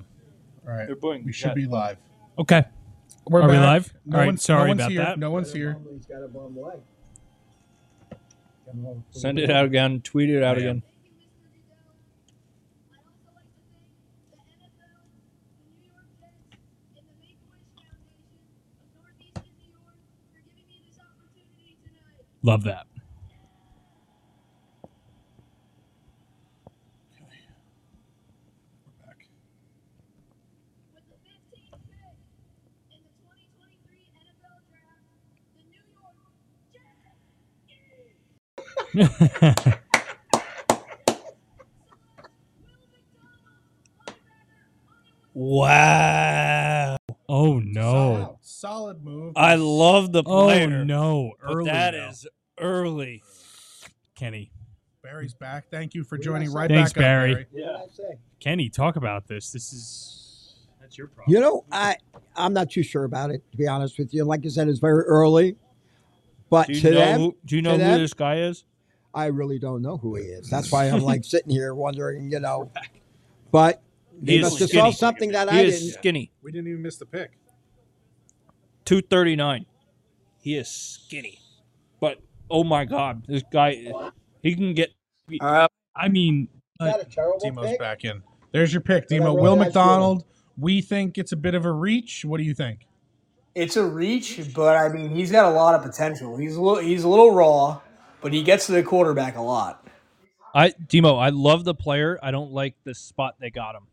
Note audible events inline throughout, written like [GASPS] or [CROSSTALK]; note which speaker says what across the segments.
Speaker 1: All right.
Speaker 2: They're boring.
Speaker 1: We should be live.
Speaker 3: Okay.
Speaker 1: We're
Speaker 3: Are we
Speaker 1: back.
Speaker 3: live? All right,
Speaker 1: one's-
Speaker 3: sorry
Speaker 1: one's
Speaker 3: about
Speaker 1: here.
Speaker 3: that.
Speaker 1: No one's here.
Speaker 4: He's got a bum leg.
Speaker 2: Send it out again. Tweet it out
Speaker 3: Yeah.
Speaker 2: again.
Speaker 3: Love that.
Speaker 1: We're back.
Speaker 2: Wow.
Speaker 3: Oh no.
Speaker 1: Solid, solid move.
Speaker 2: I love the
Speaker 3: Oh
Speaker 2: player.
Speaker 3: no. Early.
Speaker 2: But that
Speaker 3: though.
Speaker 2: is early.
Speaker 3: Kenny.
Speaker 1: Barry's back. Thank you for
Speaker 4: Yes.
Speaker 1: joining right
Speaker 3: Thanks,
Speaker 1: back up,
Speaker 3: Barry.
Speaker 4: What did I say?
Speaker 3: Kenny, talk about this. This is that's your problem.
Speaker 4: You know, I I'm not too sure about it to be honest with you. Like I said, it's very early, but
Speaker 2: Do you
Speaker 4: to
Speaker 2: know
Speaker 4: them,
Speaker 2: who, do you know
Speaker 4: to
Speaker 2: who
Speaker 4: them?
Speaker 2: this guy is?
Speaker 4: I really don't know who he is.
Speaker 2: [LAUGHS]
Speaker 4: That's why I'm like sitting here wondering, you know. But
Speaker 2: He
Speaker 4: they
Speaker 2: is
Speaker 4: must have
Speaker 2: skinny.
Speaker 4: saw something that
Speaker 2: He
Speaker 4: I
Speaker 2: is
Speaker 4: didn't.
Speaker 2: skinny.
Speaker 1: We didn't even miss the pick.
Speaker 2: 239. He is skinny. But oh my god, this guy he can get
Speaker 4: Uh,
Speaker 3: I mean,
Speaker 4: Is that a terrible
Speaker 1: Demo's
Speaker 4: pick?
Speaker 1: back in. There's your pick,
Speaker 4: Did I
Speaker 1: Demo.
Speaker 4: roll
Speaker 1: Will
Speaker 4: that?
Speaker 1: McDonald. We think it's a bit of a reach. What do you think?
Speaker 5: It's a reach, but I mean, he's got a lot of potential. He's a little, he's a little raw, but he gets to the quarterback a lot.
Speaker 2: I Demo, I love the player. I don't like the spot they got him.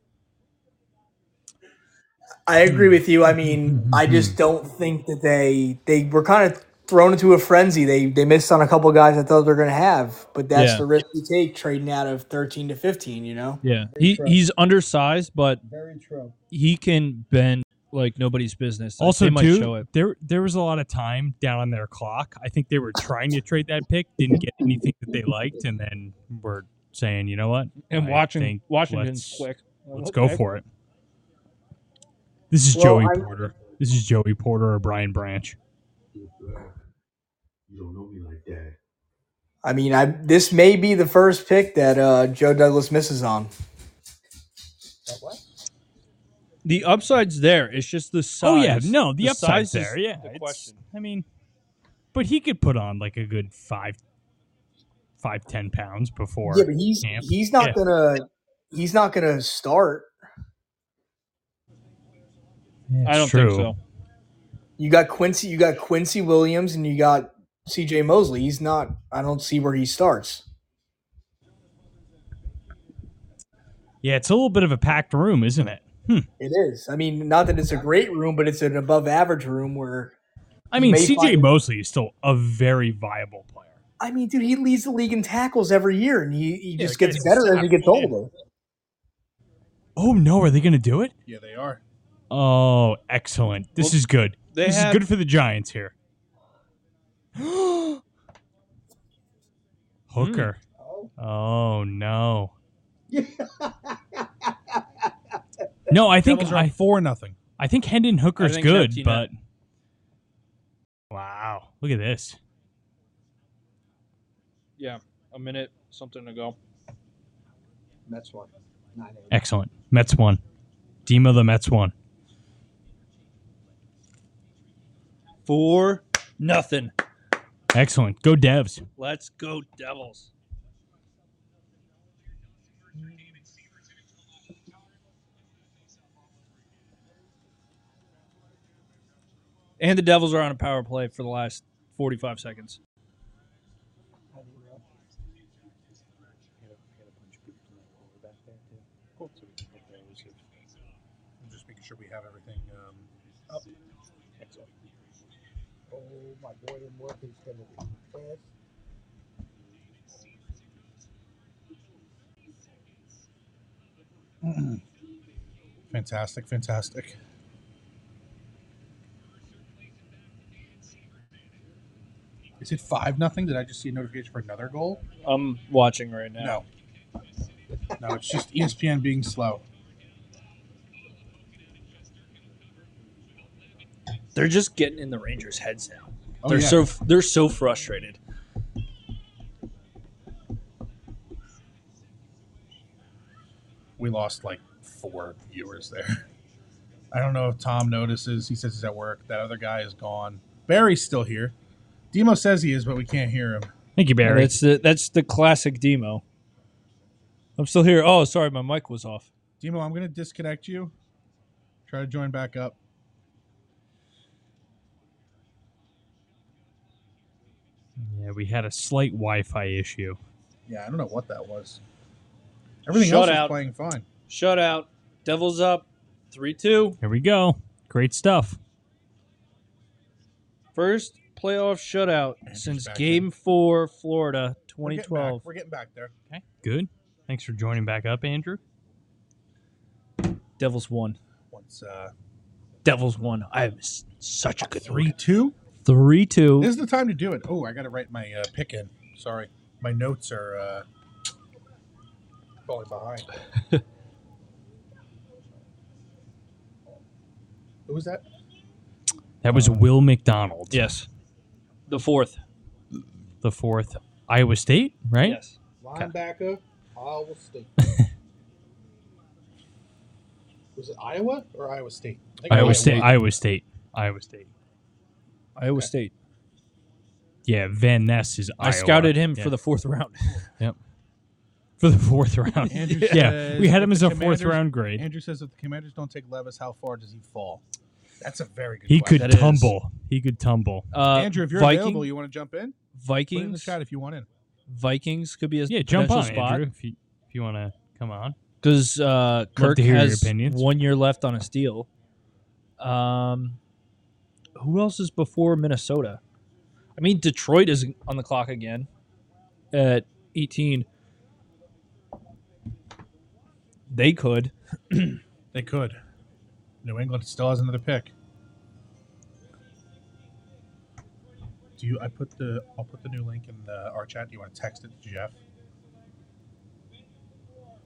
Speaker 5: I agree with you. I mean, I just don't think that they they were kind of thrown into a frenzy. They they missed on a couple guys I thought they were going to have, but that's
Speaker 2: Yeah.
Speaker 5: the risk you take trading out of 13 to 15, you know.
Speaker 2: Yeah. He
Speaker 4: Correct.
Speaker 2: he's undersized, but
Speaker 4: Very true.
Speaker 2: he can bend like nobody's business. Like,
Speaker 3: also
Speaker 2: they might show
Speaker 3: too,
Speaker 2: it.
Speaker 3: there there was a lot of time down on their clock. I think they were trying to trade that pick, didn't get anything that they liked, and then were saying, you know what?
Speaker 2: And
Speaker 3: I
Speaker 2: watching
Speaker 3: think
Speaker 2: Washington's
Speaker 3: let's-
Speaker 2: quick.
Speaker 3: Let's go for it. This is
Speaker 5: Well,
Speaker 3: Joey
Speaker 5: I-
Speaker 3: Porter. This is Joey Porter or Brian Branch.
Speaker 5: I mean, I this may be the first pick that uh, Joe Douglas misses on.
Speaker 4: That what?
Speaker 2: The upside's there. It's just the size.
Speaker 3: Oh yeah, no, the, upside's
Speaker 2: size is
Speaker 3: there. Yeah,
Speaker 2: the
Speaker 3: it's-
Speaker 2: question.
Speaker 3: I mean, but he could put on like a good five, five ten pounds before.
Speaker 5: Yeah, but he's
Speaker 3: camp.
Speaker 5: he's not
Speaker 3: Yeah.
Speaker 5: gonna he's not gonna start.
Speaker 2: I don't
Speaker 3: It's true.
Speaker 2: think so.
Speaker 5: You got Quincy. You got Quincy Williams, and you got C.J. Mosley. He's not. I don't see where he starts.
Speaker 3: Yeah, it's a little bit of a packed room, isn't it? Hmm.
Speaker 5: It is. I mean, not that it's a great room, but it's an above average room where.
Speaker 3: I mean,
Speaker 5: may
Speaker 3: CJ
Speaker 5: find-
Speaker 3: Mosley is still a very viable player.
Speaker 5: I mean, dude, he leads the league in tackles every year, and he, he just
Speaker 1: the
Speaker 5: gets
Speaker 1: guy's
Speaker 5: better as he gets older.
Speaker 3: Oh no, are they going to do it?
Speaker 1: Yeah, they are.
Speaker 3: Oh, excellent! This
Speaker 2: Well,
Speaker 3: is good.
Speaker 2: they
Speaker 3: This
Speaker 2: have-
Speaker 3: is good for the Giants
Speaker 2: [GASPS]
Speaker 3: here. Hooker.
Speaker 4: Oh.
Speaker 3: Oh
Speaker 2: [LAUGHS]
Speaker 3: no. No, I think
Speaker 1: Devils are up
Speaker 3: I
Speaker 1: four nothing.
Speaker 3: I think Hendon Hooker's
Speaker 2: I think
Speaker 3: good,
Speaker 2: Neptune
Speaker 3: but wow, look at this.
Speaker 2: Yeah, a minute something ago.
Speaker 4: That's one. Nine eight.
Speaker 3: Excellent. Mets won. Demo the Mets won.
Speaker 2: Four nothing.
Speaker 3: Excellent. Go Devs.
Speaker 2: Let's go Devils. And the Devils are on a power play for the last 45 seconds.
Speaker 1: I'm just making sure we have everything um, up.
Speaker 4: Oh my boy, didn't work. He's gonna be fast.
Speaker 1: [CLEARS THROAT] Fantastic, fantastic. Is it five nothing? Did I just see a notification for another goal?
Speaker 2: I'm watching right now.
Speaker 1: No. No, it's just E ESPN being slow.
Speaker 2: They're just getting in the Rangers' heads now.
Speaker 1: Oh,
Speaker 2: they're
Speaker 1: yeah.
Speaker 2: so they're so frustrated.
Speaker 1: we lost like four viewers there. I don't know if Tom notices. He says he's at work. That other guy is gone. Barry's still here. Demo says he is, but we can't hear him.
Speaker 3: Thank you, Barry.
Speaker 2: That's the that's the classic demo. I'm still here. Oh, sorry, my mic was off.
Speaker 1: Demo, I'm going to disconnect you. Try to join back up.
Speaker 3: Yeah, we had a slight Wi-Fi issue.
Speaker 1: Yeah, I don't know what that was. Everything
Speaker 2: Shut
Speaker 1: else
Speaker 2: out.
Speaker 1: is playing fine.
Speaker 2: Shut out. Devils up. Three two.
Speaker 3: Here we go. Great stuff.
Speaker 2: First playoff shutout since
Speaker 1: back
Speaker 2: game four, Florida,
Speaker 1: We're getting
Speaker 2: 2012.
Speaker 1: back- We're getting back there.
Speaker 3: Okay, good. Thanks for joining back up, Andrew.
Speaker 2: Devils won.
Speaker 1: Once uh,
Speaker 2: Devils won. I am s- such a good
Speaker 1: three
Speaker 2: three
Speaker 1: two.
Speaker 2: three two.
Speaker 1: This is the time to do it. Oh, I got to write my uh, pick in. Sorry, my notes are uh, falling behind. [LAUGHS] Who was that?
Speaker 3: That
Speaker 2: Uh,
Speaker 3: was Will McDonald.
Speaker 2: Yes, the fourth.
Speaker 3: the fourth Iowa State, right?
Speaker 2: Yes.
Speaker 1: Linebacker, Iowa [LAUGHS] State. was it Iowa or Iowa State? I think
Speaker 3: Iowa State, Iowa State, Iowa State.
Speaker 2: Iowa State.
Speaker 3: Yeah, Van Ness is.
Speaker 2: I
Speaker 3: Iowa.
Speaker 2: scouted him
Speaker 3: Yeah.
Speaker 2: for the fourth round.
Speaker 3: [LAUGHS] for the fourth round.
Speaker 1: Andrew
Speaker 3: [LAUGHS] yeah,
Speaker 1: says
Speaker 3: we had him
Speaker 1: if
Speaker 3: as
Speaker 1: the
Speaker 3: a fourth
Speaker 1: Commanders-
Speaker 3: round grade.
Speaker 1: Andrew says if the Commanders don't take Levis, how far does he fall? That's a very good.
Speaker 3: he
Speaker 1: question.
Speaker 3: could
Speaker 2: That is-
Speaker 3: tumble. He could tumble.
Speaker 2: Uh,
Speaker 1: Andrew, if you're
Speaker 2: Viking,
Speaker 1: available, you want to jump in? Put it in the
Speaker 2: Vikings,
Speaker 1: chat if you want in.
Speaker 2: Vikings could be a
Speaker 3: Yeah, jump on,
Speaker 2: potential spot
Speaker 3: Andrew, if you if you want to come on.
Speaker 2: because uh, Kirk
Speaker 3: to hear your
Speaker 2: has
Speaker 3: opinions.
Speaker 2: one year left on his deal. Um, who else is before Minnesota? I mean, Detroit is on the clock again at 18.
Speaker 3: [LAUGHS]
Speaker 2: They could.
Speaker 1: They could. New England still has another pick. Do you? I put the. I'll put the new link in the, our chat. Do you want to text it to Jeff?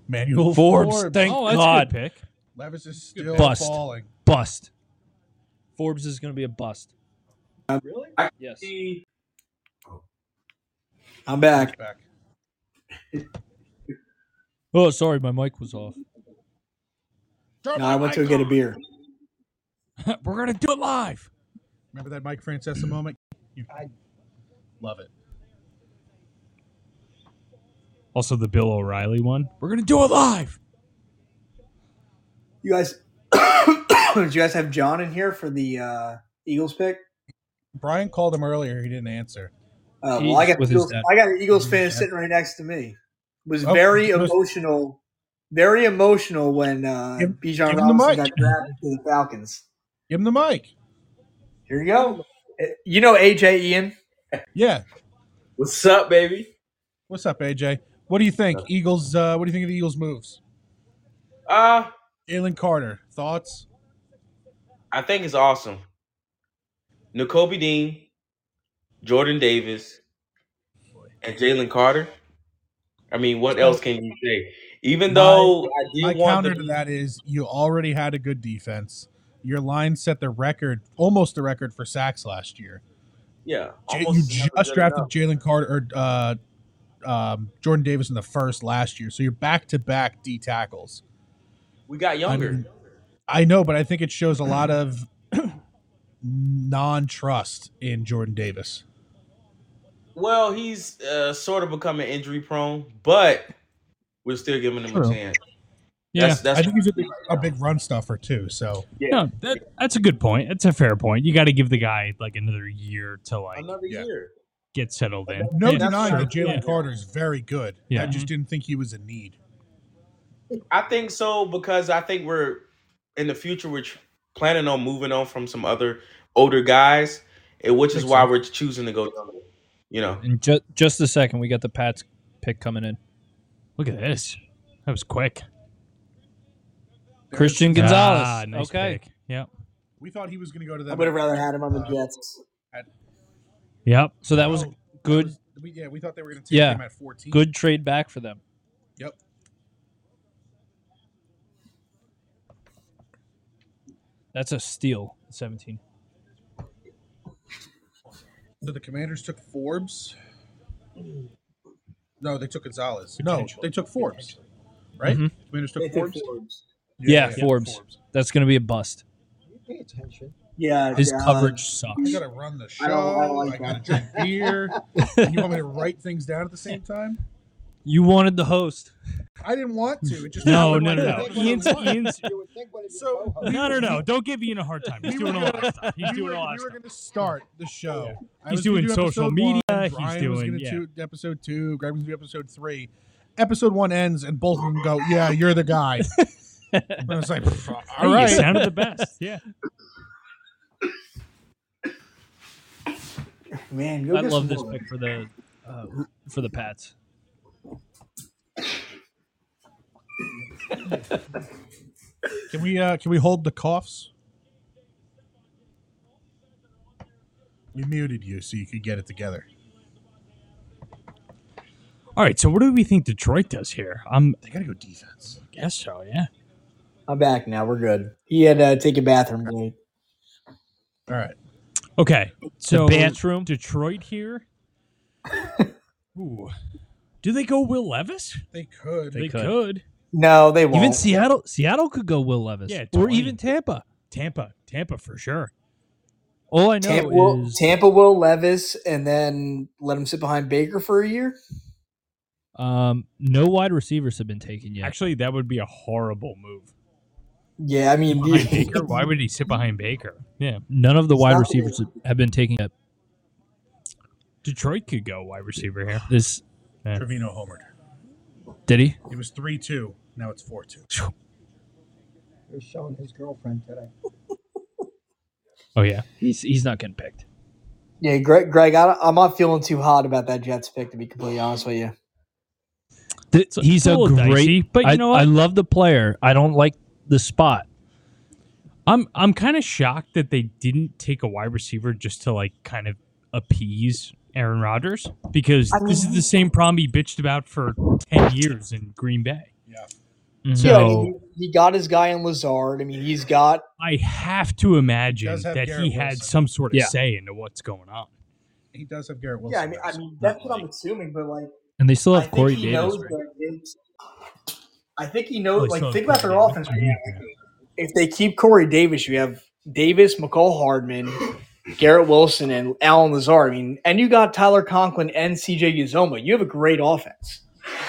Speaker 1: Manuel
Speaker 2: Forbes,
Speaker 1: Forbes.
Speaker 2: thank
Speaker 3: oh, that's
Speaker 2: God.
Speaker 3: a good pick.
Speaker 1: Levis is still
Speaker 2: Bust.
Speaker 1: falling.
Speaker 2: Bust. Forbes is going to be a bust.
Speaker 5: Really?
Speaker 2: Yes.
Speaker 5: I'm back.
Speaker 1: Back.
Speaker 2: Oh, sorry, my mic was off.
Speaker 5: No, I went to get a beer.
Speaker 3: [LAUGHS] We're gonna do it live.
Speaker 1: Remember that Mike Francesa [CLEARS THROAT] moment? You, I love it.
Speaker 3: Also, the Bill O'Reilly one. We're gonna do it live.
Speaker 5: You guys, [COUGHS] did you guys have John in here for the uh, Eagles pick?
Speaker 1: Brian called him earlier. He didn't answer.
Speaker 5: Uh,
Speaker 2: He's
Speaker 5: well, I got
Speaker 2: with
Speaker 5: the
Speaker 2: his
Speaker 5: Eagles,
Speaker 2: dad.
Speaker 5: I got an Eagles fan
Speaker 1: Yeah.
Speaker 5: sitting right next to me. Was
Speaker 1: Oh,
Speaker 5: very
Speaker 1: it was-
Speaker 5: emotional, very emotional when uh,
Speaker 1: Give-
Speaker 5: Bijan
Speaker 1: give him the
Speaker 5: Robinson
Speaker 1: mic.
Speaker 5: got drafted to the Falcons.
Speaker 1: Give him the mic.
Speaker 5: Here you go. Uh, You know AJ Ian.
Speaker 1: Yeah.
Speaker 6: What's up, baby?
Speaker 1: What's up, AJ? What do you think? Eagles. Uh, what do you think of the Eagles' moves?
Speaker 6: Uh,
Speaker 1: Jalen Carter. Thoughts?
Speaker 6: I think it's awesome. N'Kobe Dean, Jordan Davis, and Jalen Carter. I mean, what else can you say? Even
Speaker 1: My-
Speaker 6: though I did
Speaker 1: My
Speaker 6: want
Speaker 1: counter
Speaker 6: the-
Speaker 1: to that is you already had a good defense. Your line set the record, almost the record for sacks last year.
Speaker 6: yeah,
Speaker 1: J-
Speaker 6: almost
Speaker 1: you
Speaker 6: never
Speaker 1: just
Speaker 6: good
Speaker 1: drafted
Speaker 6: enough.
Speaker 1: Jalen Carter or uh, um, Jordan Davis in the first last year, so you're back to back D tackles.
Speaker 6: We got younger.
Speaker 1: mean- I know, but I think it shows a lot of [CLEARS THROAT] non trust in Jordan Davis.
Speaker 6: well, he's uh, sort of becoming injury prone, but we're still giving him
Speaker 3: True.
Speaker 6: a chance.
Speaker 3: Yeah,
Speaker 6: That's, that's
Speaker 1: I think he's a big, a big run stuffer too. So
Speaker 6: yeah.
Speaker 3: no, that, that's a good point. That's a fair point. You got to give the guy like another year to like
Speaker 6: another
Speaker 1: Yeah.
Speaker 6: year.
Speaker 3: get settled in.
Speaker 1: no
Speaker 3: Yeah,
Speaker 1: denying
Speaker 3: sure.
Speaker 1: that Jalen
Speaker 3: Yeah.
Speaker 1: Carter is very good.
Speaker 3: Yeah. Mm-hmm.
Speaker 1: I just didn't think he was in need.
Speaker 6: I think so because I think we're in the future we're tr- planning on moving on from some other older guys, eh, which is
Speaker 1: Makes
Speaker 6: why
Speaker 1: sense.
Speaker 6: we're choosing to go younger. You know,
Speaker 2: In ju- just a second, we got the Pats pick coming in.
Speaker 3: Look at this. That was quick.
Speaker 2: Christian Gonzalez.
Speaker 3: Ah, nice
Speaker 2: okay.
Speaker 3: pick. Yep.
Speaker 1: We thought he was going to go to
Speaker 5: I
Speaker 1: that.
Speaker 5: would have rather had him on the Jets.
Speaker 3: Yep.
Speaker 2: So that was
Speaker 1: Oh,
Speaker 2: good
Speaker 1: That was- we- yeah, we thought they were going to take
Speaker 2: Yeah.
Speaker 1: him at 14.
Speaker 2: good trade back for them.
Speaker 1: Yep.
Speaker 2: That's a steal. 17.
Speaker 1: So the Commanders took Forbes. No, they took Gonzalez. No, they took Forbes. Right?
Speaker 2: Mhm.
Speaker 1: Commanders took
Speaker 5: They took
Speaker 1: Forbes.
Speaker 5: Forbes.
Speaker 2: Yeah, Forbes. That's going to be a bust.
Speaker 4: Pay attention.
Speaker 5: Yeah,
Speaker 2: His
Speaker 5: yeah.
Speaker 2: coverage
Speaker 1: I
Speaker 2: sucks.
Speaker 1: gotta run the show.
Speaker 5: I
Speaker 1: I,
Speaker 5: don't- I don't like
Speaker 1: gotta
Speaker 5: that. [LAUGHS]
Speaker 1: drink beer. and you want me to write things down at the same time?
Speaker 2: You wanted the host.
Speaker 1: I didn't want to. It just
Speaker 3: No,
Speaker 1: happened
Speaker 3: no,
Speaker 1: like
Speaker 3: no,
Speaker 1: that.
Speaker 3: no.
Speaker 1: It was
Speaker 3: Ian's,
Speaker 1: like-
Speaker 3: Ian's,
Speaker 4: You would think one of your
Speaker 1: So-
Speaker 4: co-hosts-
Speaker 3: no, no, no. Don't give Ian a hard time. He's doing a lot of stuff. He's
Speaker 1: we
Speaker 3: doing
Speaker 1: were,
Speaker 3: a lot of
Speaker 1: we were
Speaker 3: stuff.
Speaker 1: going to start the show. I
Speaker 3: He's
Speaker 1: was gonna
Speaker 3: doing
Speaker 1: do
Speaker 3: social
Speaker 1: episode
Speaker 3: media,
Speaker 1: One,
Speaker 3: he's
Speaker 1: Brian was
Speaker 3: doing-
Speaker 1: gonna
Speaker 3: yeah.
Speaker 1: do episode two. Greg was going to do episode three. Episode one ends, and both of them go, "Yeah, you're
Speaker 3: [LAUGHS]
Speaker 1: the guy." and I was like, "All
Speaker 3: Hey,
Speaker 1: right."
Speaker 3: You sounded the best. Yeah.
Speaker 5: Man, go
Speaker 2: I
Speaker 5: get some
Speaker 2: love this
Speaker 5: more.
Speaker 2: pick for the uh, for the Pats.
Speaker 1: Can we uh, can we hold the coughs? We muted you so you could get it together.
Speaker 3: All right. So what do we think Detroit does here? I'm
Speaker 1: They gotta go defense.
Speaker 3: I guess so. Yeah.
Speaker 5: I'm back now. We're good. He had to take a bathroom break.
Speaker 1: All right.
Speaker 3: Okay. So
Speaker 2: the bathroom.
Speaker 3: Detroit here. Ooh. Do they go Will Levis?
Speaker 1: They could.
Speaker 2: They could.
Speaker 5: No, they won't.
Speaker 2: Even Seattle. Seattle could go Will Levis.
Speaker 3: Yeah,
Speaker 2: or
Speaker 3: 20.
Speaker 2: even Tampa.
Speaker 3: Tampa. Tampa for sure.
Speaker 2: All I know
Speaker 5: Tampa, will,
Speaker 2: is
Speaker 5: Tampa will Levis and then let him sit behind Baker for a year.
Speaker 2: um, no wide receivers have been taken yet.
Speaker 3: Actually, that would be a horrible move.
Speaker 5: Yeah, I mean, [LAUGHS]
Speaker 3: Behind Baker? Why would he sit behind Baker? Yeah.
Speaker 2: None of the
Speaker 5: It's
Speaker 2: wide
Speaker 5: not-
Speaker 2: receivers have been taken yet.
Speaker 3: Detroit could go wide receiver here.
Speaker 2: This
Speaker 1: Trevino homered.
Speaker 2: did he?
Speaker 1: It was three two. Now it's four two.
Speaker 4: He was showing his girlfriend today.
Speaker 3: Oh yeah.
Speaker 2: He's he's not getting picked.
Speaker 5: yeah, Greg, Greg I, don't- I'm not feeling too hot about that Jets pick to be completely honest with you.
Speaker 2: Th-
Speaker 3: a- it's
Speaker 2: he's
Speaker 3: a
Speaker 2: a,
Speaker 3: little
Speaker 2: great.
Speaker 3: dicey, but you
Speaker 2: I,
Speaker 3: know what?
Speaker 2: I love the player. I don't like the spot.
Speaker 3: I'm I'm kind of shocked that they didn't take a wide receiver just to like kind of appease Aaron Rodgers because
Speaker 5: I mean-
Speaker 3: this is the same problem he bitched about for ten years in Green Bay. Mm-hmm.
Speaker 5: Yeah, I
Speaker 3: So-
Speaker 5: mean, he, he got his guy in Lazard. I mean, he's got
Speaker 3: I have to imagine
Speaker 1: Does have
Speaker 3: that he
Speaker 1: Garrett
Speaker 3: had
Speaker 1: Wilson.
Speaker 3: some sort of
Speaker 2: Yeah.
Speaker 3: say into what's going on.
Speaker 1: He does have Garrett Wilson.
Speaker 5: yeah. I mean, I
Speaker 1: though, so-
Speaker 5: mean that's what I'm assuming. But like,
Speaker 2: and they still
Speaker 5: I
Speaker 2: have
Speaker 5: think
Speaker 2: Corey
Speaker 5: he
Speaker 2: Davis.
Speaker 5: knows.
Speaker 2: right?
Speaker 5: Like, it's- I think he
Speaker 3: Oh,
Speaker 5: knows.
Speaker 3: he's
Speaker 5: Like,
Speaker 3: still
Speaker 5: think
Speaker 3: Corey
Speaker 5: about their
Speaker 3: Davis.
Speaker 5: offense. Right now. If they keep Corey Davis, you have Davis, McCall Hardman, Garrett Wilson, and Alan Lazard. I mean, and you got Tyler Conklin and CJ Uzoma. You have a great offense.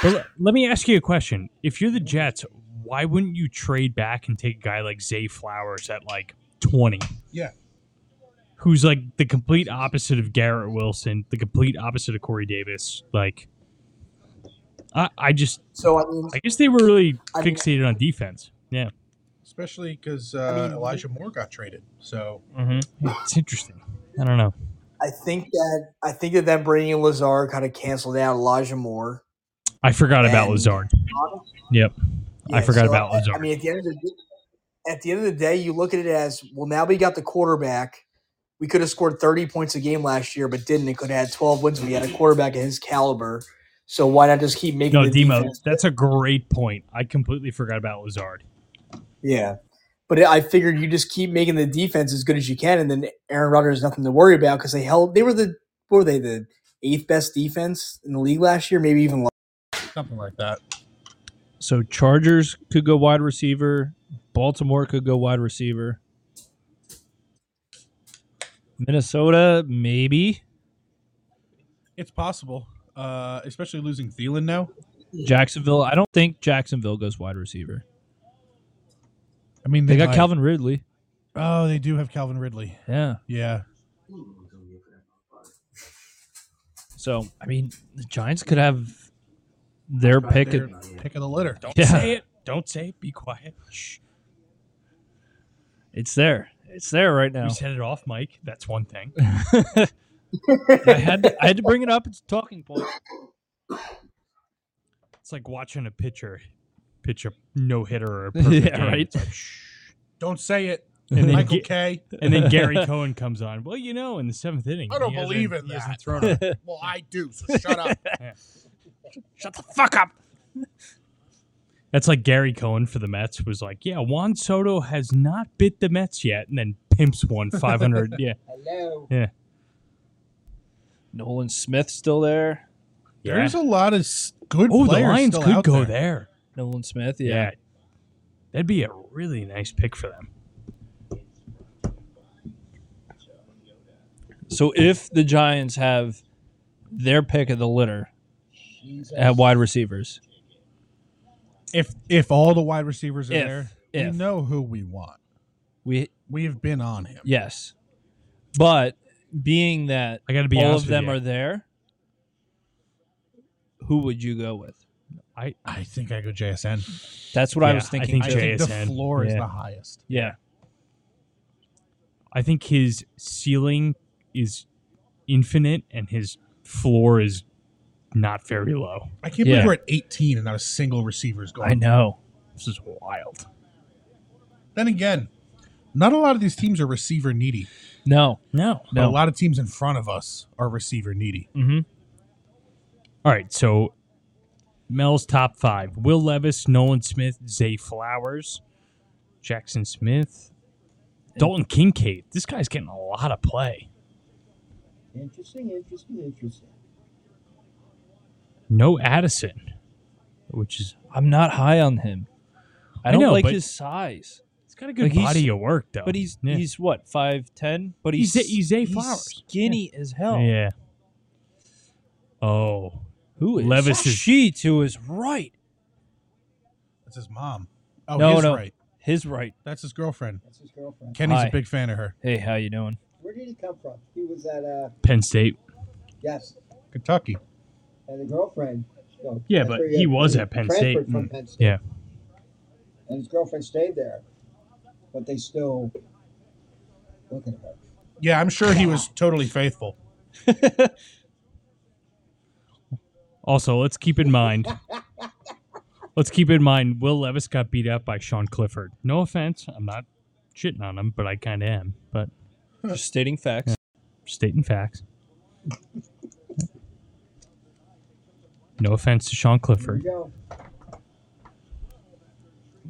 Speaker 3: But le- let me ask you a question: If you're the Jets, why wouldn't you trade back and take a guy like Zay Flowers at like twenty?
Speaker 1: Yeah.
Speaker 3: Who's like the complete opposite of Garrett Wilson, the complete opposite of Corey Davis? Like, I, I just
Speaker 5: So I mean,
Speaker 3: I guess they were really
Speaker 5: I mean-
Speaker 3: fixated on defense. Yeah,
Speaker 1: especially because uh,
Speaker 5: I mean-
Speaker 1: Elijah Moore got traded. So
Speaker 3: it's interesting. I don't know.
Speaker 5: I think that I think that them bringing in Lazard kind of canceled out Elijah Moore.
Speaker 3: I forgot about
Speaker 5: And-
Speaker 3: Lazard.
Speaker 5: Honestly,
Speaker 3: Yep, I
Speaker 5: yeah,
Speaker 3: forgot
Speaker 5: so
Speaker 3: about
Speaker 5: I-
Speaker 3: Lazard.
Speaker 5: I mean, at the end of the day, at the end of the day, you look at it as well. Now we got the quarterback. We could have scored thirty points a game last year, but didn't. It could have had twelve wins. We had a quarterback of his caliber. So why not just keep making
Speaker 3: no,
Speaker 5: the
Speaker 3: Demo,
Speaker 5: defense?
Speaker 3: that's a great point. I completely forgot about Lazard.
Speaker 5: Yeah, but I figured you just keep making the defense as good as you can, and then Aaron Rodgers has nothing to worry about because they held. They were the what were they the eighth best defense in the league last year, maybe even
Speaker 1: something like that.
Speaker 2: So Chargers could go wide receiver. Baltimore could go wide receiver. Minnesota, maybe.
Speaker 1: It's possible, uh, especially losing Thielen now.
Speaker 2: Jacksonville. I don't think Jacksonville goes wide receiver.
Speaker 1: I mean,
Speaker 2: They got
Speaker 1: might-
Speaker 2: Calvin Ridley.
Speaker 1: Oh, they do have Calvin Ridley.
Speaker 2: Yeah.
Speaker 1: Yeah,
Speaker 2: So I mean, the Giants could have their pick.
Speaker 1: They're
Speaker 2: At,
Speaker 1: pick of the litter.
Speaker 3: Don't
Speaker 2: [LAUGHS] Yeah.
Speaker 3: say it. Don't say it. Be quiet. Shh.
Speaker 2: it's there. It's there right now.
Speaker 3: You set it off, Mike. That's one
Speaker 2: [LAUGHS]
Speaker 3: thing.
Speaker 2: I had to, I had to bring it up. It's a talking point.
Speaker 3: It's like watching a pitcher pitch a no hitter
Speaker 2: [LAUGHS]
Speaker 3: or a perfect
Speaker 2: Yeah,
Speaker 3: game.
Speaker 2: right.
Speaker 3: It's like, shh.
Speaker 1: Don't say it.
Speaker 3: And then
Speaker 1: Michael
Speaker 3: get-
Speaker 1: K.
Speaker 3: And then
Speaker 2: [LAUGHS]
Speaker 3: Gary Cohen comes on. Well, you know, in the seventh inning,
Speaker 1: I don't
Speaker 3: he hasn't-
Speaker 1: believe in
Speaker 3: he
Speaker 1: that.
Speaker 3: hasn't thrown a-
Speaker 1: [LAUGHS] Well, I do. So shut up.
Speaker 3: Shut the fuck up. That's like Gary Cohen for the Mets was like, yeah, Juan Soto has not bit the Mets yet, and then pimps
Speaker 2: [LAUGHS]
Speaker 3: one five hundred. yeah,
Speaker 4: Hello.
Speaker 2: Nolan Smith still there.
Speaker 1: There's a lot of s- good
Speaker 3: oh, the
Speaker 1: players
Speaker 3: Lions
Speaker 1: still
Speaker 3: could
Speaker 1: out
Speaker 3: go there.
Speaker 2: Nolan Smith.
Speaker 3: Yeah.
Speaker 2: Yeah.
Speaker 3: that'd be a really nice pick for them.
Speaker 2: So if the Giants have their pick of the litter at wide receivers,
Speaker 1: If if all the wide receivers are
Speaker 2: If,
Speaker 1: there,
Speaker 2: if.
Speaker 1: we know who we want.
Speaker 2: we
Speaker 1: We have been on him.
Speaker 2: yes, but being that
Speaker 3: I got to be
Speaker 2: all
Speaker 3: honest
Speaker 2: of them
Speaker 3: with
Speaker 2: are
Speaker 3: you.
Speaker 2: there, who would you go with?
Speaker 3: I
Speaker 1: I think I go JSN.
Speaker 2: That's what I
Speaker 3: Yeah,
Speaker 2: was
Speaker 3: I
Speaker 2: thinking.
Speaker 1: I
Speaker 2: too.
Speaker 1: think the
Speaker 3: JSN.
Speaker 1: floor is
Speaker 3: Yeah.
Speaker 1: the highest.
Speaker 2: yeah,
Speaker 3: I think his ceiling is infinite and his floor is not very low.
Speaker 1: I can't
Speaker 2: Yeah.
Speaker 1: believe we're at 18 and not a single receiver is going.
Speaker 2: I know.
Speaker 3: This is wild.
Speaker 1: Then again, not a lot of these teams are receiver needy.
Speaker 2: No,
Speaker 3: No.
Speaker 1: But
Speaker 2: No.
Speaker 1: a lot of teams in front of us are receiver needy.
Speaker 2: mm-hmm.
Speaker 3: All right, so Mel's top five: Will Levis, Nolan Smith, Zay Flowers, Jackson Smith, Dalton Kincaid. This guy's getting a lot of play.
Speaker 7: Interesting, interesting, interesting.
Speaker 3: No Addison, which is
Speaker 2: I'm not high on him. I
Speaker 3: I
Speaker 2: don't
Speaker 3: know,
Speaker 2: like
Speaker 3: but-
Speaker 2: his size,
Speaker 3: he's got a good
Speaker 2: Like, he's-
Speaker 3: body of work though.
Speaker 2: but he's
Speaker 3: yeah.
Speaker 2: he's what five ten, but he's
Speaker 3: He's Zay- he's Zay Flowers.
Speaker 2: skinny as hell.
Speaker 3: yeah. Oh,
Speaker 2: Who is
Speaker 3: Levis is-
Speaker 2: she to his right?
Speaker 1: That's his mom. Oh,
Speaker 2: No,
Speaker 1: his
Speaker 2: no.
Speaker 1: right.
Speaker 2: His right.
Speaker 1: That's his girlfriend.
Speaker 7: That's his girlfriend.
Speaker 1: Kenny's
Speaker 2: Hi.
Speaker 1: a big fan of her.
Speaker 2: Hey, how you doing?
Speaker 7: Where did he come from? He was at uh
Speaker 3: Penn State.
Speaker 7: yes,
Speaker 1: Kentucky.
Speaker 7: and the girlfriend. you know,
Speaker 3: Yeah,
Speaker 7: that's
Speaker 3: but
Speaker 7: where
Speaker 3: he
Speaker 7: got-
Speaker 3: was at Penn
Speaker 7: transferred
Speaker 3: State.
Speaker 7: From
Speaker 3: Mm.
Speaker 7: Penn State.
Speaker 3: Yeah.
Speaker 7: And his girlfriend stayed there, but they still look at her.
Speaker 1: Yeah, I'm sure he was totally faithful.
Speaker 3: Also, let's keep in mind.
Speaker 2: [LAUGHS]
Speaker 3: let's keep in mind. Will Levis got beat up by Sean Clifford. No offense, I'm not shitting on him, but I kind of am. But
Speaker 2: Just stating facts.
Speaker 3: stating facts. No offense to Sean
Speaker 7: Here we
Speaker 3: Clifford.
Speaker 7: go.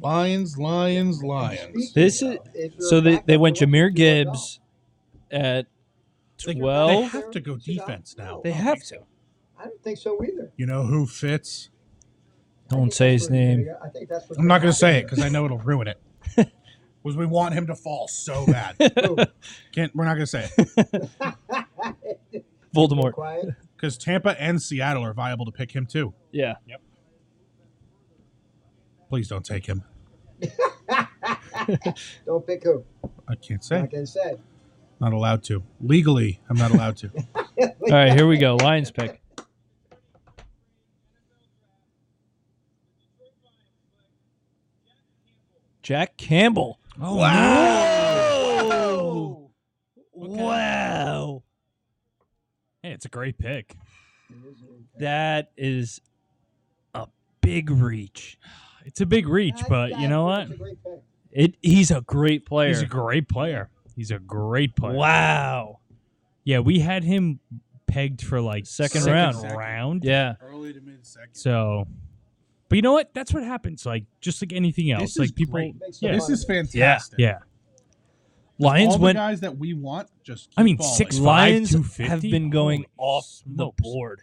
Speaker 1: Lions, Lions, Lions.
Speaker 2: This is so they, they went Jameer Gibbs at
Speaker 1: They, they
Speaker 2: twelve.
Speaker 1: have to go defense now.
Speaker 2: They have to.
Speaker 7: I don't think so either.
Speaker 1: You know who fits?
Speaker 7: I
Speaker 2: Don't
Speaker 7: think
Speaker 2: say
Speaker 7: that's
Speaker 2: his
Speaker 7: where he's
Speaker 2: name.
Speaker 7: gonna go. I think that's
Speaker 1: I'm not going to say it because I know it'll ruin
Speaker 2: [LAUGHS]
Speaker 1: it. Was we want him to fall so bad? Can't. We're not going to say it
Speaker 7: it.
Speaker 2: Voldemort.
Speaker 7: [LAUGHS] Quiet. [LAUGHS]
Speaker 1: because Tampa and Seattle are viable to pick him too.
Speaker 2: Yeah.
Speaker 1: Please don't take him.
Speaker 7: Don't pick who.
Speaker 1: I can't
Speaker 7: I
Speaker 1: say.
Speaker 7: can say.
Speaker 1: Not allowed to. Legally, I'm not allowed to.
Speaker 2: All right, here we go. Lions pick. Jack Campbell.
Speaker 3: Oh,
Speaker 2: Wow. Wow.
Speaker 3: Hey, it's a great pick.
Speaker 2: That is a big reach.
Speaker 3: It's a big reach, but you know
Speaker 7: I
Speaker 3: what?
Speaker 7: think it's a great pick.
Speaker 2: It he's a great player.
Speaker 3: He's a great player. He's a great player.
Speaker 2: wow.
Speaker 3: Yeah, we had him pegged for like
Speaker 2: Second round.
Speaker 3: round.
Speaker 2: Yeah.
Speaker 1: Early to mid second.
Speaker 3: So, but you know what? That's what happens. Like just like anything else,
Speaker 1: This
Speaker 3: like
Speaker 1: is
Speaker 3: people.
Speaker 1: great.
Speaker 7: Make some
Speaker 3: Yeah.
Speaker 1: This
Speaker 7: fun
Speaker 1: is
Speaker 7: of it.
Speaker 1: fantastic.
Speaker 3: Yeah,
Speaker 2: Lions
Speaker 1: All the
Speaker 2: went
Speaker 1: guys that we want just. Keep
Speaker 3: I mean,
Speaker 1: falling.
Speaker 3: six- 6'5",
Speaker 2: Lions
Speaker 3: 250?
Speaker 2: have been going
Speaker 3: Holy
Speaker 2: off
Speaker 3: smokes.
Speaker 2: the board.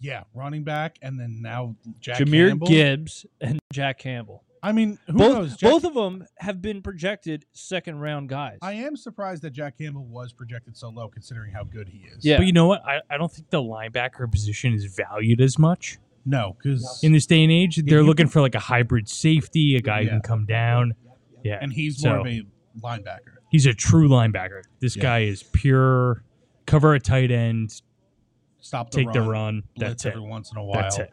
Speaker 1: Yeah, running back, and then now Jack
Speaker 2: Jameer
Speaker 1: Campbell.
Speaker 2: Gibbs and Jack Campbell.
Speaker 1: I mean, who
Speaker 2: both
Speaker 1: knows? Jack-
Speaker 2: both of them have been projected second round guys.
Speaker 1: I am surprised that Jack Campbell was projected so low, considering how good he is.
Speaker 2: yeah.
Speaker 3: But you know what? I, I don't think the linebacker position is valued as much
Speaker 1: No, because
Speaker 3: in this day and age. They're
Speaker 1: you-
Speaker 3: looking for like a hybrid safety, a guy who
Speaker 1: Yeah.
Speaker 3: can come down. Yeah.
Speaker 1: and he's
Speaker 3: So-
Speaker 1: more of a linebacker.
Speaker 3: He's a true linebacker. This
Speaker 1: Yeah.
Speaker 3: guy is pure cover a tight end,
Speaker 1: Stop the
Speaker 3: take
Speaker 1: run,
Speaker 3: the run.
Speaker 1: blitz
Speaker 3: That's it.
Speaker 1: every once in a while.
Speaker 3: That's it.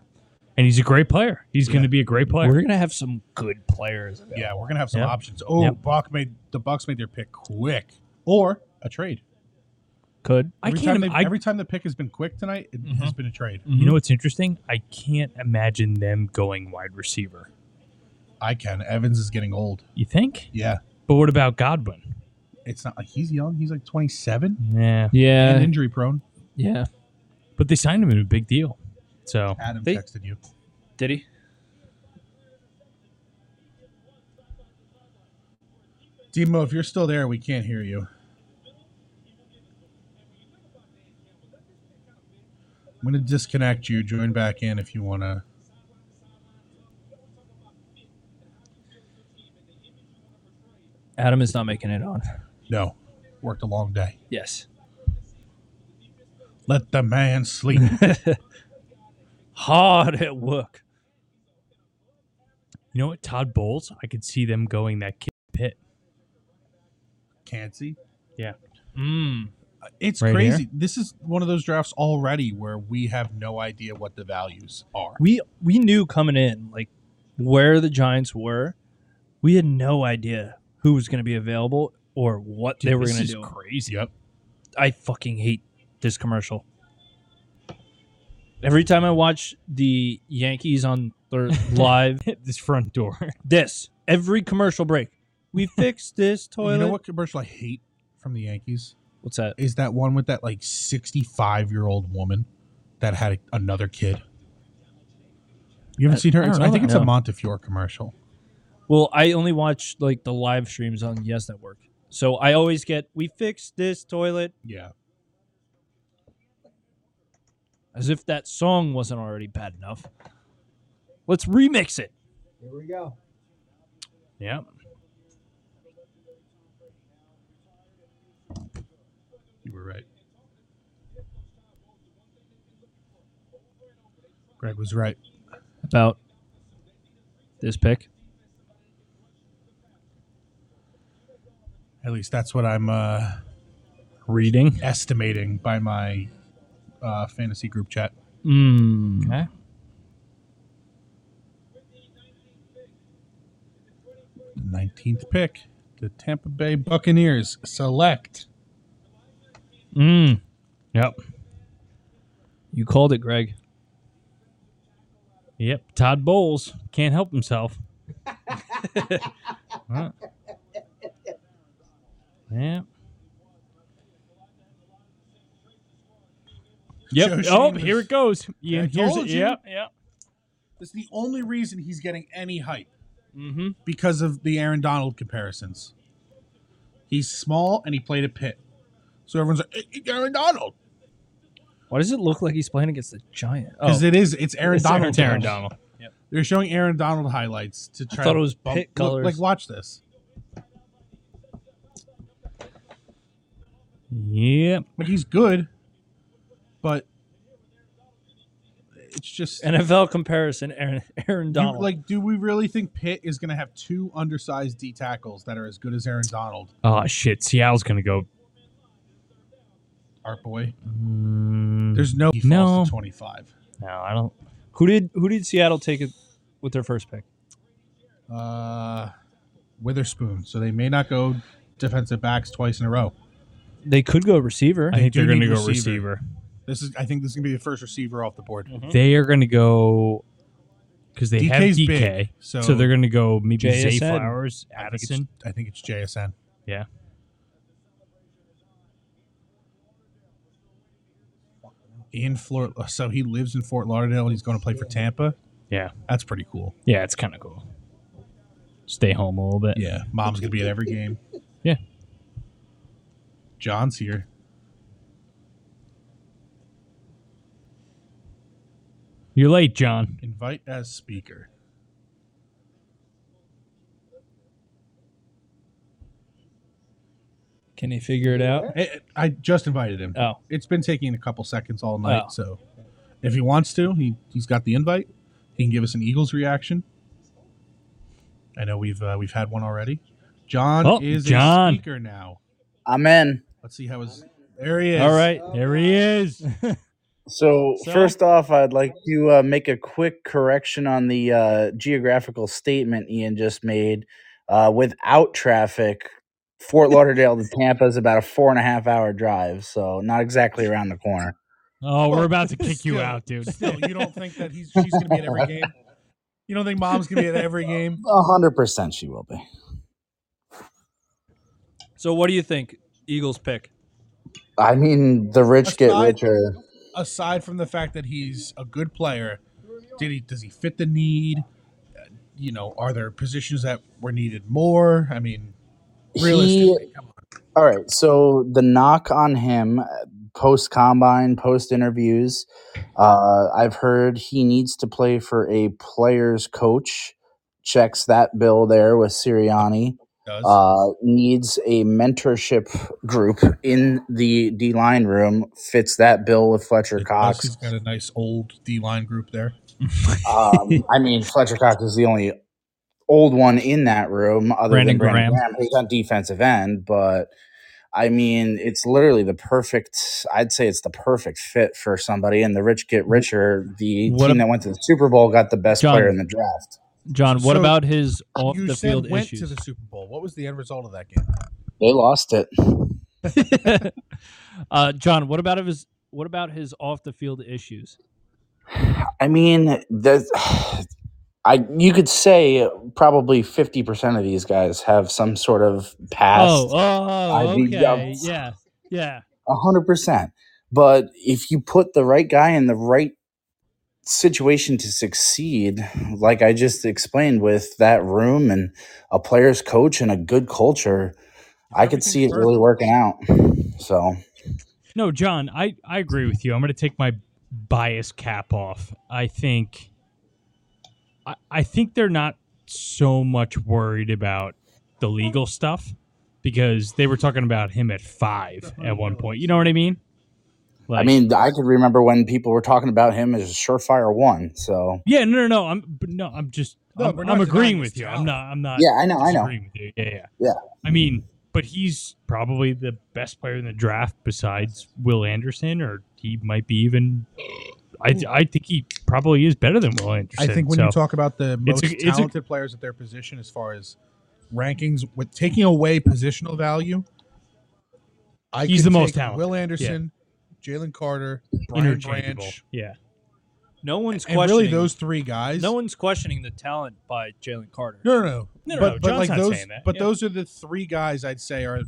Speaker 3: And he's a great player. He's going
Speaker 1: Yeah.
Speaker 3: to be a great player.
Speaker 2: We're gonna have some good players.
Speaker 1: Yeah, we're gonna have some
Speaker 3: Yep.
Speaker 1: options. Oh,
Speaker 3: Yep.
Speaker 1: Buck made the Bucks made their pick quick, or a trade.
Speaker 2: Could
Speaker 3: I
Speaker 1: Every
Speaker 3: can't.
Speaker 1: Time they- Mhm.
Speaker 3: im- I,
Speaker 1: every time the pick has been quick tonight, it
Speaker 2: Mm-hmm.
Speaker 1: has been a trade.
Speaker 3: you know what's interesting? I can't imagine them going wide receiver.
Speaker 1: I can. Evans is getting old.
Speaker 3: You think?
Speaker 1: Yeah,
Speaker 3: But what about Godwin?
Speaker 1: it's not like he's young. He's like twenty seven
Speaker 3: Yeah.
Speaker 1: and
Speaker 2: Yeah,
Speaker 1: injury prone.
Speaker 2: yeah.
Speaker 3: But they signed him in a big deal. So
Speaker 1: Adam
Speaker 2: They-
Speaker 1: texted you.
Speaker 2: Did he?
Speaker 1: Demo, if you're still there, we can't hear you. I'm gonna disconnect you. Join back in if you wanna.
Speaker 2: Adam is not making it on.
Speaker 1: No, worked a long day.
Speaker 2: Yes.
Speaker 1: Let the man
Speaker 2: [LAUGHS]
Speaker 1: sleep.
Speaker 2: Hard at work.
Speaker 3: You know what? Todd Bowles, I could see them going that kid pit.
Speaker 1: Can't see.
Speaker 2: Mm.
Speaker 1: It's
Speaker 3: Right
Speaker 1: crazy. This is one of those drafts already where we have no idea what the values are.
Speaker 2: We we knew coming in like where the Giants were. We had no idea who was going to be available or what they were
Speaker 3: This
Speaker 2: going to
Speaker 3: is
Speaker 2: do.
Speaker 3: crazy.
Speaker 1: Yep.
Speaker 2: I fucking hate this commercial. Every time I watch the Yankees on their live,
Speaker 3: this front door. [LAUGHS]
Speaker 2: this every commercial break, we fixed this toilet.
Speaker 1: You know what commercial I hate from the Yankees
Speaker 2: What's that?
Speaker 1: is that one with that like sixty-five-year-old woman that had another kid. You haven't
Speaker 3: I-
Speaker 1: seen her?
Speaker 3: I
Speaker 1: It's-
Speaker 3: don't
Speaker 1: I,
Speaker 3: know
Speaker 1: think
Speaker 3: that.
Speaker 1: it's
Speaker 2: No.
Speaker 1: a Montefiore commercial.
Speaker 2: Well, I only watch like the live streams on Yes Network, so I always get we fixed this toilet
Speaker 1: Yeah.
Speaker 2: as if that song wasn't already bad enough. Let's remix it.
Speaker 7: Here we go.
Speaker 3: Yep.
Speaker 1: You were right. Greg was right.
Speaker 2: about this pick.
Speaker 1: At least that's what I'm uh,
Speaker 3: Reading.
Speaker 1: estimating by my uh, fantasy group chat.
Speaker 2: Mm.
Speaker 3: Okay.
Speaker 1: The 19th pick, the Tampa Bay Buccaneers select.
Speaker 2: Mm.
Speaker 3: Yep.
Speaker 2: You called it, Greg.
Speaker 3: Yep. Todd Bowles can't help
Speaker 2: [LAUGHS]
Speaker 3: himself. Huh. Yeah. Yep.
Speaker 1: Joe
Speaker 3: Oh,
Speaker 1: Sheehan
Speaker 3: here
Speaker 1: was-
Speaker 3: it goes. Yeah,
Speaker 1: I
Speaker 3: here's
Speaker 1: told
Speaker 3: it.
Speaker 1: you.
Speaker 3: Yep. Yep.
Speaker 1: It's the only reason he's getting any hype
Speaker 2: Mm-hmm.
Speaker 1: because of the Aaron Donald comparisons. He's small and he played a pit. So everyone's like, "Eh, eh, Aaron Donald.
Speaker 2: Why does it look like he's playing against the giant? Oh,
Speaker 1: Because it is, it's Aaron
Speaker 3: It's
Speaker 1: Donald.
Speaker 3: Aaron- it's Aaron
Speaker 1: now.
Speaker 3: Donald.
Speaker 1: They're showing Aaron Donald highlights to try.
Speaker 2: thought
Speaker 1: to
Speaker 2: it was
Speaker 1: bump-
Speaker 2: pit
Speaker 1: look,
Speaker 2: colors.
Speaker 1: Like, watch this.
Speaker 3: Yep.
Speaker 1: Like he's good, but it's just
Speaker 2: NFL comparison, Aaron, Aaron
Speaker 1: you-
Speaker 2: Donald.
Speaker 1: like, do we really think Pitt is going to have two undersized D tackles that are as good as Aaron Donald,
Speaker 3: Oh shit. Seattle's gonna go.
Speaker 1: Art Boy?
Speaker 3: Mm,
Speaker 1: There's no. He falls
Speaker 3: No.
Speaker 1: to twenty five.
Speaker 3: no, I don't.
Speaker 2: who did who did Seattle take it with their first pick?
Speaker 1: Uh, Witherspoon. So they may not go defensive backs twice in a row.
Speaker 2: They could go receiver.
Speaker 3: I think
Speaker 1: do
Speaker 3: they're gonna
Speaker 1: need
Speaker 3: go
Speaker 1: receiver.
Speaker 3: receiver.
Speaker 1: This is. I think this is going to be the first receiver off the board.
Speaker 3: They are gonna go because they have
Speaker 1: DK's
Speaker 3: DK.
Speaker 1: big, so,
Speaker 3: So they're gonna go maybe Zay
Speaker 2: JSN.
Speaker 3: Flowers,
Speaker 1: I think, it's,
Speaker 3: Addison.
Speaker 1: I think it's JSN. In Fort, so he lives in Fort Lauderdale and he's going to play for Tampa.
Speaker 3: Yeah.
Speaker 1: That's pretty cool.
Speaker 3: Yeah, it's kind of cool. Stay home a little bit.
Speaker 1: Yeah, mom's gonna be at every game.
Speaker 3: [LAUGHS] Yeah.
Speaker 1: John's here.
Speaker 3: You're late, John.
Speaker 1: Invite as speaker.
Speaker 2: Can he figure it out?
Speaker 1: I, I just invited him.
Speaker 2: Oh,
Speaker 1: It's been taking a couple seconds all night,
Speaker 2: Oh.
Speaker 1: so if he wants to, he he's got the invite. He can give us an Eagles reaction. I know we've uh, we've had one already. John
Speaker 3: Oh,
Speaker 1: is
Speaker 3: John.
Speaker 1: a speaker now.
Speaker 8: I'm in.
Speaker 1: Let's see how his there he is.
Speaker 2: all right.
Speaker 3: There he
Speaker 2: [LAUGHS]
Speaker 3: is.
Speaker 8: So,
Speaker 2: So-
Speaker 8: first off, I'd like to uh, make a quick correction on the uh, geographical statement Ian just made. Uh, without traffic, Fort Lauderdale to Tampa is about a four and a half hour drive, so not exactly around the corner.
Speaker 3: Oh, we're about to kick you
Speaker 1: Still-
Speaker 3: out, dude.
Speaker 1: Still, you don't think that he's she's gonna be at every game? You don't think mom's gonna be at every game?
Speaker 8: A hundred percent, she will be.
Speaker 2: So what do you think? Eagles pick.
Speaker 8: I mean, the rich get
Speaker 1: Aside-
Speaker 8: richer.
Speaker 1: aside from the fact that he's a good player, did he does he fit the need? Uh, You know, are there positions that were needed more? I mean,
Speaker 8: He
Speaker 1: realistically, come on.
Speaker 8: All right. So the knock on him uh, post combine, post interviews, uh, I've heard he needs to play for a player's coach. Checks that bill there with Sirianni.
Speaker 1: does.
Speaker 8: uh, needs a mentorship group in the D line room. Fits that bill with Fletcher
Speaker 1: Like,
Speaker 8: Cox.
Speaker 1: Lexi's got a nice old D line group there.
Speaker 3: [LAUGHS]
Speaker 8: Um, I mean, Fletcher Cox is the only old one in that room, other
Speaker 3: Brandon
Speaker 8: than Brandon
Speaker 3: Graham.
Speaker 8: Graham. He's on defensive end, but I mean, it's literally the perfect. I'd say it's the perfect fit for somebody. And the rich get richer. The
Speaker 3: What
Speaker 8: team
Speaker 3: ab-
Speaker 8: that went to the Super Bowl got the best
Speaker 3: John.
Speaker 8: player in the draft.
Speaker 3: John, what
Speaker 1: So,
Speaker 3: about his off
Speaker 1: you
Speaker 3: the
Speaker 1: said
Speaker 3: field
Speaker 1: went
Speaker 3: issues?
Speaker 1: to the Super Bowl. What was the end result of that game?
Speaker 8: They lost it.
Speaker 3: uh, John, what about his what about his off the field issues?
Speaker 8: I mean, the [SIGHS] I you could say probably fifty percent of these guys have some sort of past.
Speaker 3: Oh, oh,
Speaker 8: I beat
Speaker 3: okay,
Speaker 8: Dallas.
Speaker 3: yeah, yeah.
Speaker 8: A hundred percent. But if you put the right guy in the right situation to succeed, like I just explained with that room and a player's coach and a good culture, I could see it
Speaker 1: Everything's
Speaker 8: really working out. So
Speaker 3: No, John, I I agree with you. I'm going to take my bias cap off. I think I, I think they're not so much worried about the legal stuff because they were talking about him at five at one point. You know what I mean?
Speaker 8: I
Speaker 3: Like-
Speaker 8: mean, I could remember when people were talking about him as a surefire one. So
Speaker 3: yeah, no, no, no. I'm but no, I'm just
Speaker 1: No,
Speaker 3: I'm,
Speaker 1: we're
Speaker 3: I'm
Speaker 1: not
Speaker 3: agreeing
Speaker 1: denying his
Speaker 3: with you. I'm
Speaker 1: talent.
Speaker 3: not. I'm not.
Speaker 8: yeah, I know, I know.
Speaker 3: disagreeing with you. Yeah, yeah,
Speaker 8: Yeah.
Speaker 3: I mean, but he's probably the best player in the draft besides Will Anderson, or he might be even. I, I think he probably is better than Will
Speaker 1: I
Speaker 3: Anderson.
Speaker 1: think when
Speaker 3: so.
Speaker 1: you talk about the
Speaker 3: It's
Speaker 1: most
Speaker 3: a- it's a-
Speaker 1: talented players at their position, as far as rankings, with taking away positional value, I
Speaker 3: He's
Speaker 1: could
Speaker 3: the most
Speaker 1: take
Speaker 3: talented.
Speaker 1: Will Anderson, Jalen Carter, Brian
Speaker 3: interchangeable,
Speaker 1: Branch,
Speaker 3: yeah.
Speaker 2: No one's
Speaker 1: and
Speaker 2: questioning
Speaker 1: really those three guys.
Speaker 2: No one's questioning the talent by Jalen Carter.
Speaker 1: no, no, no,
Speaker 3: No, no, no,
Speaker 1: but, but
Speaker 3: John's
Speaker 1: like
Speaker 3: not
Speaker 1: those,
Speaker 3: saying that,
Speaker 1: but
Speaker 3: yeah.
Speaker 1: those are the three guys I'd say are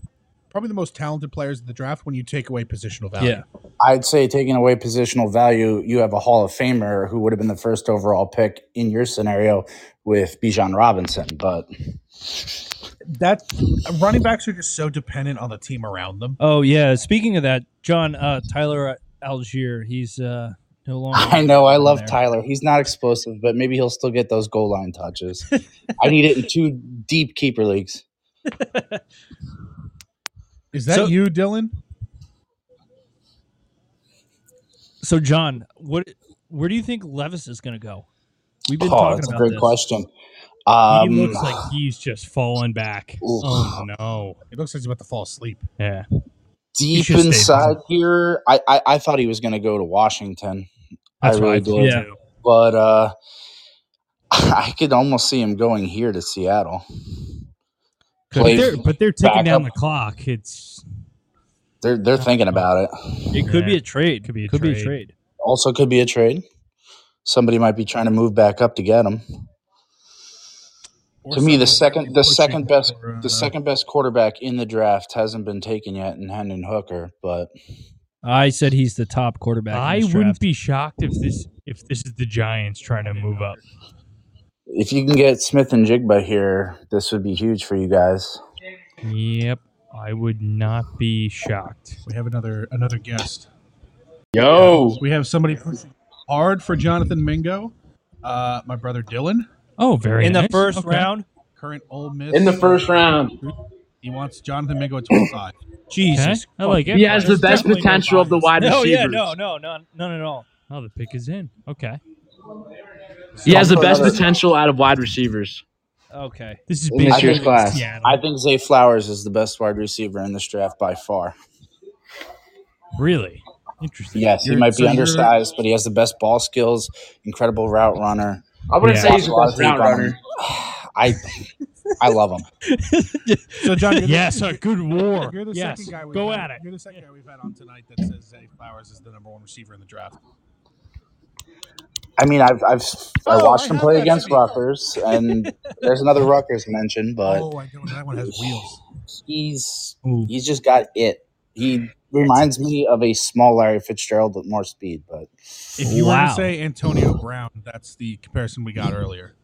Speaker 1: probably the most talented players at the draft when you take away positional value.
Speaker 2: Yeah.
Speaker 8: I'd say taking away positional value, you have a Hall of Famer who would have been the first overall pick in your scenario with Bijan Robinson. But
Speaker 1: that running backs are just so dependent on the team around them.
Speaker 2: Oh yeah. Speaking of that, John uh, Tyler Algier, he's uh, no longer.
Speaker 8: [LAUGHS] I know I love
Speaker 2: there.
Speaker 8: Tyler. He's not explosive, but maybe he'll still get those goal line touches. I need it in two deep keeper leagues.
Speaker 1: Is that
Speaker 2: So-
Speaker 1: you, Dylan?
Speaker 2: So John, what where do you think Levis is going to go? We've been
Speaker 8: Oh,
Speaker 2: talking
Speaker 8: that's a
Speaker 2: about
Speaker 8: great
Speaker 2: this.
Speaker 8: question.
Speaker 3: He
Speaker 8: Um,
Speaker 3: looks like he's just falling back.
Speaker 8: Oof.
Speaker 3: Oh no!
Speaker 1: It looks like he's about to fall asleep.
Speaker 3: Yeah,
Speaker 8: deep
Speaker 3: should stay
Speaker 8: inside here. I, I, I thought he was going to go to Washington.
Speaker 3: that's
Speaker 8: I
Speaker 3: what
Speaker 8: really
Speaker 3: I thought
Speaker 8: did.
Speaker 2: Yeah.
Speaker 3: too.
Speaker 8: But uh, [LAUGHS] I could almost see him going here to Seattle.
Speaker 3: But
Speaker 8: Play-
Speaker 3: they're, but they're taking
Speaker 8: back
Speaker 3: down the
Speaker 8: up.
Speaker 3: clock. It's
Speaker 8: They're they're thinking about it.
Speaker 2: It could be
Speaker 3: Yeah.
Speaker 2: a trade.
Speaker 3: Could be a
Speaker 2: could be
Speaker 3: trade.
Speaker 2: a trade.
Speaker 8: Also, could be a trade. Somebody might be trying to move back up to get him.
Speaker 1: Or
Speaker 8: to me, the
Speaker 1: somebody's
Speaker 8: second
Speaker 1: really
Speaker 8: the
Speaker 1: pushing
Speaker 8: second best
Speaker 1: for, uh,
Speaker 8: the second best quarterback in the draft hasn't been taken yet in Hendon Hooker, but
Speaker 2: I said he's the top quarterback.
Speaker 3: I
Speaker 2: in this
Speaker 3: wouldn't
Speaker 2: draft.
Speaker 3: be shocked if this if this is the Giants trying to move up.
Speaker 8: if you can get Smith and Jigba here, this would be huge for you guys.
Speaker 3: Yep, I would not be shocked.
Speaker 1: We have another another guest.
Speaker 8: Oh.
Speaker 6: Yo,
Speaker 1: We have somebody pushing hard for Jonathan Mingo. Uh, my brother Dylan,
Speaker 3: Oh, very
Speaker 2: in the
Speaker 3: nice.
Speaker 2: first
Speaker 3: Okay.
Speaker 2: round.
Speaker 1: current Ole Miss.
Speaker 6: in the first round.
Speaker 1: he wants Jonathan Mingo at twenty-five.
Speaker 3: Okay.
Speaker 2: Jesus,
Speaker 3: I like it.
Speaker 6: He has the
Speaker 3: There's
Speaker 6: best
Speaker 3: definitely no
Speaker 6: potential of the
Speaker 3: bias.
Speaker 6: wide
Speaker 2: No,
Speaker 6: receivers.
Speaker 2: yeah, no, no, no, none at all.
Speaker 3: Oh, the pick is in. Okay,
Speaker 6: He has the best
Speaker 8: Another-
Speaker 7: [LAUGHS]
Speaker 6: potential out of wide receivers.
Speaker 2: Okay.
Speaker 3: this is
Speaker 8: In this
Speaker 3: basically
Speaker 8: year's class,
Speaker 3: Seattle.
Speaker 8: I think Zay Flowers is the best wide receiver in this draft by far.
Speaker 3: really interesting.
Speaker 8: Yes, he
Speaker 1: You're-
Speaker 8: might
Speaker 1: so
Speaker 8: be
Speaker 1: you're-
Speaker 8: undersized, but he has the best ball skills, incredible route runner.
Speaker 6: I wouldn't
Speaker 3: Yeah.
Speaker 6: say he's
Speaker 8: A
Speaker 6: the
Speaker 8: lot
Speaker 6: best
Speaker 8: of tape
Speaker 6: route
Speaker 8: on him. [SIGHS]
Speaker 6: runner.
Speaker 8: I I love him.
Speaker 1: So John, you're the-
Speaker 3: Yes, a good war.
Speaker 1: You're the
Speaker 3: yes,
Speaker 1: second guy. We've
Speaker 3: go
Speaker 1: had,
Speaker 3: at it.
Speaker 1: You're the second guy we've had on tonight that says Zay Flowers is the number one receiver in the draft.
Speaker 8: I mean, I've I've I
Speaker 1: Oh,
Speaker 8: watched
Speaker 1: I
Speaker 8: him
Speaker 1: have
Speaker 8: play
Speaker 1: that
Speaker 8: against
Speaker 1: tape.
Speaker 8: Rutgers, and there's another Rutgers mention, but
Speaker 1: oh, I know that one has wheels.
Speaker 8: he's
Speaker 3: Ooh.
Speaker 8: he's just got it. He reminds me of a small Larry Fitzgerald with more speed, but
Speaker 1: If you were
Speaker 3: Wow.
Speaker 1: to say Antonio Brown, that's the comparison we got earlier.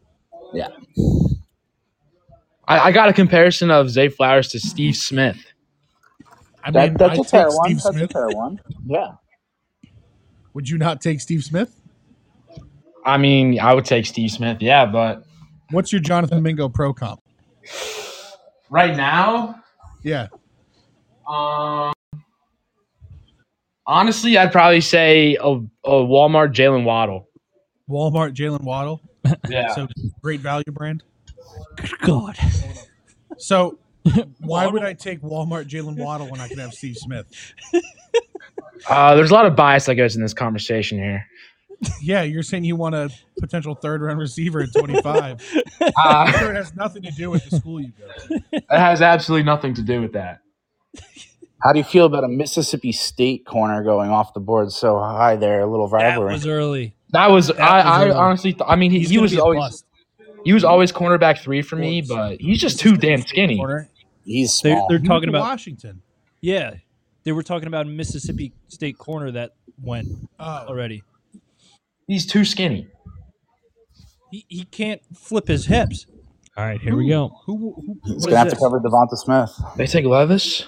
Speaker 6: I, I got a comparison of Zay Flowers to Steve Smith.
Speaker 1: I
Speaker 8: that,
Speaker 1: mean,
Speaker 8: that's
Speaker 1: I
Speaker 8: a
Speaker 1: take
Speaker 8: fair one.
Speaker 1: Steve
Speaker 8: That's
Speaker 1: Smith.
Speaker 8: a fair
Speaker 1: [LAUGHS]
Speaker 8: one. Yeah.
Speaker 1: Would you not take Steve Smith?
Speaker 6: I mean, I would take Steve Smith, yeah, but
Speaker 1: What's your Jonathan Mingo pro comp?
Speaker 6: Right now,
Speaker 1: Yeah.
Speaker 6: um, honestly, I'd probably say a, a Walmart Jalen Waddle.
Speaker 1: Walmart, Jalen Waddle.
Speaker 6: Yeah.
Speaker 1: So great value brand.
Speaker 3: Good God.
Speaker 1: So
Speaker 3: [LAUGHS]
Speaker 1: why would I take Walmart, Jalen Waddle when I could have Steve Smith?
Speaker 9: Uh, there's a lot of bias that goes in this conversation here.
Speaker 1: Yeah, you're saying you want a potential third round receiver at
Speaker 3: [LAUGHS]
Speaker 1: 25. I'm
Speaker 9: Uh,
Speaker 1: sure it has nothing to do with the school you go to.
Speaker 9: it has absolutely nothing to do with that.
Speaker 8: How do you feel about a Mississippi State corner going off the board so high there? A little
Speaker 3: That
Speaker 8: rivalry.
Speaker 3: was early.
Speaker 9: That was, I,
Speaker 3: was a-
Speaker 9: I honestly, th- I mean, he,
Speaker 3: He's
Speaker 9: he
Speaker 3: gonna
Speaker 9: was
Speaker 3: be a
Speaker 9: always
Speaker 3: bust.
Speaker 9: he was always cornerback three for me, but he's just too damn skinny.
Speaker 2: corner.
Speaker 8: He's
Speaker 2: They're,
Speaker 9: Oh.
Speaker 8: small.
Speaker 2: they're
Speaker 1: He went
Speaker 2: talking
Speaker 1: to
Speaker 2: about
Speaker 1: Washington.
Speaker 2: yeah. They were talking about Mississippi State corner that went
Speaker 1: Oh,
Speaker 2: already.
Speaker 9: He's too skinny.
Speaker 2: He, he can't flip his hips.
Speaker 3: All right, here we go.
Speaker 1: who, who,
Speaker 8: He's
Speaker 2: what
Speaker 8: gonna
Speaker 2: is
Speaker 8: have to
Speaker 2: this?
Speaker 8: cover Devonta Smith.
Speaker 9: They take Levis,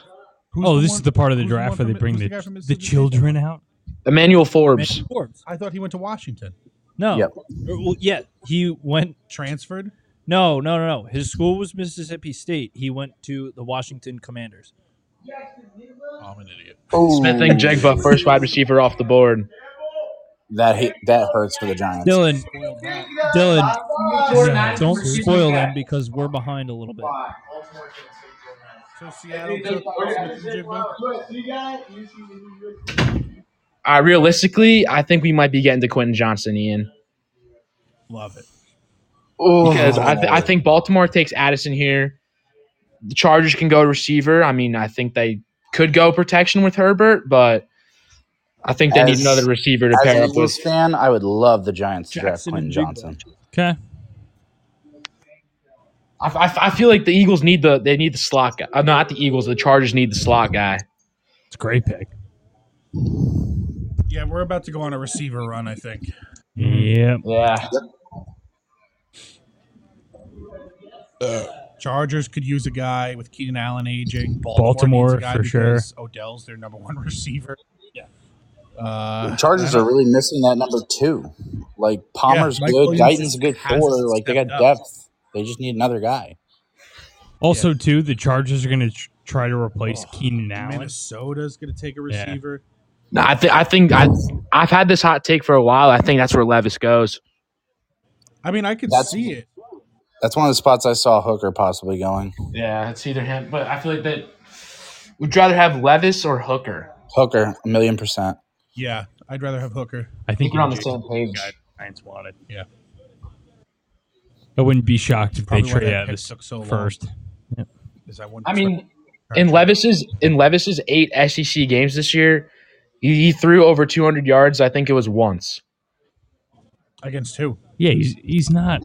Speaker 1: who's
Speaker 3: oh, this
Speaker 1: one-
Speaker 3: is the part of the
Speaker 1: who's the
Speaker 3: draft
Speaker 1: one
Speaker 3: where
Speaker 1: from-
Speaker 3: they bring
Speaker 1: who's the
Speaker 3: the,
Speaker 1: guy from
Speaker 3: the,
Speaker 1: Mississippi State?
Speaker 3: children out.
Speaker 9: Emmanuel Forbes.
Speaker 2: Man, Forbes.
Speaker 1: I thought he went to Washington.
Speaker 2: No.
Speaker 8: Yep.
Speaker 2: Or, well, yeah, he went.
Speaker 1: Transferred?
Speaker 2: No, no, no, no. His school was Mississippi State. He went to the Washington Commanders.
Speaker 1: Oh, I'm an idiot.
Speaker 9: Smith and Jigba, first wide receiver off the board.
Speaker 8: That hit, that hurts for the Giants.
Speaker 2: Dylan, Dylan,
Speaker 3: No,
Speaker 2: don't
Speaker 3: please.
Speaker 2: spoil them because we're behind a little bit.
Speaker 1: So Seattle took Smith and Jigba?
Speaker 9: Uh, realistically, I think we might be getting to Quentin Johnson, Ian,
Speaker 1: Love it.
Speaker 3: Oh.
Speaker 9: because I, th- I think Baltimore takes Addison here. The Chargers can go receiver. I mean, I think they could go protection with Herbert, but I think they need
Speaker 8: As-
Speaker 9: another receiver to
Speaker 8: As
Speaker 9: pair
Speaker 8: an
Speaker 9: up with.
Speaker 8: Eagles fan, I would love the Giants to draft
Speaker 2: Jackson
Speaker 8: Quentin
Speaker 2: and Jigba.
Speaker 8: Johnson.
Speaker 3: Okay.
Speaker 9: I, I, I feel like the Eagles need the they need the slot guy. Uh, not the Eagles. The Chargers need the slot guy.
Speaker 3: It's a great pick.
Speaker 1: Yeah, we're about to go on a receiver run, I think.
Speaker 3: Yeah.
Speaker 9: Yeah.
Speaker 1: Chargers could use a guy with Keenan Allen aging.
Speaker 3: Baltimore,
Speaker 1: needs a guy
Speaker 3: for sure.
Speaker 1: because Odell's their number one [LAUGHS] receiver. Yeah. Uh,
Speaker 8: The Chargers
Speaker 1: I
Speaker 8: are
Speaker 1: don't-
Speaker 8: really missing that number two. Like Palmer's
Speaker 1: Mike
Speaker 8: good,
Speaker 1: Williams
Speaker 8: Guyton's a
Speaker 1: just
Speaker 8: good
Speaker 1: hasn't
Speaker 8: four. Like they got
Speaker 1: stepped up.
Speaker 8: depth. They just need another guy.
Speaker 3: Also, too, the Chargers are going to tr- try to replace
Speaker 1: Oh,
Speaker 3: Keenan Allen.
Speaker 1: Minnesota's going to take a
Speaker 3: Yeah.
Speaker 1: receiver.
Speaker 9: No, I, th- I think I, I've had this hot take for a while. I think that's where Levis goes.
Speaker 1: I mean, I could
Speaker 8: That's-
Speaker 1: see it.
Speaker 8: That's one of the spots I saw Hooker possibly going.
Speaker 9: Yeah, it's either him, but I feel like that would rather have Levis or Hooker.
Speaker 8: Hooker, a million percent.
Speaker 1: Yeah, I'd rather have Hooker.
Speaker 3: I think
Speaker 9: We're on the
Speaker 3: Jason
Speaker 9: same page.
Speaker 3: Guy the Giants wanted.
Speaker 1: Yeah.
Speaker 3: I wouldn't be shocked if they
Speaker 1: Probably why
Speaker 3: trade
Speaker 1: that
Speaker 3: out
Speaker 1: pick
Speaker 3: this
Speaker 1: took so long.
Speaker 3: first.
Speaker 1: Is I wanted
Speaker 9: I
Speaker 1: to try-
Speaker 9: mean,
Speaker 1: try
Speaker 9: in
Speaker 1: to-
Speaker 9: Levis's in Levis's eight SEC games this year, he, he threw over 200 yards. I think it was once.
Speaker 1: against who?
Speaker 3: Yeah, he's he's not.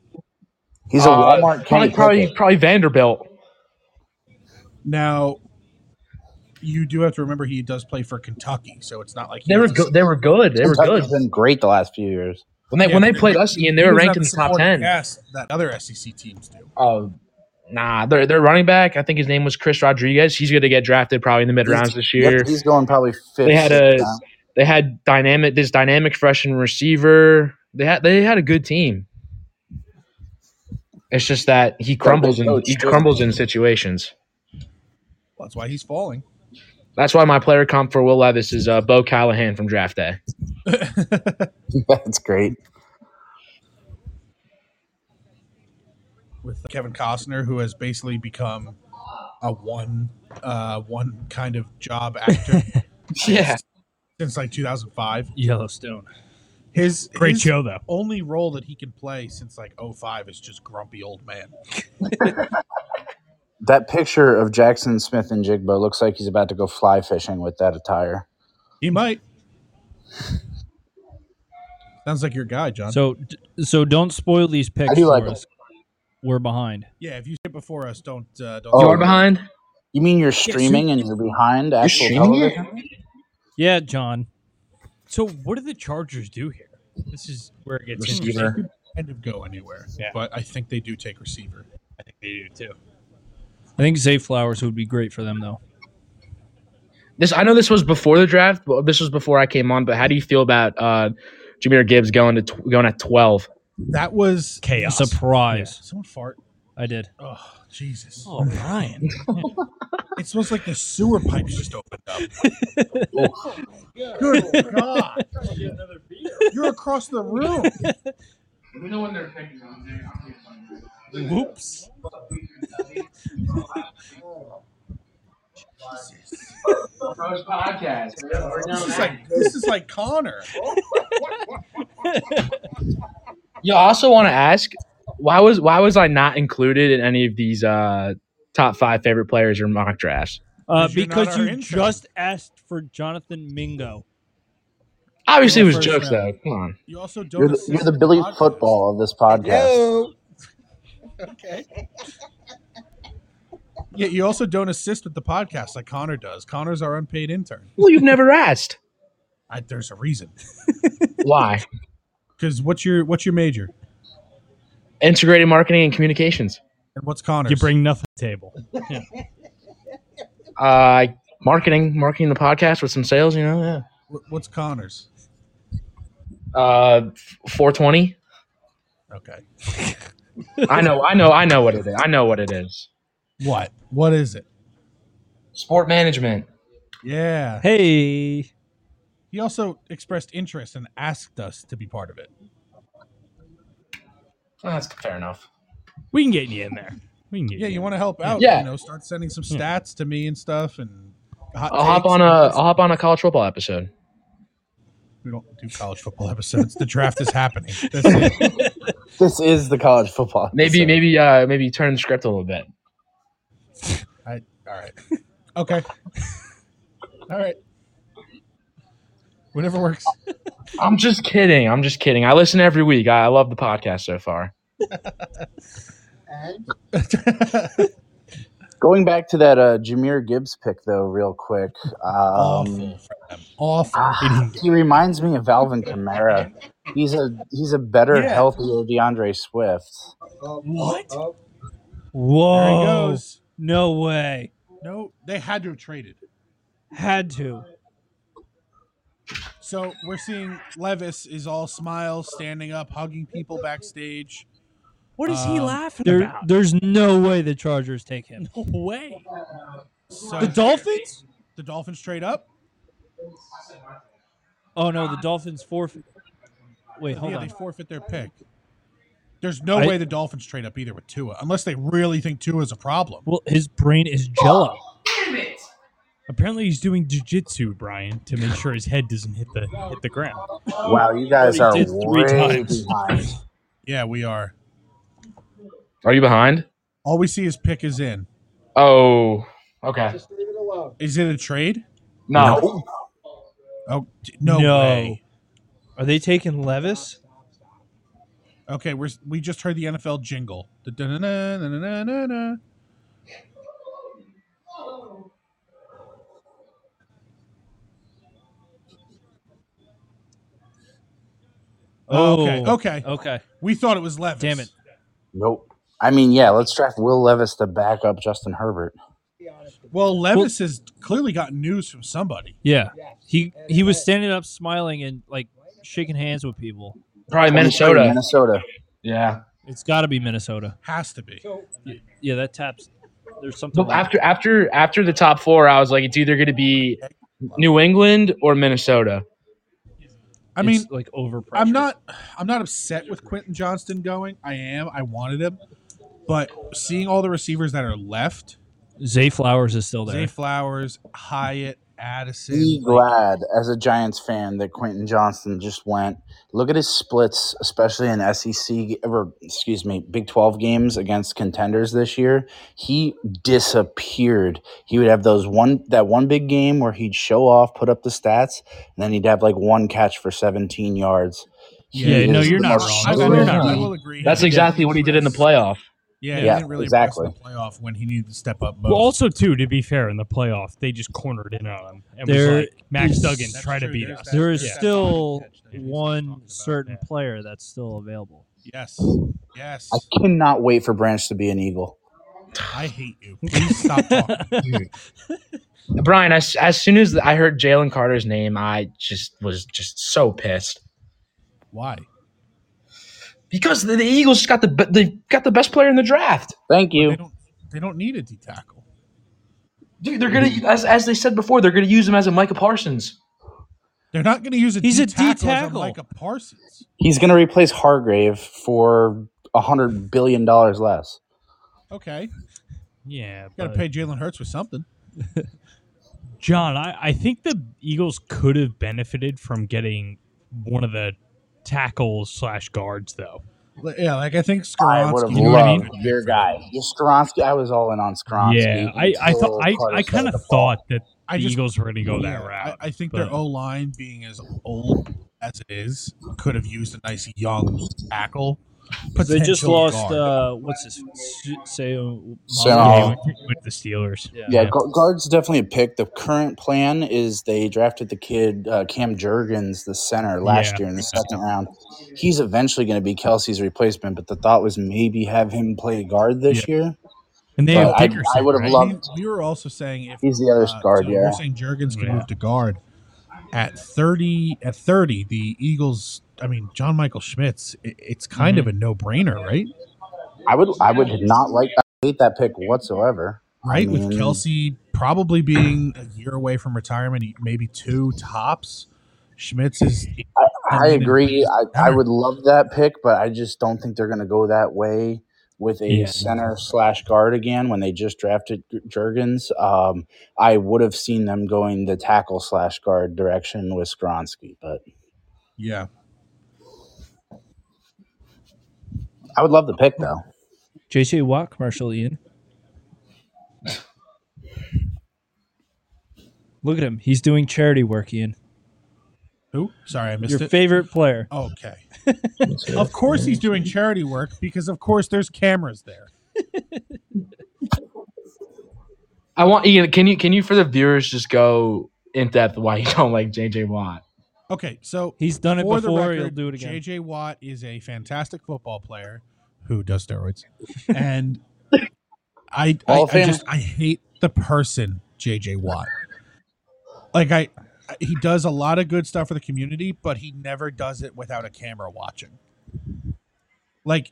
Speaker 8: He's a
Speaker 9: Uh,
Speaker 8: Walmart
Speaker 9: Probably,
Speaker 8: Kenny
Speaker 9: probably,
Speaker 8: Pickett.
Speaker 9: probably Vanderbilt.
Speaker 1: Now, you do have to remember he does play for Kentucky, so it's not like he
Speaker 9: They were
Speaker 1: has the
Speaker 9: go- they were good. They were good
Speaker 8: Kentucky's been great the last few years.
Speaker 9: when they
Speaker 1: Yeah,
Speaker 9: when they
Speaker 1: but
Speaker 9: played us. Ian, they
Speaker 1: He
Speaker 9: were
Speaker 1: doesn't
Speaker 9: ranked
Speaker 1: have
Speaker 9: in the top
Speaker 1: supporting
Speaker 9: ten.
Speaker 1: cast that other SEC teams do.
Speaker 9: Oh, nah, their their running back. I think his name was Chris Rodriguez. He's going to get drafted probably in the mid rounds this year.
Speaker 8: Yep, he's going probably fifth.
Speaker 9: They had a-
Speaker 8: sixth round.
Speaker 9: They had dynamic this dynamic freshman receiver. They had they had a good team. It's just that he crumbles in he crumbles in situations.
Speaker 1: Well, that's why he's falling.
Speaker 9: That's why my player comp for Will Levis is uh, Bo Callahan from draft day.
Speaker 8: [LAUGHS] That's great.
Speaker 1: with Kevin Costner, who has basically become a one uh, one kind of job actor
Speaker 9: [LAUGHS] Yeah.
Speaker 1: since like 2005.
Speaker 2: Yellowstone.
Speaker 1: His
Speaker 3: Great
Speaker 1: his
Speaker 3: show, though.
Speaker 1: Only role that he can play since like 05 is just grumpy old man.
Speaker 8: That picture of Jackson Smith and Jigbo looks like he's about to go fly fishing with that attire.
Speaker 1: He might. Sounds like your guy, John.
Speaker 2: So, d- so don't spoil these picks
Speaker 8: I do
Speaker 2: for
Speaker 8: like
Speaker 2: us. We're behind.
Speaker 1: yeah, if you sit before us, don't uh, don't.
Speaker 9: You
Speaker 8: Oh.
Speaker 9: are behind.
Speaker 8: You mean you're streaming and you're behind actual television?
Speaker 2: Yeah, John.
Speaker 3: So, what do the Chargers do here? This is where it gets interesting.
Speaker 8: Receiver.
Speaker 1: kind of go anywhere,
Speaker 3: Yeah.
Speaker 1: but I think they do take receiver.
Speaker 3: I think they do too.
Speaker 2: I think Zay Flowers would be great for them, though.
Speaker 9: This I know this was before the draft, but this was before I came on. But how do you feel about uh, Jameer Gibbs going to tw- going at twelve?
Speaker 1: That was
Speaker 3: Chaos.
Speaker 2: Surprise.
Speaker 1: someone fart.
Speaker 2: I did.
Speaker 1: Oh, Jesus.
Speaker 3: Oh, Brian.
Speaker 1: It smells like the sewer pipes just opened
Speaker 2: [LAUGHS]
Speaker 1: up.
Speaker 8: Oh
Speaker 1: Good God. You're across the room.
Speaker 9: We know when they're picking on [LAUGHS]
Speaker 3: Whoops.
Speaker 9: podcast.
Speaker 1: This is like, this is like Connor.
Speaker 9: You also want to ask why was why was I not included in any of these uh, top five favorite players or mock drafts?
Speaker 2: Uh,
Speaker 1: Because you're not
Speaker 2: because
Speaker 1: our
Speaker 2: you
Speaker 1: intern.
Speaker 2: just asked for Jonathan Mingo.
Speaker 9: Obviously, it
Speaker 1: You're
Speaker 9: was
Speaker 1: first
Speaker 9: jokes
Speaker 1: round.
Speaker 9: though. Come on.
Speaker 1: You also don't
Speaker 8: You're the,
Speaker 1: assist
Speaker 8: you're the Billy
Speaker 1: podcast.
Speaker 8: Football of this podcast.
Speaker 4: Yo,
Speaker 1: Okay. Yeah, you also don't assist with the podcast like Connor does. Connor's our unpaid intern.
Speaker 9: Well, you've never asked
Speaker 1: I, there's a reason.
Speaker 9: [LAUGHS] why.
Speaker 1: Because what's your what's your major
Speaker 9: Integrated marketing and communications.
Speaker 1: and what's
Speaker 3: [LAUGHS]
Speaker 1: Connor's?
Speaker 3: You bring nothing to the table.
Speaker 9: Uh, marketing, marketing the podcast with some sales. You know, yeah.
Speaker 1: Wh- what's Connor's?
Speaker 9: Uh, 420.
Speaker 1: Okay.
Speaker 9: I know, I know, I know what it is. I know what it is.
Speaker 1: What? What is it?
Speaker 9: Sport management.
Speaker 1: Yeah.
Speaker 2: Hey,
Speaker 1: He also expressed interest and asked us to be part of it.
Speaker 9: Well, that's fair enough.
Speaker 3: We can get you in there. We can get
Speaker 1: Yeah,
Speaker 3: you.
Speaker 1: you want to help out?
Speaker 9: Yeah.
Speaker 1: You know, start sending
Speaker 3: Hmm.
Speaker 1: some stats to me and stuff. And hot
Speaker 9: I'll hop
Speaker 1: takes.
Speaker 9: on a I'll hop on a college football episode.
Speaker 1: We don't do college football episodes. The draft is happening. That's it.
Speaker 8: This is the college football.
Speaker 9: Maybe
Speaker 8: episode.
Speaker 9: maybe uh maybe turn the script a little bit.
Speaker 1: I, all right. Okay. All right. Whatever works. [LAUGHS]
Speaker 9: I'm just kidding. I'm just kidding. I listen every week. I, I love the podcast so far.
Speaker 7: And
Speaker 8: Going back to that uh, Jameer Gibbs pick, though, real quick. Um,
Speaker 1: Awful. Awful.
Speaker 8: ah, he reminds me of Alvin Kamara. He's a he's a better,
Speaker 1: Yeah.
Speaker 8: healthier DeAndre Swift.
Speaker 7: oh,
Speaker 2: What?
Speaker 7: Oh,
Speaker 2: whoa!
Speaker 1: There he goes.
Speaker 2: No way.
Speaker 1: No, they had to have traded.
Speaker 2: Had to.
Speaker 1: So we're seeing Levis is all smiles, standing up, hugging people backstage.
Speaker 3: What is he
Speaker 1: Um,
Speaker 3: laughing
Speaker 2: There,
Speaker 3: about?
Speaker 2: there's no way the Chargers take him.
Speaker 3: no way.
Speaker 1: So
Speaker 2: The Dolphins?
Speaker 1: the Dolphins trade up.
Speaker 2: Oh no, the Dolphins forfeit. Wait, hold
Speaker 1: yeah, they
Speaker 2: on.
Speaker 1: forfeit their pick. There's no
Speaker 2: I-
Speaker 1: way the Dolphins trade up either with Tua, unless they really think Tua is a problem.
Speaker 2: Well, his brain is jello.
Speaker 3: Apparently, he's doing jujitsu, Brian, to make sure his head doesn't hit the hit the ground.
Speaker 8: Wow, you guys are
Speaker 3: Well, he did three
Speaker 8: way
Speaker 3: times.
Speaker 8: behind.
Speaker 1: Yeah, we are.
Speaker 9: Are you behind?
Speaker 1: All we see is pick is in.
Speaker 9: Oh, okay.
Speaker 7: just leave it alone.
Speaker 1: Is it a trade?
Speaker 9: No.
Speaker 1: Oh d- no,
Speaker 2: No.
Speaker 1: way.
Speaker 2: Are they taking Levis?
Speaker 1: Okay, we're s- we just heard the NFL jingle. The da-na-na, na-na-na-na-na.
Speaker 2: Oh,
Speaker 1: Okay, okay.
Speaker 2: okay.
Speaker 1: We thought it was Levis.
Speaker 2: Damn it.
Speaker 8: Nope. I mean, yeah, let's draft Will Levis to back up Justin Herbert.
Speaker 1: Well, Levis has clearly gotten news from somebody.
Speaker 2: Yeah,
Speaker 7: Yes.
Speaker 2: he he
Speaker 4: uh,
Speaker 2: was standing up, smiling and like shaking hands with people.
Speaker 9: Probably Minnesota.
Speaker 8: Minnesota.
Speaker 9: Yeah.
Speaker 2: It's got to be Minnesota.
Speaker 1: Has to be.
Speaker 7: So,
Speaker 2: Yeah, that taps. There's something.
Speaker 9: But
Speaker 2: wrong.
Speaker 9: after after after the top four, I was like, it's either going to be New England or Minnesota.
Speaker 1: I mean,
Speaker 2: It's, like over
Speaker 1: I'm not I'm not upset with Quentin Johnston going. I am. I wanted him. But seeing all the receivers that are left,
Speaker 2: Zay Flowers is still
Speaker 1: Zay
Speaker 2: there.
Speaker 1: Flowers, Hyatt, Addison,
Speaker 8: Be
Speaker 1: like,
Speaker 8: glad as a Giants fan that Quentin Johnston just went. Look at his splits, especially in SEC or excuse me, Big Twelve games against contenders this year. He disappeared. He would have those one that one big game where he'd show off, put up the stats, and then he'd have like one catch for seventeen yards. He
Speaker 3: Yeah, no,
Speaker 8: is
Speaker 3: you're
Speaker 8: the
Speaker 3: not
Speaker 8: most
Speaker 3: wrong.
Speaker 1: I
Speaker 3: You're
Speaker 1: will,
Speaker 8: fluid
Speaker 3: not
Speaker 1: I
Speaker 3: wrong.
Speaker 1: will agree.
Speaker 9: That's
Speaker 1: He
Speaker 9: exactly what he did in the playoff.
Speaker 1: Yeah,
Speaker 8: Yeah,
Speaker 1: he didn't really impress in the
Speaker 8: exactly.
Speaker 1: playoff when he needed to step up most.
Speaker 3: Well, also too, to be fair, in the playoff, they just cornered in on him and
Speaker 2: There
Speaker 3: was like, Max
Speaker 2: is-
Speaker 3: Duggan
Speaker 1: That's
Speaker 3: try to
Speaker 1: true,
Speaker 3: beat
Speaker 1: there's
Speaker 3: us.
Speaker 1: that-
Speaker 2: There is
Speaker 1: there's that
Speaker 2: still
Speaker 1: catch that he was
Speaker 2: one
Speaker 1: talking about,
Speaker 2: certain
Speaker 1: yeah.
Speaker 2: player that's still available.
Speaker 1: yes.
Speaker 8: I
Speaker 1: Yes.
Speaker 8: cannot wait for Branch to be an Eagle.
Speaker 1: I hate
Speaker 2: [LAUGHS]
Speaker 1: you. Please stop talking.
Speaker 9: Brian, as, as soon as I heard Jalen Carter's name, I just was just so pissed.
Speaker 1: Why?
Speaker 9: because the, the Eagles just got the be- they got the best player in the draft.
Speaker 8: Thank you.
Speaker 1: They don't. They don't need a D tackle.
Speaker 9: Dude, they're gonna as, as they said before, they're gonna use him as a Micah Parsons.
Speaker 1: They're not going to use a
Speaker 2: He's a D
Speaker 1: D-tackle as
Speaker 2: tackle.
Speaker 1: Micah Parsons.
Speaker 8: He's going to replace Hargrave for a hundred billion dollars less.
Speaker 1: Okay,
Speaker 3: Yeah,
Speaker 1: got to
Speaker 3: but-
Speaker 1: pay Jalen Hurts with something.
Speaker 3: John, I, I think the Eagles could have benefited from getting one of the tackles slash guards, though.
Speaker 1: Li- Yeah, like I think
Speaker 8: I would
Speaker 1: Skaronski.
Speaker 8: have
Speaker 1: You know what I
Speaker 8: loved
Speaker 1: mean?
Speaker 8: your guy, Yeah, Skronsky. I was all in on Skronsky.
Speaker 3: yeah, I, I
Speaker 8: until
Speaker 3: thought I, I
Speaker 8: Carter
Speaker 3: kind
Speaker 8: started to
Speaker 3: of
Speaker 8: fall.
Speaker 3: thought that
Speaker 1: I
Speaker 3: the
Speaker 1: just-
Speaker 3: Eagles were going to go
Speaker 1: Yeah,
Speaker 3: that route.
Speaker 1: I, I think
Speaker 3: but-
Speaker 1: their O line, being as old as it is, could have used a nice young tackle.
Speaker 2: They just
Speaker 1: potential
Speaker 2: lost.
Speaker 1: guard.
Speaker 2: Uh, what's his say?
Speaker 8: So-
Speaker 3: Yeah, with- with the Steelers.
Speaker 2: Yeah.
Speaker 8: Yeah, gu- guards definitely a pick. The current plan is they drafted the kid uh, Cam Jurgens, the center, last
Speaker 3: Yeah.
Speaker 8: year in the second round. He's eventually going to be Kelsey's replacement, but the thought was maybe have him play guard this year.
Speaker 3: And they
Speaker 8: But
Speaker 3: have
Speaker 8: I- I
Speaker 3: Dickerson.
Speaker 8: would've
Speaker 3: right?
Speaker 8: loved-
Speaker 1: We, we were also saying if
Speaker 8: He's the other
Speaker 3: Uh,
Speaker 8: guard,
Speaker 1: Uh, so
Speaker 8: yeah.
Speaker 1: You're saying Jurgens can
Speaker 3: Yeah.
Speaker 1: move to guard at 30. At 30, the Eagles. I mean, John Michael Schmitz. It, it's kind
Speaker 2: Mm-hmm.
Speaker 1: of a no brainer, right?
Speaker 8: I would, I would not like, I hate that pick whatsoever. I
Speaker 1: Right, with
Speaker 8: mean,
Speaker 1: Kelsey probably being a year away from retirement, maybe two tops. Schmitz is.
Speaker 8: I, I
Speaker 1: I mean,
Speaker 8: agree. I, I
Speaker 1: center.
Speaker 8: would love that pick, but I just don't think they're going to go that way with a
Speaker 3: Yeah.
Speaker 8: center slash guard again when they just drafted Jurgens. Um, I would have seen them going the tackle slash guard direction with Skronsky, but
Speaker 1: Yeah,
Speaker 8: I would love the pick though.
Speaker 2: J.C. Watt commercial, Ian. Look at him. He's doing charity work, Ian.
Speaker 1: who? Sorry, I missed
Speaker 2: Your
Speaker 1: it.
Speaker 2: favorite player. [LAUGHS]
Speaker 1: Okay. of course he's doing charity work because of course there's cameras there.
Speaker 9: I want Ian. Can you can you for the viewers just go in depth why you [LAUGHS] don't like JJ Watt?
Speaker 1: Okay, so
Speaker 2: He's done it
Speaker 1: for the
Speaker 2: before.
Speaker 1: record,
Speaker 2: he'll do it again.
Speaker 1: JJ Watt is a fantastic football player who does steroids. and I I,
Speaker 8: Hall of
Speaker 1: I
Speaker 8: Famer.
Speaker 1: just I hate the person JJ Watt. Like I I- he does a lot of good stuff for the community, but he never does it without a camera watching. Like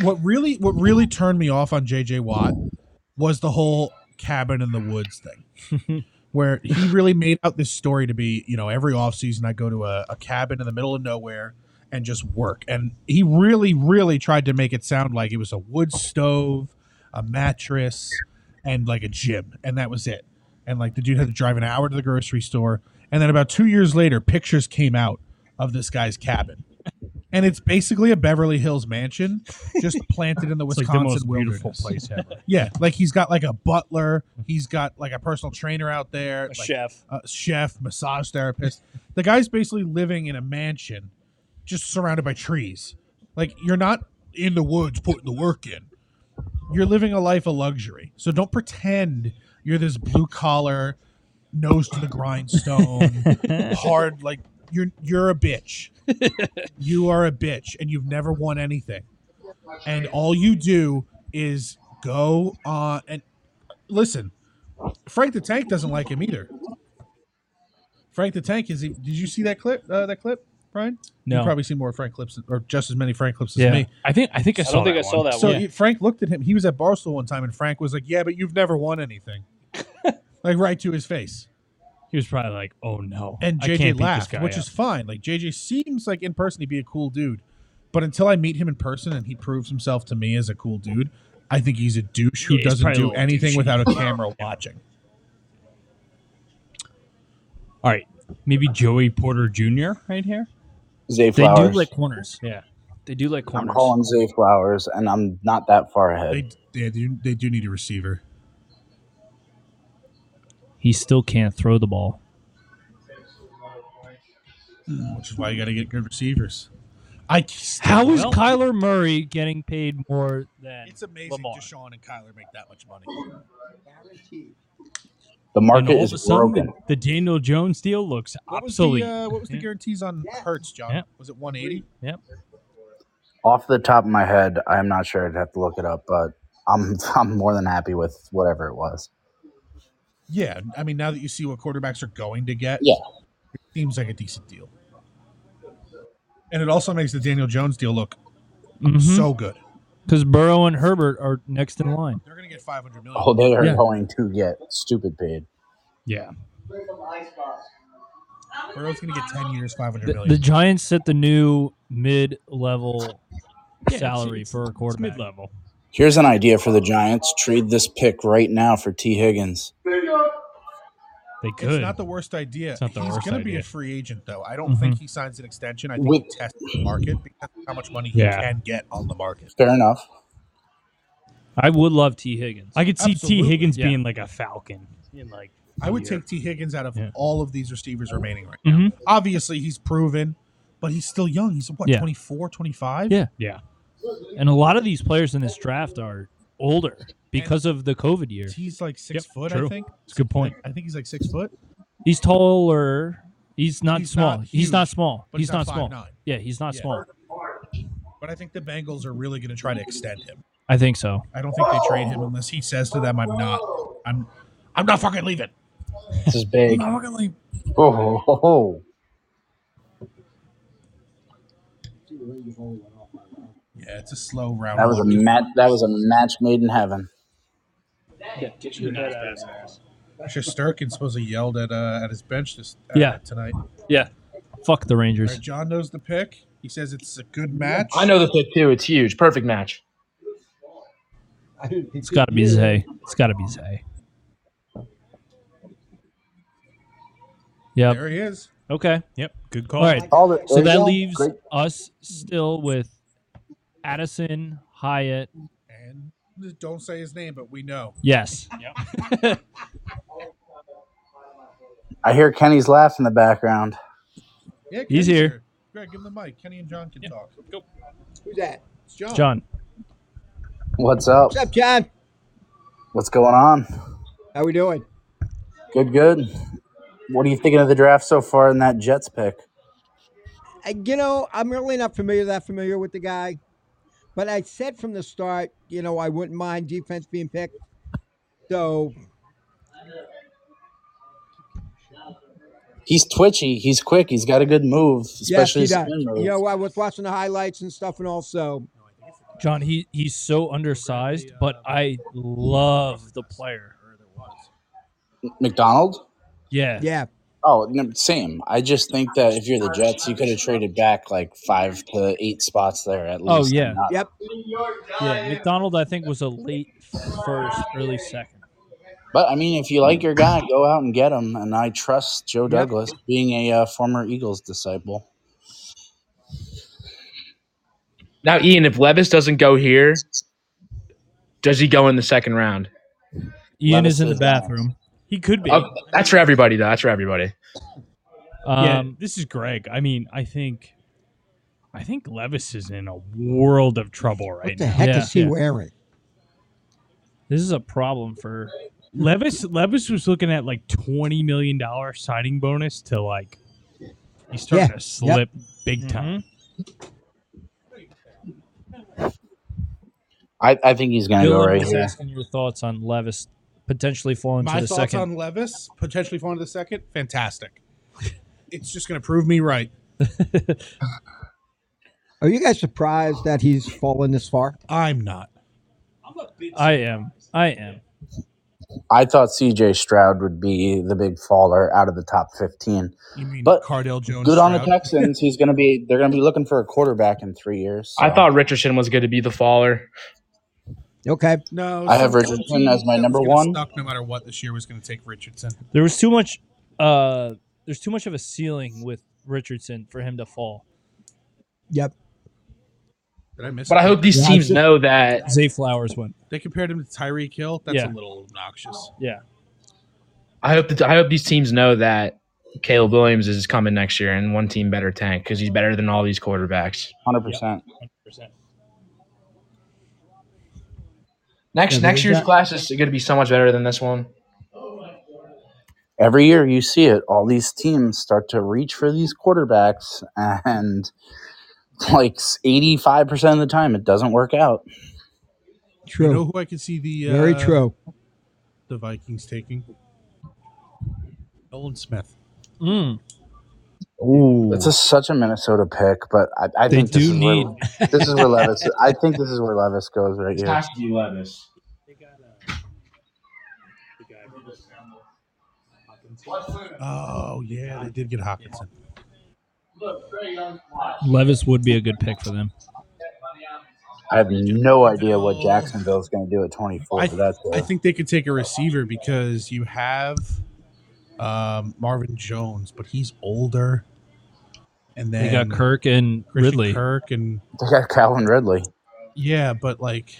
Speaker 1: what really what really turned me off on JJ Watt was the whole cabin in the woods thing.
Speaker 8: [LAUGHS]
Speaker 1: where he really made out this story to be, you know, every offseason I go to a, a cabin in the middle of nowhere and just work. And he really, really tried to make it sound like it was a wood stove, a mattress, and like a gym. And that was it. And like the dude had to drive an hour to the grocery store. And then about two years later, pictures came out of this guy's cabin. And it's basically a Beverly Hills mansion,
Speaker 3: [LAUGHS]
Speaker 1: just planted in the
Speaker 3: It's like
Speaker 1: Wisconsin
Speaker 3: the most beautiful
Speaker 1: wilderness.
Speaker 3: place ever.
Speaker 1: [LAUGHS] Yeah, like he's got like a butler, he's got like a personal trainer out there,
Speaker 2: A
Speaker 1: like,
Speaker 2: chef.
Speaker 1: a chef, massage therapist. The guy's basically living in a mansion, just surrounded by trees. Like you're not in the woods putting the work in. You're living a life of luxury. So don't pretend you're this blue collar, nose to the
Speaker 2: [LAUGHS]
Speaker 1: grindstone, hard like you're you're a bitch. you are a bitch and you've never won anything. And all you do is go on and listen. Frank the Tank doesn't like him either. Frank the Tank is. He, did you see that clip? Uh, that clip, Brian?
Speaker 2: No.
Speaker 1: You probably see more Frank clips or just as many Frank clips as
Speaker 2: Yeah.
Speaker 1: me.
Speaker 3: I think I think I,
Speaker 2: I
Speaker 3: saw,
Speaker 2: don't think
Speaker 3: that
Speaker 2: I saw
Speaker 3: one.
Speaker 2: that
Speaker 1: So
Speaker 2: one.
Speaker 1: he- Frank looked at him. He was at Barstool one time, and Frank was like, "Yeah, but you've never
Speaker 3: [LAUGHS]
Speaker 1: won anything," like right to his face.
Speaker 3: He was probably like, "Oh no!"
Speaker 1: And
Speaker 3: I can't
Speaker 1: JJ
Speaker 3: beat
Speaker 1: laughed,
Speaker 3: this guy
Speaker 1: which
Speaker 3: up.
Speaker 1: is fine. Like JJ seems like in person he'd be a cool dude, but until I meet him in person and he proves himself to me as a cool dude, I think he's a douche who
Speaker 3: Yeah, he's
Speaker 1: doesn't
Speaker 3: probably a
Speaker 1: do
Speaker 3: little
Speaker 1: anything
Speaker 3: douchey. [LAUGHS]
Speaker 1: without a camera watching.
Speaker 3: all right. Maybe Joey Porter Jr. right here.
Speaker 2: They
Speaker 8: Zay
Speaker 2: do
Speaker 8: Flowers.
Speaker 2: like corners. Yeah. They do like
Speaker 8: I'm
Speaker 2: corners.
Speaker 8: calling Zay Flowers, and I'm not that far ahead.
Speaker 1: They, they do. They do need a receiver.
Speaker 2: He still can't throw the ball.
Speaker 1: which is why you got to get good receivers. I
Speaker 2: How is
Speaker 3: Well-
Speaker 2: Kyler Murray getting paid more than
Speaker 1: it's amazing
Speaker 2: Lamar?
Speaker 1: Deshaun and Kyler make that much money.
Speaker 8: the
Speaker 3: And
Speaker 8: market
Speaker 3: all of
Speaker 8: is
Speaker 3: a sudden,
Speaker 8: broken.
Speaker 3: the Daniel Jones deal looks
Speaker 1: What was
Speaker 3: obsolete.
Speaker 1: the uh, what was the
Speaker 3: Yeah.
Speaker 1: guarantees on Hurts, John?
Speaker 3: Yeah.
Speaker 1: Was it one eighty?
Speaker 8: Off the top of my head, I'm not sure. I'd have to look it up, but I'm [LAUGHS] I'm more than happy with whatever it was.
Speaker 1: Yeah, I mean now that you see what quarterbacks are going to get,
Speaker 8: Yeah.
Speaker 1: it seems like a decent deal. And it also makes the Daniel Jones deal look
Speaker 3: Mm-hmm.
Speaker 1: So good.
Speaker 2: Because Mm-hmm. Burrow and Herbert are next in line.
Speaker 1: They're going to get 500 million.
Speaker 8: Oh, they are
Speaker 3: Yeah.
Speaker 8: going to get stupid paid.
Speaker 3: Yeah.
Speaker 1: Burrow's going to get 10 years, 500
Speaker 2: The,
Speaker 1: million.
Speaker 2: the Giants set the new mid-level
Speaker 3: Yeah,
Speaker 2: salary
Speaker 3: it's-
Speaker 2: for a
Speaker 3: It's
Speaker 2: quarterback.
Speaker 3: mid level.
Speaker 8: Here's an idea for the Giants: trade this pick right now for T. Higgins.
Speaker 3: They
Speaker 1: it's
Speaker 3: could.
Speaker 1: not the worst idea.
Speaker 3: It's not the
Speaker 1: He's
Speaker 3: worst
Speaker 1: going to be a
Speaker 3: idea. Mm-hmm.
Speaker 1: free agent, though. I don't think he signs an extension. I think
Speaker 8: With-
Speaker 1: he tests the market because of how much money he
Speaker 3: Yeah.
Speaker 1: can get on the market.
Speaker 8: Fair enough.
Speaker 2: I would love T. Higgins.
Speaker 3: I could see T.
Speaker 1: Absolutely,
Speaker 3: Higgins
Speaker 2: yeah.
Speaker 3: being like a Falcon. In like
Speaker 1: I would
Speaker 3: year.
Speaker 1: take T. Higgins out of
Speaker 3: Yeah. Mm-hmm.
Speaker 1: all of these receivers remaining right now. Obviously, he's proven, but he's still young. He's what,
Speaker 2: Yeah.
Speaker 1: 24, 25?
Speaker 2: Yeah.
Speaker 3: Yeah.
Speaker 2: and a lot of these players in this draft are older because of the COVID year.
Speaker 1: He's like six
Speaker 3: Yep,
Speaker 1: foot,
Speaker 3: true.
Speaker 1: I think.
Speaker 3: It's a good point.
Speaker 1: I think he's like six foot.
Speaker 2: He's taller. He's not
Speaker 1: He's
Speaker 2: small.
Speaker 1: not
Speaker 2: he's not
Speaker 1: huge,
Speaker 2: small.
Speaker 1: but
Speaker 2: He's
Speaker 1: he's
Speaker 2: not
Speaker 1: not
Speaker 2: small.
Speaker 1: 5'9".
Speaker 2: Yeah, he's not
Speaker 1: Yeah.
Speaker 2: small.
Speaker 1: But I think the Bengals are really going to try to extend him.
Speaker 2: I think so.
Speaker 1: I don't think they trade him unless he says to them, "I'm not. I'm. I'm not fucking leaving."
Speaker 8: This is big.
Speaker 1: I'm not fucking leaving.
Speaker 8: Oh, ho, ho, ho.
Speaker 1: Yeah, it's a slow round.
Speaker 8: that was a
Speaker 1: one.
Speaker 8: match. That was a match made in heaven.
Speaker 1: Shusterkin supposedly yelled at uh, at his bench this uh,
Speaker 2: Yeah.
Speaker 1: tonight.
Speaker 2: Fuck the
Speaker 1: All
Speaker 2: Rangers.
Speaker 1: right, John knows the pick. He says it's a good match.
Speaker 9: I know the pick too. It's huge. Perfect match.
Speaker 2: It's got to be Zay. It's got to be Zay. Yep.
Speaker 1: There he is.
Speaker 2: Okay.
Speaker 3: Yep. Good
Speaker 2: All
Speaker 3: call.
Speaker 2: right.
Speaker 8: All the,
Speaker 2: So that leaves us still with Addison Hyatt.
Speaker 1: And don't say his name, but we know.
Speaker 2: Yes.
Speaker 8: I hear Kenny's laugh in the background.
Speaker 1: Yeah, Kenny's
Speaker 2: He's here.
Speaker 1: Greg, give him the mic. Kenny and John can talk.
Speaker 4: Who's that?
Speaker 1: It's John.
Speaker 2: John.
Speaker 8: What's up?
Speaker 4: What's up, John?
Speaker 8: What's going on?
Speaker 4: How we doing?
Speaker 8: Good, good. What are you thinking of the draft so far in that Jets pick?
Speaker 4: I, you know, I'm really not familiar that familiar with the guy, but I said from the start, you know, I wouldn't mind defense being picked. So
Speaker 8: He's twitchy. He's quick. He's got a good move,
Speaker 4: yes,
Speaker 8: especially
Speaker 4: he
Speaker 8: his
Speaker 4: does.
Speaker 8: spin move.
Speaker 4: You know, I was watching the highlights and stuff, and also,
Speaker 2: John, he, he's so undersized, but I love the player.
Speaker 8: McDonald.
Speaker 2: Yeah.
Speaker 4: yeah,
Speaker 8: Oh, no, same. I just think that if you're the Jets, you could have traded back like five to eight spots there at
Speaker 2: Oh,
Speaker 8: least.
Speaker 2: yeah.
Speaker 8: and not-
Speaker 4: yep,
Speaker 2: Yeah. McDonald, I think, was a late first, early second.
Speaker 8: But I mean, if you
Speaker 9: Mm.
Speaker 8: like your guy, go out and get him. And I trust Joe
Speaker 4: Yep.
Speaker 8: Douglas, being a uh, former Eagles disciple.
Speaker 9: Now, Ian, if Levis doesn't go here, does he go in the second round?
Speaker 2: Ian
Speaker 8: Levis
Speaker 2: is in the
Speaker 8: is down.
Speaker 2: bathroom.
Speaker 3: He could be.
Speaker 9: Oh, that's for everybody, though. That's for everybody.
Speaker 3: yeah,
Speaker 2: Um,
Speaker 3: this is Greg. I mean, I think, I think Levis is in a world of trouble right
Speaker 4: What the
Speaker 3: now.
Speaker 4: heck
Speaker 2: Yeah.
Speaker 4: is he
Speaker 2: Yeah.
Speaker 4: wearing?
Speaker 2: This is a problem for
Speaker 3: Levis Levis was looking at like twenty million dollar signing bonus to like he's starting
Speaker 4: Yeah,
Speaker 3: to slip big
Speaker 2: Mm-hmm.
Speaker 3: time.
Speaker 8: I, I think he's going to go
Speaker 2: Dylan
Speaker 8: right
Speaker 2: was
Speaker 8: here.
Speaker 2: asking your thoughts on Levis potentially falling
Speaker 1: My
Speaker 2: to the
Speaker 1: thoughts
Speaker 2: second.
Speaker 1: on Levis potentially falling to the second. Fantastic. it's just going to prove me right.
Speaker 4: Are you guys surprised that he's fallen this far?
Speaker 1: I'm not.
Speaker 2: I am. I am.
Speaker 8: I thought CJ Stroud would be the big faller out of the top 15.
Speaker 1: You mean
Speaker 8: But
Speaker 1: Cardell Jones?
Speaker 8: Good on the
Speaker 1: Stroud?
Speaker 8: Texans. He's going to be, they're going to be looking for a quarterback in three years. so.
Speaker 9: I thought Uh, Richardson was going to be the faller.
Speaker 4: Okay,
Speaker 1: No,
Speaker 8: I have
Speaker 1: some-
Speaker 8: Richardson
Speaker 1: some team
Speaker 8: as my
Speaker 1: that was
Speaker 8: number
Speaker 1: gonna
Speaker 8: one.
Speaker 1: Suck no matter what this year was going to take Richardson.
Speaker 2: There was too much. Uh, there's too much of a ceiling with Richardson for him to fall.
Speaker 4: yep.
Speaker 1: Did I miss?
Speaker 9: But I hope these
Speaker 4: Yeah,
Speaker 9: teams
Speaker 4: I-
Speaker 9: know that
Speaker 2: Zay Flowers went.
Speaker 1: they compared him to Tyreek Hill. That's
Speaker 2: Yeah.
Speaker 1: a little obnoxious.
Speaker 2: Yeah.
Speaker 9: I hope that I hope these teams know that Caleb Williams is coming next year, and one team better tank because he's better than all these quarterbacks.
Speaker 8: 100%.
Speaker 9: Next
Speaker 4: Yeah,
Speaker 9: next
Speaker 4: there's
Speaker 9: year's
Speaker 4: that.
Speaker 9: class is going to be so much better than this one.
Speaker 8: Every year you see it. All these teams start to reach for these quarterbacks, [LAUGHS] and like 85% of the time, it doesn't work out.
Speaker 4: True.
Speaker 1: You know who I could see the uh,
Speaker 4: Very
Speaker 2: [LAUGHS]
Speaker 4: true. [LAUGHS]
Speaker 1: the Vikings taking? Nolan Smith.
Speaker 2: Mm.
Speaker 3: Ooh.
Speaker 8: It's just such a Minnesota pick, but I, I
Speaker 3: They
Speaker 8: think this
Speaker 3: do
Speaker 8: is
Speaker 3: need.
Speaker 8: where, [LAUGHS] this is where Levis. I think this is where Levis goes right
Speaker 6: It
Speaker 8: here.
Speaker 6: has to be Levis.
Speaker 1: Oh yeah, they did get Hawkinson.
Speaker 2: Levis would be a good pick for them.
Speaker 8: I have no idea what Jacksonville's going to do at 24 for that.
Speaker 1: I
Speaker 8: Though.
Speaker 1: think they could take a receiver because you have um, Marvin Jones, but he's older. And then
Speaker 2: They got Kirk and
Speaker 1: Christian
Speaker 2: Ridley. [LAUGHS]
Speaker 1: Kirk and
Speaker 8: They got Calvin Ridley.
Speaker 1: yeah, but like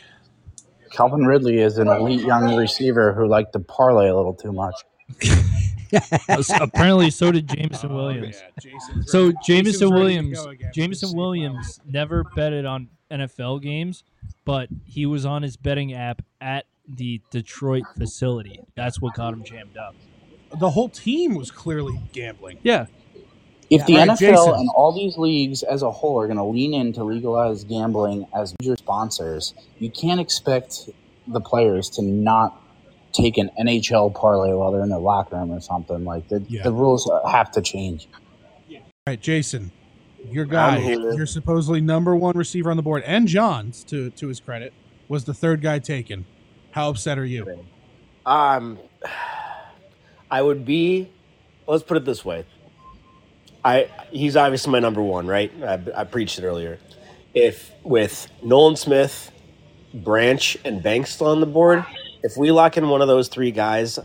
Speaker 8: Calvin Ridley is an elite young receiver who liked to parlay a little too much.
Speaker 2: Apparently, so did
Speaker 1: Oh,
Speaker 2: Jameson Williams. So Jameson Williams, Jameson Williams never betted on NFL games, but he was on his betting app at the Detroit facility. That's what got him jammed up.
Speaker 1: the whole team was clearly gambling.
Speaker 2: Yeah,
Speaker 8: If the
Speaker 1: All right,
Speaker 8: NFL
Speaker 1: Jason.
Speaker 8: and all these leagues as a whole are going to lean in to legalize gambling as major sponsors, you can't expect the players to not take an NHL parlay while they're in their locker room or something. Like the,
Speaker 1: Yeah.
Speaker 8: the rules have to change.
Speaker 1: All right, Jason, your guy,
Speaker 8: here.
Speaker 1: your supposedly number one receiver on the board, and John's to to his credit was the third guy taken. How upset are you?
Speaker 10: Um, I would be. Let's put it this way. I he's obviously my number one, right? I, I preached it earlier. If with Nolan Smith, Branch, and Banks still on the board, if we lock in one of those three guys, uh,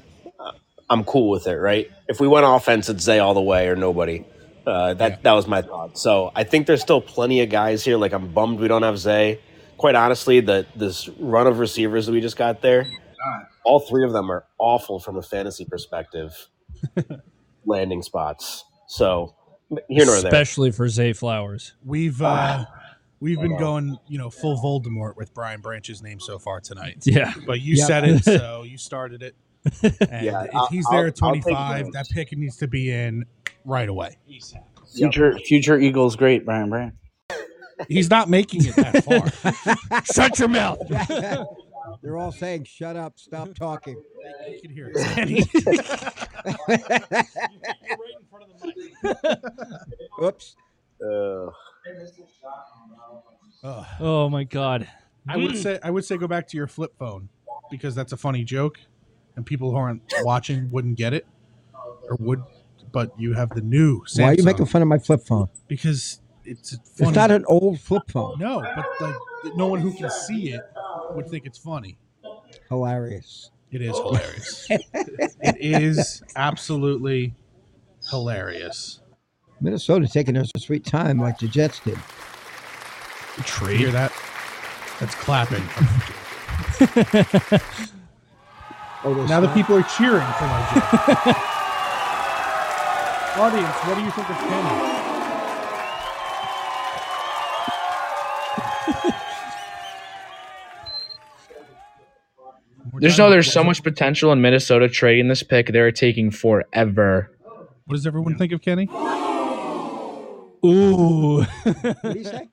Speaker 10: I'm cool with it, right? If we went offense, it's Zay all the way or nobody. Uh, that
Speaker 1: Yeah.
Speaker 10: that was my thought. So I think there's still plenty of guys here. Like I'm bummed we don't have Zay. Quite honestly, the this run of receivers that we just got there, all three of them are awful from a fantasy perspective, landing spots. So here nor there.
Speaker 2: especially for Zay Flowers.
Speaker 1: We've uh,
Speaker 10: Ah,
Speaker 1: we've been
Speaker 10: on.
Speaker 1: going, you know, full Voldemort with Brian Branch's name so far tonight.
Speaker 2: Yeah,
Speaker 1: But you
Speaker 4: Yep.
Speaker 1: said
Speaker 2: [LAUGHS]
Speaker 1: it, so you started it. And
Speaker 10: Yeah,
Speaker 1: if
Speaker 10: I'll-
Speaker 1: he's there at
Speaker 10: I'll- I'll take
Speaker 1: 25,
Speaker 10: Branch.
Speaker 1: that pick needs to be in right away.
Speaker 10: Yep.
Speaker 8: Future future Eagles great Brian Brandt.
Speaker 1: He's not making it that far. [LAUGHS]
Speaker 2: shut your mouth.
Speaker 4: They're all saying, "Shut up! Stop talking."
Speaker 1: you can hear it.
Speaker 4: Oops.
Speaker 10: Ugh.
Speaker 1: Ugh.
Speaker 2: oh my God,
Speaker 1: I would say I would say go back to your flip phone because that's a funny joke, and people who aren't watching wouldn't get it or would. But you have the new Samsung
Speaker 4: Why are you making fun of my flip phone?
Speaker 1: because it's funny.
Speaker 4: It's not an old flip phone.
Speaker 1: no, but like no one who can see it would think it's funny.
Speaker 4: Hilarious.
Speaker 1: It is
Speaker 4: [LAUGHS]
Speaker 1: hilarious. it is absolutely hilarious.
Speaker 4: Minnesota taking their sweet time like the Jets did.
Speaker 1: You hear that? That's clapping.
Speaker 4: Oh, they
Speaker 1: now the
Speaker 4: stopped.
Speaker 1: people are cheering for my joke.
Speaker 4: [LAUGHS]
Speaker 1: Audience, what do you think of Kenny? We're
Speaker 9: Just
Speaker 1: done.
Speaker 9: know there's
Speaker 1: What
Speaker 9: so
Speaker 1: is-
Speaker 9: much potential in Minnesota trading this pick. They're taking forever.
Speaker 1: What does everyone think of Kenny? [LAUGHS]
Speaker 2: Ooh,
Speaker 4: What do you say?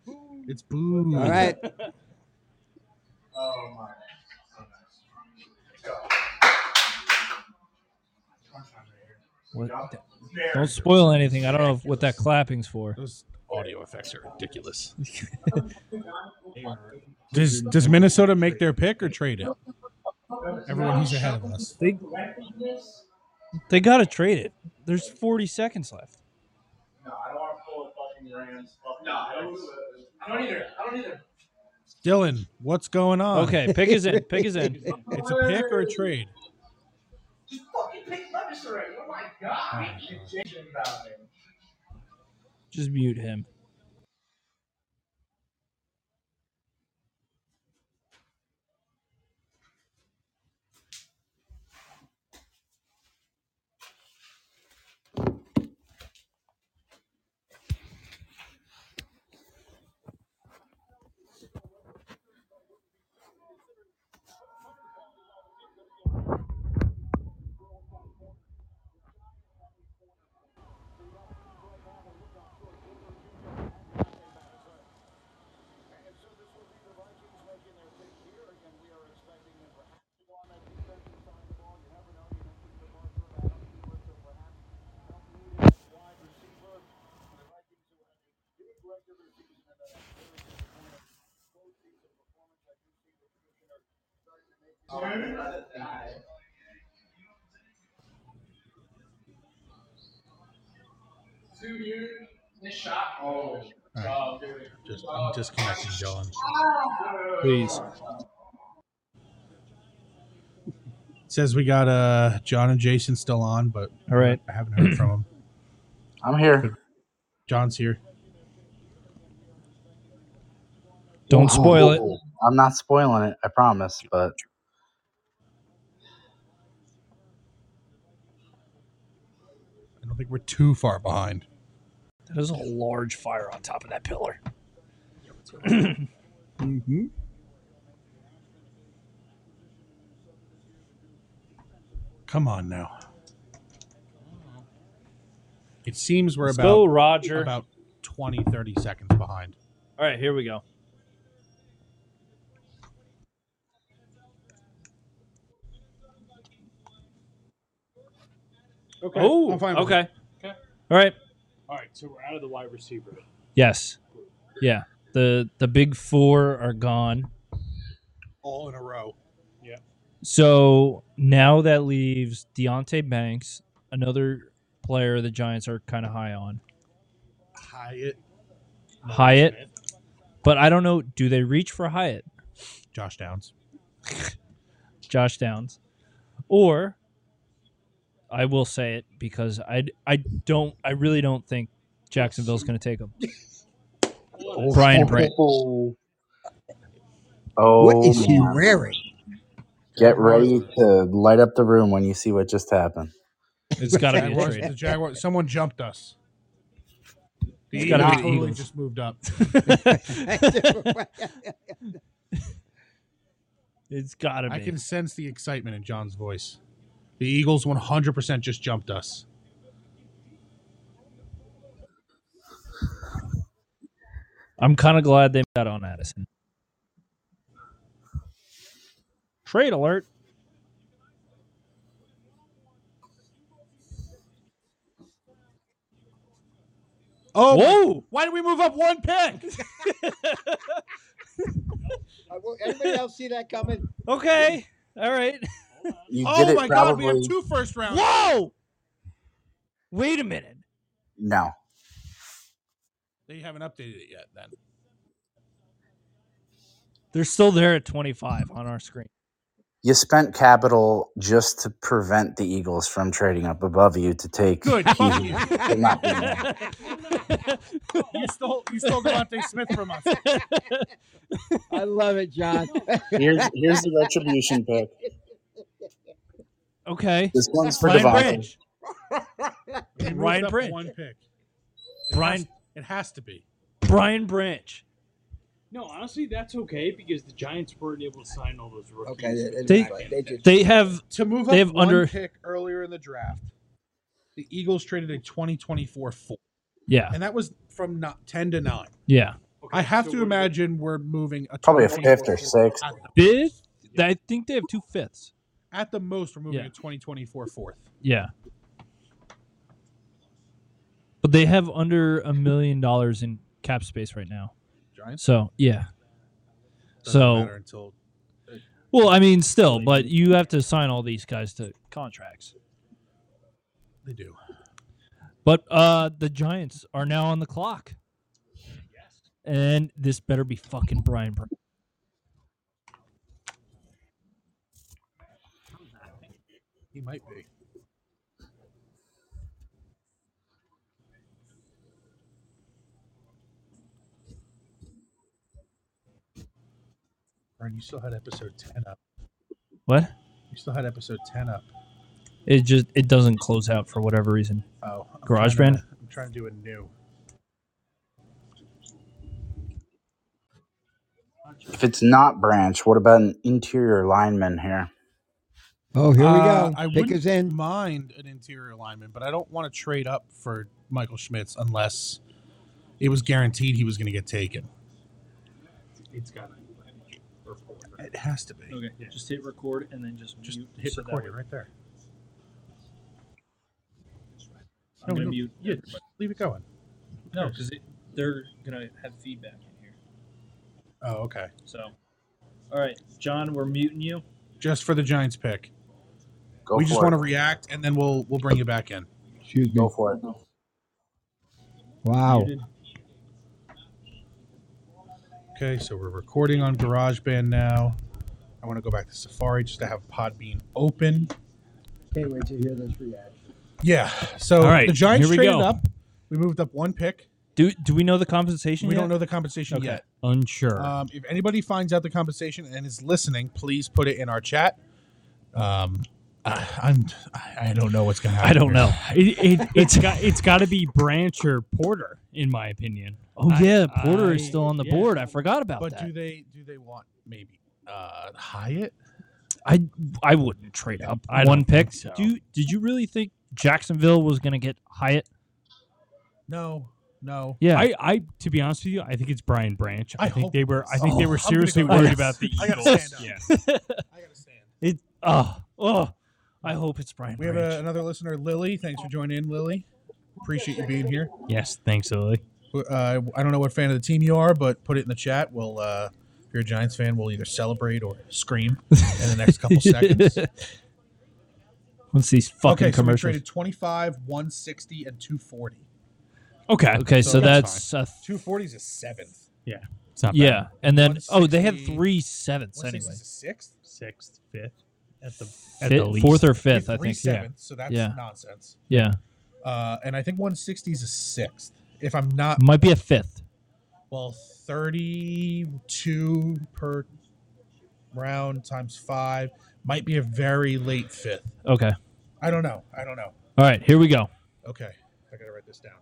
Speaker 1: It's boo.
Speaker 4: All [LAUGHS] right.
Speaker 2: What the- don't spoil anything. I don't know what that clapping's for.
Speaker 1: Those audio effects are ridiculous. [LAUGHS] does Does Minnesota make their pick or trade it? Everyone who's ahead of us.
Speaker 2: They they gotta trade it. There's 40 seconds left.
Speaker 1: Dylan, what's going on?
Speaker 2: Okay, pick is in. Pick is in.
Speaker 1: It's a pick or a trade?
Speaker 2: Just mute him.
Speaker 1: All right. Just, I'm disconnecting John.
Speaker 3: Please.
Speaker 1: Says we got uh John and Jason still on, but
Speaker 3: All right.
Speaker 1: I haven't heard from them.
Speaker 8: [CLEARS THROAT] I'm here.
Speaker 1: John's here.
Speaker 3: Don't spoil it.
Speaker 8: Oh. I'm not spoiling it. I promise. But
Speaker 1: I don't think we're too far behind.
Speaker 3: That is a large fire on top of that pillar.
Speaker 7: Mm-hmm.
Speaker 1: Come on now. It seems we're
Speaker 3: Let's
Speaker 1: about
Speaker 3: go, Roger.
Speaker 1: about 20, 30 seconds behind.
Speaker 3: All right, here we go.
Speaker 1: Okay.
Speaker 3: oh, okay.
Speaker 11: Okay.
Speaker 3: All right.
Speaker 11: All right, so we're out of the wide receiver.
Speaker 3: Yes. Yeah. The the big four are gone.
Speaker 1: All in a row.
Speaker 3: So now that leaves Deontay Banks, another player the Giants are kind of high on.
Speaker 1: Hyatt,
Speaker 3: Hyatt. But I don't know, do they reach for Hyatt,
Speaker 1: Josh Downs.
Speaker 3: Josh Downs? Or I will say it because I I don't I really don't think Jacksonville's going to take
Speaker 1: [LAUGHS]
Speaker 3: him. Brian Branch.
Speaker 8: Oh,
Speaker 7: What is he
Speaker 8: man.
Speaker 7: wearing?
Speaker 8: oh Get ready to light up the room when you see what just happened.
Speaker 3: It's got to be a
Speaker 1: Jaguars, the
Speaker 3: trade.
Speaker 1: Jaguars. Someone jumped us. The
Speaker 3: It's
Speaker 1: Eagles
Speaker 3: gotta be the
Speaker 1: totally
Speaker 3: Eagles.
Speaker 1: just
Speaker 3: [LAUGHS]
Speaker 1: moved up. [LAUGHS]
Speaker 3: it's got to be.
Speaker 1: I can sense the excitement in John's voice. The Eagles 100% just jumped us.
Speaker 3: I'm kind of glad they got on Addison. Trade alert.
Speaker 1: Oh,
Speaker 3: Whoa!
Speaker 1: why did we move up one pick?
Speaker 7: Uh, well, Anybody else see that coming?
Speaker 3: [LAUGHS] Okay. All right.
Speaker 8: You did
Speaker 1: oh
Speaker 8: it
Speaker 1: my god, we
Speaker 8: probably.
Speaker 1: have two first rounds.
Speaker 3: Whoa! Wait a minute.
Speaker 8: No.
Speaker 1: They haven't updated it yet then.
Speaker 3: They're still there at 25 on our [LAUGHS] screen.
Speaker 8: You spent capital just to prevent the Eagles from trading up above you to take.
Speaker 1: Good. Fuck you.
Speaker 8: They're not doing that.
Speaker 1: [LAUGHS] You stole you stole Devontae Smith from [LAUGHS] us.
Speaker 7: I love it, John.
Speaker 8: [LAUGHS] Here's, here's the retribution pick.
Speaker 3: okay.
Speaker 8: This one's for
Speaker 3: Brian
Speaker 8: Devontae.
Speaker 3: Branch.
Speaker 1: We moved
Speaker 3: Ryan
Speaker 1: up
Speaker 3: Branch.
Speaker 1: One pick.
Speaker 3: Brian
Speaker 1: It has to be.
Speaker 3: Brian Branch.
Speaker 11: No, honestly, that's okay because the Giants weren't able to sign all those rookies.
Speaker 4: [LAUGHS]
Speaker 7: Okay,
Speaker 3: They-
Speaker 7: they, they, they did.
Speaker 3: They have
Speaker 1: To move
Speaker 3: They
Speaker 1: up
Speaker 3: have
Speaker 1: one
Speaker 3: under-
Speaker 1: pick earlier in the draft, the Eagles traded a 2024 four.
Speaker 3: yeah,
Speaker 1: And that was from not 10 to 9.
Speaker 3: yeah.
Speaker 1: I have to imagine we're moving a
Speaker 8: Probably a
Speaker 1: 2024
Speaker 8: fifth or
Speaker 1: four
Speaker 8: sixth.
Speaker 1: At the,
Speaker 3: Fifth? I think they have two fifths.
Speaker 1: at the most, we're moving
Speaker 3: Yeah.
Speaker 1: a 2024 fourth.
Speaker 3: Yeah. But they have under a million dollars in cap space right now.
Speaker 1: Giants.
Speaker 3: So, yeah.
Speaker 1: Doesn't
Speaker 3: so-
Speaker 1: matter until
Speaker 3: Well, I mean, still, but you have to sign all these guys to contracts.
Speaker 1: they do.
Speaker 3: But uh the Giants are now on the clock. And this better be fucking Brian Branch.
Speaker 1: He might be. Brian, you still had episode 10 up.
Speaker 3: What?
Speaker 1: You still had episode 10 up.
Speaker 3: It just it doesn't close out for whatever reason.
Speaker 1: Oh, I'm
Speaker 3: GarageBand?
Speaker 1: trying to- I'm trying to do a new.
Speaker 8: If it's not Branch, what about an interior lineman here?
Speaker 7: Oh, here we
Speaker 1: Uh,
Speaker 7: go.
Speaker 1: I
Speaker 7: Pick is in.
Speaker 1: wouldn't mind an interior lineman, but I don't want to trade up for Michael Schmitz unless it was guaranteed he was going to get taken.
Speaker 11: It's got to
Speaker 1: It has to be.
Speaker 3: Okay. Just hit record and then just
Speaker 1: Just hit record it right there.
Speaker 3: I'm
Speaker 1: No, no, yeah, just leave it going.
Speaker 3: No, because they're gonna have feedback in here.
Speaker 1: Oh, okay.
Speaker 3: So, all right, John, we're muting you.
Speaker 1: just for the Giants pick.
Speaker 8: Go
Speaker 1: we
Speaker 8: for
Speaker 1: just
Speaker 8: it.
Speaker 1: want to react, and then we'll we'll bring you back in.
Speaker 4: Excuse me.
Speaker 8: Go for it.
Speaker 4: Wow.
Speaker 1: Okay, so we're recording on GarageBand now. I want to go back to Safari just to have Podbean open.
Speaker 7: Can't wait to hear this reaction.
Speaker 1: Yeah. So
Speaker 3: All right,
Speaker 1: the Giants
Speaker 3: here we
Speaker 1: traded
Speaker 3: go.
Speaker 1: up. We moved up one pick.
Speaker 2: Do do we know the compensation?
Speaker 1: We
Speaker 2: yet?
Speaker 1: don't know the compensation
Speaker 2: Okay.
Speaker 1: yet.
Speaker 3: Unsure.
Speaker 1: Um, if anybody finds out the compensation and is listening, please put it in our chat. Um, I, I'm I I don't know what's gonna happen.
Speaker 3: I don't
Speaker 1: here.
Speaker 3: know. [LAUGHS] It, it, it's got it's got to be Branch or Porter, in my opinion.
Speaker 2: Oh
Speaker 3: I-
Speaker 2: yeah, Porter is
Speaker 3: I-
Speaker 2: still on the
Speaker 3: yeah.
Speaker 2: board. I forgot about
Speaker 1: But
Speaker 2: that.
Speaker 1: do they do they want maybe uh, Hyatt?
Speaker 3: I I wouldn't trade up I
Speaker 2: One
Speaker 3: don't
Speaker 2: pick.
Speaker 3: think So.
Speaker 2: Do you, did you really think Jacksonville was going to get Hyatt?
Speaker 1: No, no.
Speaker 2: Yeah,
Speaker 3: I, I to be honest with you, I think it's Brian Branch. I,
Speaker 1: I
Speaker 3: think
Speaker 1: hope
Speaker 3: they were I think
Speaker 1: so.
Speaker 3: they were
Speaker 1: I'm gonna
Speaker 3: seriously
Speaker 1: go with
Speaker 3: worried about
Speaker 1: this.
Speaker 3: the
Speaker 1: I gotta
Speaker 3: Eagles.
Speaker 1: stand up.
Speaker 3: Yeah.
Speaker 1: I gotta stand.
Speaker 2: it. Oh, oh, I hope it's Brian.
Speaker 1: We have
Speaker 2: Branch.
Speaker 1: a, another listener, Lily. Thanks for joining in, Lily. Appreciate you being here.
Speaker 3: Yes, thanks, Lily.
Speaker 1: Uh, I don't know what fan of the team you are, but put it in the chat. We'll, uh, if you're a Giants fan, we'll either celebrate or scream in the
Speaker 3: [LAUGHS]
Speaker 1: next couple seconds.
Speaker 2: Once these fucking
Speaker 1: okay, so we
Speaker 2: commercials.
Speaker 1: traded 25, 160, and 240.
Speaker 3: Okay,
Speaker 2: okay, so,
Speaker 1: so
Speaker 2: that's,
Speaker 3: that's
Speaker 2: uh,
Speaker 1: 240 is a seventh.
Speaker 3: it's not bad.
Speaker 2: yeah, and then oh, they had
Speaker 1: 160
Speaker 2: three sevenths
Speaker 1: 160
Speaker 2: anyway,
Speaker 1: is a sixth.
Speaker 3: sixth, fifth at the at the
Speaker 2: Fifth,
Speaker 3: least.
Speaker 2: fourth or fifth,
Speaker 1: Three
Speaker 2: I think. Yeah,
Speaker 1: sevenths, so that's
Speaker 2: Yeah.
Speaker 1: nonsense.
Speaker 2: yeah,
Speaker 1: Uh, and I think 160 is a sixth. If I'm not,
Speaker 2: might be a fifth.
Speaker 1: well, 32 per round times five might be a very late fifth.
Speaker 2: Okay,
Speaker 1: I don't know. I don't know.
Speaker 2: all right, here we go. Oh,
Speaker 1: Okay. I got to write this down.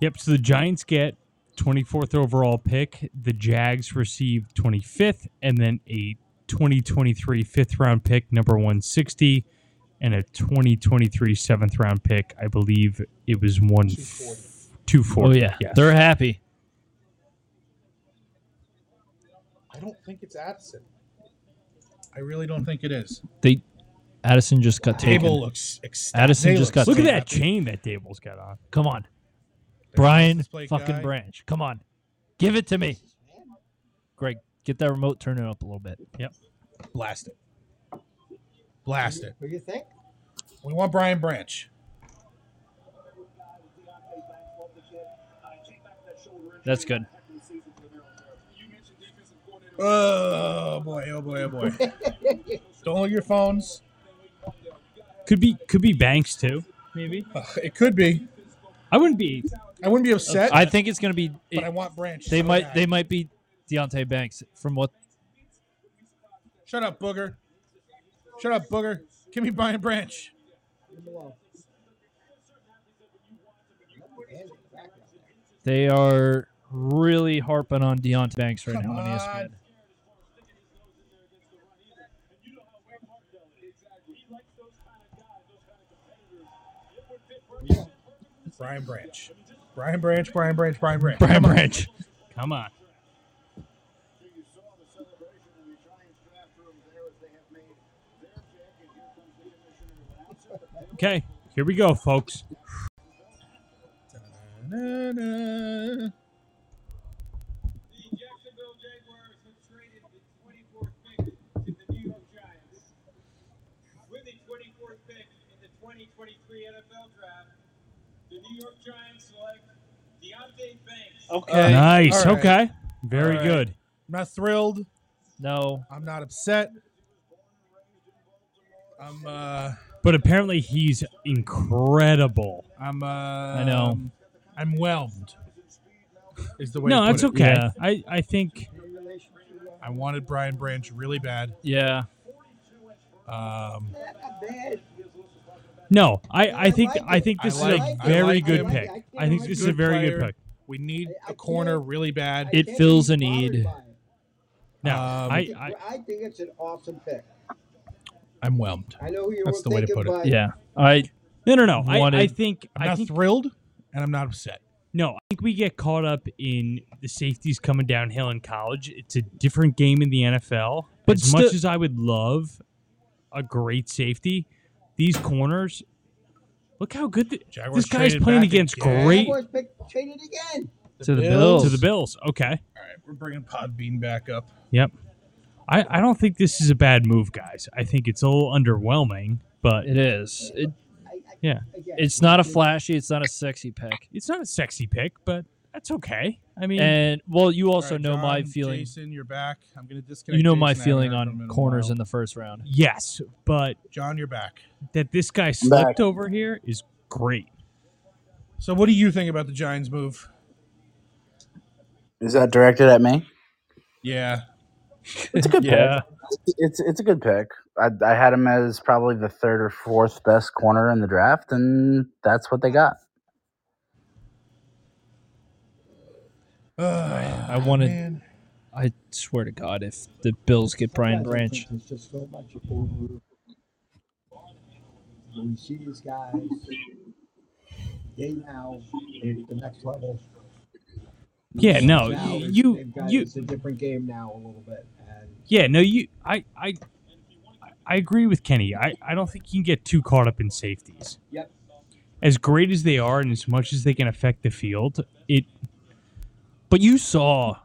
Speaker 3: Yep. So the Giants get 24th overall pick. The Jags receive 25th, and then a 2023 fifth round pick, number 160, and a 2023 seventh round pick. I believe it was one
Speaker 1: 240.
Speaker 3: 240.
Speaker 2: Oh yeah,
Speaker 3: yes.
Speaker 2: they're happy.
Speaker 1: I don't think it's Addison. I really don't think it is.
Speaker 2: They Addison just got
Speaker 1: Table
Speaker 2: taken.
Speaker 1: looks ecstatic.
Speaker 2: Addison
Speaker 1: They
Speaker 2: just
Speaker 1: look
Speaker 2: got
Speaker 3: Look at
Speaker 1: so
Speaker 3: that
Speaker 1: happy.
Speaker 3: chain that Dable's got on.
Speaker 2: Come on,
Speaker 1: There's
Speaker 2: Brian
Speaker 1: this play
Speaker 2: fucking
Speaker 1: guy.
Speaker 2: Branch. Come on, give it to me. Greg, get that remote. Turn it up a little bit. Yep.
Speaker 1: Blast it. Blast it.
Speaker 7: What do you think?
Speaker 1: We want Brian Branch.
Speaker 2: That's good.
Speaker 1: Oh boy, oh boy, oh boy. don't look at your phones.
Speaker 3: Could be could be Banks too. Maybe
Speaker 1: Ugh, Uh, It could be.
Speaker 3: I wouldn't be.
Speaker 1: I wouldn't be upset,
Speaker 2: I think it's gonna be.
Speaker 1: but I want Branch.
Speaker 2: they
Speaker 1: so
Speaker 2: might.
Speaker 1: bad.
Speaker 2: They might be Deontay Banks. From what?
Speaker 1: Shut up, Booger. Shut up, Booger. Give me Brian Branch.
Speaker 2: They are really harping on Deontay Banks right
Speaker 1: Come
Speaker 2: now on E ESPN.
Speaker 1: on. Brian Branch. Brian Branch, Brian Branch, Brian Branch.
Speaker 2: Brian Branch.
Speaker 3: Come on. Okay, here we go, folks.
Speaker 1: Na-na-na.
Speaker 2: Okay.
Speaker 3: Nice.
Speaker 1: All right.
Speaker 3: Okay. Very
Speaker 1: All right.
Speaker 3: good.
Speaker 1: I'm not thrilled.
Speaker 2: No.
Speaker 1: I'm not upset. I'm uh
Speaker 3: But apparently he's incredible.
Speaker 1: I'm uh I
Speaker 2: know.
Speaker 1: I'm whelmed. Is the way
Speaker 3: No,
Speaker 1: to put
Speaker 3: that's
Speaker 1: it.
Speaker 3: okay.
Speaker 2: Yeah.
Speaker 3: I, I think
Speaker 1: I wanted Brian Branch really bad.
Speaker 2: Yeah.
Speaker 1: Um
Speaker 3: no. I, I think
Speaker 7: like
Speaker 3: I
Speaker 7: it.
Speaker 3: think this
Speaker 1: I
Speaker 3: is
Speaker 1: like-
Speaker 3: a
Speaker 1: I
Speaker 3: very
Speaker 1: like
Speaker 3: good
Speaker 1: him.
Speaker 3: pick.
Speaker 7: I
Speaker 3: I think
Speaker 7: like
Speaker 3: this is
Speaker 1: him.
Speaker 3: a very good
Speaker 1: Player.
Speaker 3: pick.
Speaker 1: we need
Speaker 7: I- I
Speaker 1: a corner
Speaker 7: can't-
Speaker 1: really bad.
Speaker 2: It
Speaker 7: can't
Speaker 2: fills
Speaker 7: be
Speaker 2: a need.
Speaker 7: bothered by it.
Speaker 3: No,
Speaker 1: Um,
Speaker 3: I,
Speaker 7: I think,
Speaker 3: I
Speaker 7: I think it's an awesome pick.
Speaker 1: I'm whelmed.
Speaker 7: I know who you
Speaker 1: That's
Speaker 7: were
Speaker 1: the way to
Speaker 7: thinking,
Speaker 1: put it.
Speaker 7: but
Speaker 2: Yeah. I.
Speaker 3: no no no. I,
Speaker 2: Wanted-
Speaker 3: I think
Speaker 1: I'm
Speaker 3: I
Speaker 1: not
Speaker 3: think
Speaker 1: thrilled and I'm not upset.
Speaker 3: No, I think we get caught up in the safeties coming downhill in college. It's a different game in the NFL.
Speaker 2: But
Speaker 3: But as
Speaker 2: still-
Speaker 3: much as I would love a great safety, these corners, look how good the,
Speaker 1: Jaguars
Speaker 3: this guy's
Speaker 1: traded
Speaker 3: playing
Speaker 1: back
Speaker 3: against
Speaker 1: again.
Speaker 3: great
Speaker 7: Cowboys pick traded again.
Speaker 2: To the
Speaker 1: Bills.
Speaker 3: to the Bills. Okay,
Speaker 1: All right, we're bringing Podbean back up.
Speaker 3: yep. I, I don't think this is a bad move, guys. I think it's a little underwhelming, but
Speaker 2: It is. It,
Speaker 3: yeah,
Speaker 2: it's not a flashy. It's not a sexy pick.
Speaker 3: it's not a sexy pick, but that's okay. I mean,
Speaker 2: And well, you
Speaker 1: All
Speaker 2: also
Speaker 1: right,
Speaker 2: know my
Speaker 1: John,
Speaker 2: feeling.
Speaker 1: Jason, you're back. I'm gonna disconnect.
Speaker 2: You know
Speaker 1: Jason. I
Speaker 2: my
Speaker 1: haven't
Speaker 2: feeling
Speaker 1: heard from him
Speaker 2: on
Speaker 1: in a
Speaker 2: corners
Speaker 1: while.
Speaker 2: in the first round.
Speaker 3: yes, but
Speaker 1: John, you're back.
Speaker 3: that this guy
Speaker 8: back.
Speaker 3: slipped over here is great.
Speaker 1: So, what do you think about the Giants' move?
Speaker 8: Is that directed at me?
Speaker 1: Yeah,
Speaker 8: It's a good
Speaker 2: Yeah.
Speaker 8: pick. It's it's a good pick. I, I had him as probably the third or fourth best corner in the draft, and that's what they got.
Speaker 2: I wanted. I swear to God, if the Bills get Brian Branch,
Speaker 7: It's just so much over. When we see these guys, they now are at the next level.
Speaker 3: Yeah, no,
Speaker 7: Now
Speaker 3: y-
Speaker 7: it's-
Speaker 3: Oh, you
Speaker 7: they've got-
Speaker 3: you
Speaker 7: It's a different game now a little bit, and
Speaker 3: Yeah, no, you. I, I, I agree with Kenny. I, I don't think you can get too caught up in safeties.
Speaker 7: Yep.
Speaker 3: As great as they are, and as much as they can affect the field, it. But you saw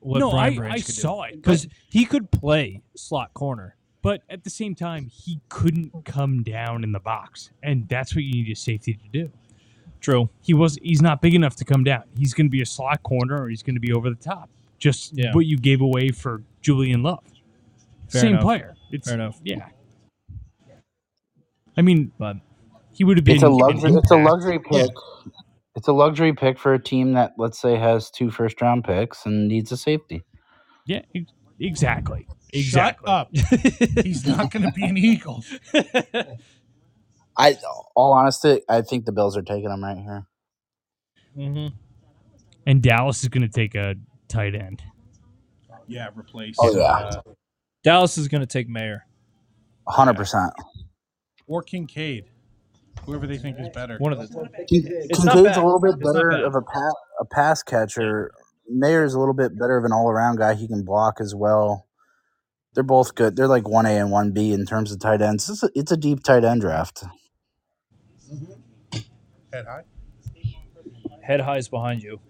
Speaker 2: what
Speaker 3: no,
Speaker 2: Brian
Speaker 3: I,
Speaker 2: Branch
Speaker 3: I
Speaker 2: could do.
Speaker 3: saw it
Speaker 2: because he could play slot corner.
Speaker 3: but at the same time, he couldn't come down in the box, and that's what you need a safety to do.
Speaker 2: True.
Speaker 3: He was he's not big enough to come down. He's going to be a slot corner, or he's going to be over the top. Just
Speaker 2: Yeah.
Speaker 3: what you gave away for Julian Love,
Speaker 2: Fair
Speaker 3: same
Speaker 2: enough.
Speaker 3: player. It's
Speaker 2: Fair enough.
Speaker 3: yeah. I mean,
Speaker 2: But
Speaker 3: he would have been.
Speaker 8: It's a
Speaker 3: an
Speaker 8: luxury. It's a
Speaker 3: impact.
Speaker 8: luxury pick. It's a luxury pick for a team that, let's say, has two first round picks and needs a safety.
Speaker 3: Yeah, ex- exactly.
Speaker 1: shut
Speaker 3: Exactly. [LAUGHS]
Speaker 1: up.
Speaker 8: [LAUGHS]
Speaker 1: He's not going to be an Eagle.
Speaker 8: I, all honesty, I think the Bills are taking him right here.
Speaker 2: Mhm.
Speaker 3: And Dallas is going to take a tight end.
Speaker 1: Yeah, replace.
Speaker 8: Oh, yeah.
Speaker 1: uh,
Speaker 2: Dallas is going to take Mayer.
Speaker 8: Hundred percent.
Speaker 1: or Kincaid, whoever they think is better.
Speaker 2: One of the
Speaker 8: Kincaid's
Speaker 2: It's not bad.
Speaker 8: a little bit
Speaker 2: It's not
Speaker 8: better
Speaker 2: bad.
Speaker 8: of a pass, a pass catcher. Mayer's a little bit better of an all around guy. He can block as well. They're both good. They're like one A and one B in terms of tight ends. It's a, it's a deep tight end draft.
Speaker 1: Head high.
Speaker 2: head highs behind you.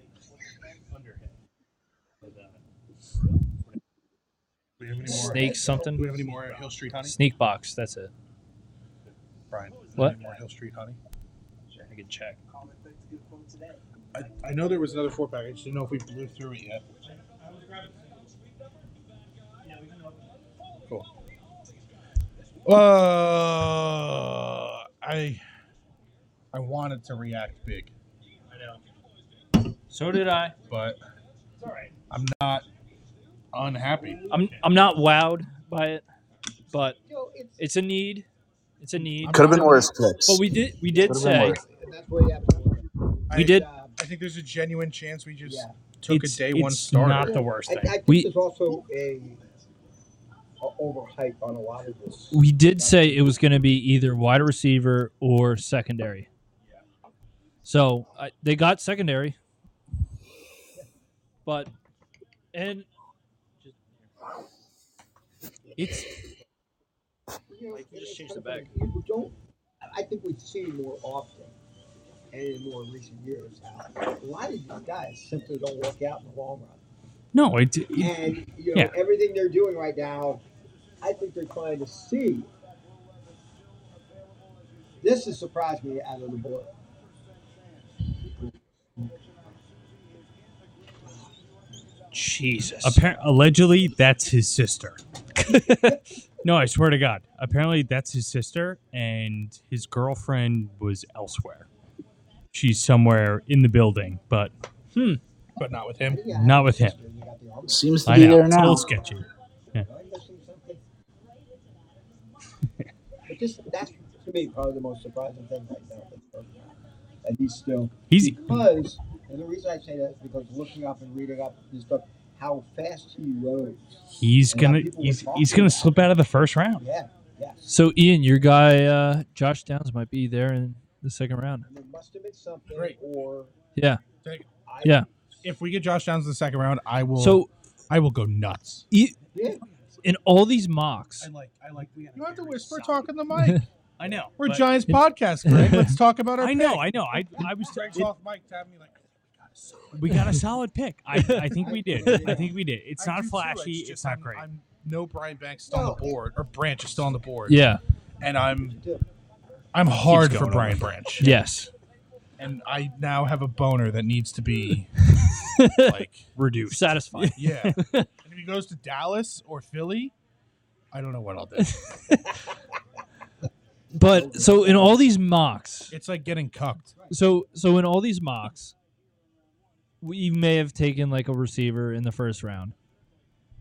Speaker 1: Do we have any more?
Speaker 2: Snake
Speaker 1: Do we
Speaker 2: something.
Speaker 1: have any more Hill Street honey,
Speaker 2: Sneak box. That's it.
Speaker 1: Brian? do we have
Speaker 2: What?
Speaker 1: Any more Hill Street honey?
Speaker 2: I can check.
Speaker 1: I, I know there was another four pack. I just didn't know if we blew through it yet. Cool. Uh, I I wanted to react big,
Speaker 2: So did I.
Speaker 1: but I'm not unhappy.
Speaker 2: I'm I'm not wowed by it, but it's a need. It's a need.
Speaker 8: Could have been worse picks.
Speaker 2: But we did we did
Speaker 8: Could've been
Speaker 2: say
Speaker 8: worse.
Speaker 7: and that's where you have to.
Speaker 1: I,
Speaker 2: we did
Speaker 1: I think there's a genuine chance we just
Speaker 7: Yeah.
Speaker 1: took
Speaker 3: It's-
Speaker 1: a day
Speaker 3: it's
Speaker 1: one starter.
Speaker 3: Not the worst
Speaker 7: I,
Speaker 3: thing.
Speaker 7: I think
Speaker 2: We-
Speaker 7: there's also a, a overhype on a lot of this.
Speaker 2: we did say it was going to be either wide receiver or secondary. So I, they got secondary, but and it's just change the back.
Speaker 7: You don't. I think we see more often, and in more recent years, how a lot of these guys simply don't work out in the long run.
Speaker 3: No, it, it-
Speaker 7: And you know
Speaker 3: Yeah.
Speaker 7: everything they're doing right now, I think they're trying to see. This has surprised me out of the blue.
Speaker 2: Jesus.
Speaker 3: appar- allegedly that's his sister. [LAUGHS] no, I swear to God. Apparently that's his sister, and his girlfriend was elsewhere. She's somewhere in the building, but
Speaker 1: but not with him.
Speaker 7: Yeah,
Speaker 3: Not with him.
Speaker 7: You got the arms.
Speaker 8: Seems to
Speaker 3: I
Speaker 8: be
Speaker 3: know
Speaker 8: there
Speaker 3: it's a
Speaker 8: now.
Speaker 3: little sketchy.
Speaker 7: Am I missing something? But this, that's to me probably the most surprising thing right now. that's going on. And he's still
Speaker 3: He's
Speaker 7: because, and the reason I say that is because looking up and reading up and stuff, how fast he rose.
Speaker 3: he's
Speaker 7: And how
Speaker 3: gonna
Speaker 7: people were
Speaker 3: he's,
Speaker 7: talking
Speaker 3: he's gonna
Speaker 7: about it.
Speaker 3: slip out of the first round.
Speaker 7: Yeah, yes.
Speaker 2: So Ian, your guy uh, Josh Downs might be there in the second round.
Speaker 7: And there must have been something,
Speaker 1: Great.
Speaker 7: or
Speaker 2: Yeah.
Speaker 7: I
Speaker 2: Yeah.
Speaker 1: If we get Josh Downs in the second round, I will.
Speaker 2: So
Speaker 1: I will go nuts.
Speaker 7: yeah. [LAUGHS]
Speaker 2: in all these mocks,
Speaker 1: like. I like. You have to whisper, talk in
Speaker 3: [LAUGHS]
Speaker 1: the mic.
Speaker 3: I know.
Speaker 1: We're Giants podcast, Greg. Let's talk about our.
Speaker 3: [LAUGHS] I know.
Speaker 1: pick.
Speaker 3: I know. I I was.
Speaker 1: Greg's
Speaker 3: it-
Speaker 1: off mic, tapping me like.
Speaker 3: we got a solid pick. I, I think we did. I think we did. It's
Speaker 1: I
Speaker 2: [LAUGHS]
Speaker 3: not
Speaker 1: do too,
Speaker 3: flashy. It's,
Speaker 1: just
Speaker 3: not
Speaker 1: I'm-
Speaker 3: great.
Speaker 1: I'm no Brian Banks is still on the board or Branch is still on the board.
Speaker 2: Yeah.
Speaker 1: and I'm I'm hard
Speaker 2: Keeps
Speaker 1: for
Speaker 2: going
Speaker 1: Brian
Speaker 2: over.
Speaker 1: Branch.
Speaker 2: Yes.
Speaker 1: and I now have a boner that needs
Speaker 3: [LAUGHS]
Speaker 1: to be like
Speaker 3: Reduced.
Speaker 1: [LAUGHS]
Speaker 2: Satisfying.
Speaker 1: yeah. and if he goes to Dallas or Philly, I don't know what
Speaker 3: [LAUGHS]
Speaker 1: I'll do.
Speaker 2: But so in all these mocks,
Speaker 1: It's like getting cucked.
Speaker 2: so so in all these mocks, we may have taken like a receiver in the first round,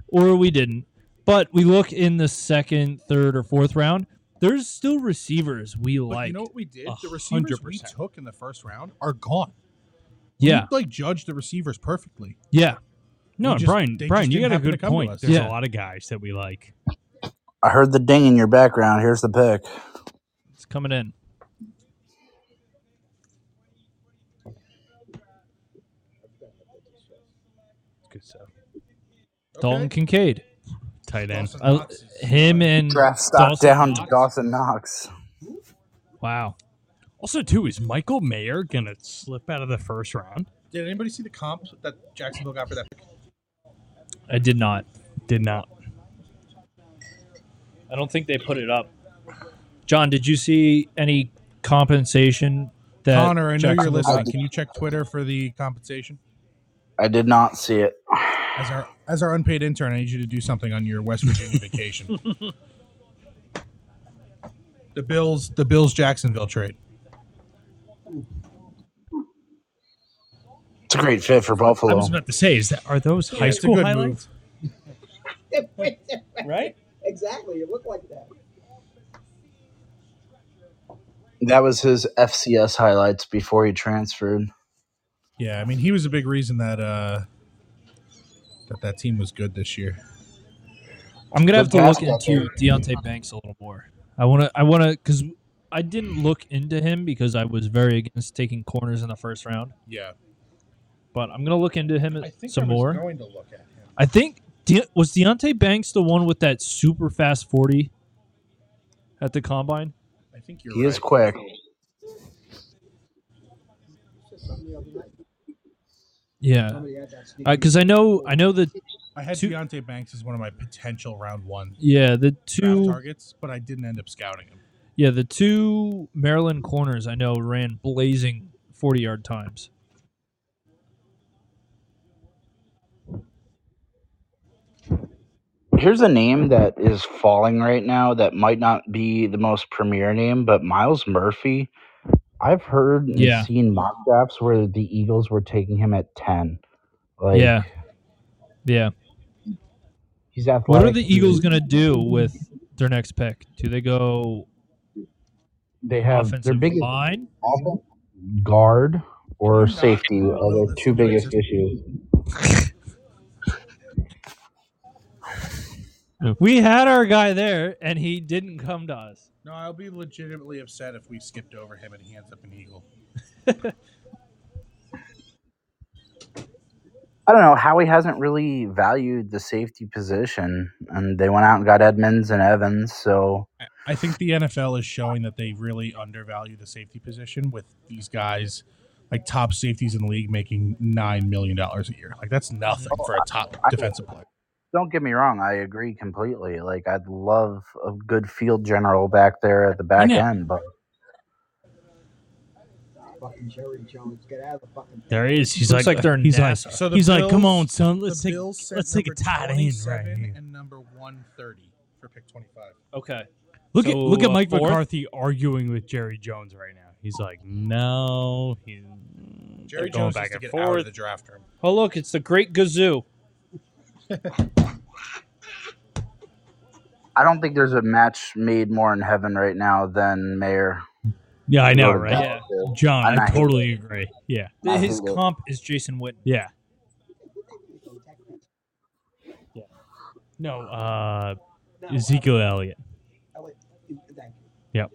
Speaker 2: or we didn't. But we look in the second, third, or fourth round. There's still receivers we
Speaker 1: But
Speaker 2: like.
Speaker 1: you know what we did?
Speaker 2: a
Speaker 1: The receivers we
Speaker 2: 100%.
Speaker 1: took in the first round are gone.
Speaker 2: yeah,
Speaker 1: we, like judged the receivers perfectly.
Speaker 2: yeah.
Speaker 3: No,
Speaker 1: We just-
Speaker 3: Brian,
Speaker 1: they just
Speaker 3: Brian, you got
Speaker 1: didn't
Speaker 3: a
Speaker 1: happen to
Speaker 3: good
Speaker 1: come to
Speaker 3: point.
Speaker 1: us.
Speaker 3: There's
Speaker 2: Yeah.
Speaker 3: a lot of guys that we like.
Speaker 8: I heard the ding in your background. Here's the pick.
Speaker 2: It's coming in.
Speaker 3: Good stuff.
Speaker 2: Dalton Kincaid,
Speaker 3: Tight end.
Speaker 1: Dawson
Speaker 2: I,
Speaker 1: Knox is-
Speaker 2: him
Speaker 3: Mm,
Speaker 2: and
Speaker 8: Draft stock
Speaker 2: Dawson
Speaker 8: down
Speaker 2: Knox.
Speaker 8: to Dawson Knox.
Speaker 2: wow.
Speaker 3: Also, too, is Michael Mayer gonna slip out of the first round?
Speaker 1: Did anybody see the comp that Jacksonville got for that? pick?
Speaker 2: I did not.
Speaker 3: Did not.
Speaker 2: I don't think they put it up. John, did you see any compensation that
Speaker 1: Connor, I know you're
Speaker 2: Jacksonville
Speaker 1: listening.
Speaker 8: got-
Speaker 1: Can you check Twitter for the compensation?
Speaker 8: I did not see it.
Speaker 1: As our as our unpaid intern, I need you to do something on your West
Speaker 2: [LAUGHS]
Speaker 1: Virginia vacation. The Bills, the Bills, Jacksonville trade.
Speaker 8: It's a great fit for
Speaker 3: I
Speaker 8: Buffalo.
Speaker 3: was about to say, is that are those high
Speaker 1: it's a
Speaker 3: school
Speaker 1: good
Speaker 3: highlights? Right?
Speaker 7: exactly. It looked like that.
Speaker 8: That was his FCS highlights before he transferred.
Speaker 1: Yeah, I mean, he was a big reason that uh that that team was good this year.
Speaker 2: I'm gonna have
Speaker 8: Good
Speaker 2: to look
Speaker 8: basketball
Speaker 2: into Deontay Banks a little more. I wanna, I wanna, because I didn't look into him because I was very against taking corners in the first round.
Speaker 1: Yeah,
Speaker 2: But I'm gonna look into him some more.
Speaker 1: going to look at him.
Speaker 2: I think De- was Deontay Banks the one with that super fast forty at the combine.
Speaker 1: I think you're
Speaker 8: He is quick.
Speaker 2: Yeah,
Speaker 7: Somebody had that sneaky.
Speaker 2: because I know, I know the
Speaker 1: I had
Speaker 2: Two-
Speaker 1: Deontay Banks as one of my potential round one
Speaker 2: yeah the
Speaker 1: draft
Speaker 2: two
Speaker 1: targets, but I didn't end up scouting him.
Speaker 2: yeah the two Maryland corners I know ran blazing forty yard times.
Speaker 8: Here's a name that is falling right now that might not be the most premier name, but Miles Murphy. I've heard and
Speaker 2: Yeah.
Speaker 8: seen mock drafts where the Eagles were taking him at 10. Like,
Speaker 2: Yeah, yeah.
Speaker 8: he's athletic.
Speaker 2: What are the Eagles
Speaker 8: He-
Speaker 2: going to do with their next pick? Do they go
Speaker 8: They have their
Speaker 2: offensive
Speaker 8: biggest
Speaker 2: line?
Speaker 8: offense, guard or
Speaker 1: Can you not
Speaker 8: safety
Speaker 1: put a
Speaker 8: are
Speaker 1: little
Speaker 8: their
Speaker 1: list
Speaker 8: two
Speaker 1: of what
Speaker 8: biggest
Speaker 1: exists?
Speaker 8: issues.
Speaker 2: We had our guy there, and he didn't come to us.
Speaker 1: No, I'll be legitimately upset if we skipped over him and he ends up an Eagle.
Speaker 8: I don't know. Howie hasn't really valued the safety position, and they went out and got Edmonds and Evans. So
Speaker 1: I- I think the NFL is showing that they really undervalue the safety position with these guys, like top safeties in the league, making nine million dollars a year. Like that's nothing for a
Speaker 3: Oh,
Speaker 1: top defensive player.
Speaker 8: don't get me wrong, I agree completely. Like I'd love a good field general back there at the back
Speaker 3: Yeah.
Speaker 8: end, but
Speaker 7: Fucking Jerry Jones, get out of the fucking.
Speaker 3: There he is. He's
Speaker 2: Looks like they're
Speaker 3: he's like,
Speaker 2: NASA.
Speaker 1: So
Speaker 3: he's like, come
Speaker 1: Bills-
Speaker 3: on, son, let's
Speaker 1: the
Speaker 3: take
Speaker 1: Bills sent
Speaker 3: let's take a
Speaker 1: number
Speaker 3: tight end right
Speaker 1: 27
Speaker 3: here.
Speaker 1: and number one thirty for pick twenty five.
Speaker 2: Okay.
Speaker 3: Look at look
Speaker 2: So,
Speaker 3: at
Speaker 2: uh,
Speaker 3: Mike
Speaker 2: fourth?
Speaker 3: McCarthy arguing with Jerry Jones right now. He's like, no, he's
Speaker 1: Jerry
Speaker 3: going
Speaker 1: Jones
Speaker 3: back
Speaker 1: needs to
Speaker 3: and
Speaker 1: get
Speaker 3: forth.
Speaker 1: out of the draft
Speaker 3: [SIGHS]
Speaker 1: room.
Speaker 2: Oh, look, it's the great Gazoo.
Speaker 8: I don't think there's a match made more in heaven right now than Mayer.
Speaker 3: Yeah, I know,
Speaker 8: Loaded
Speaker 3: right?
Speaker 8: down
Speaker 2: Yeah.
Speaker 8: too.
Speaker 3: John,
Speaker 8: I'm
Speaker 3: I
Speaker 8: not-
Speaker 3: totally agree. Yeah,
Speaker 8: I
Speaker 2: His
Speaker 8: hate it.
Speaker 2: comp is Jason Witten.
Speaker 3: yeah, no, uh,
Speaker 7: No,
Speaker 3: Ezekiel Elliott.
Speaker 7: I- I would- thank you.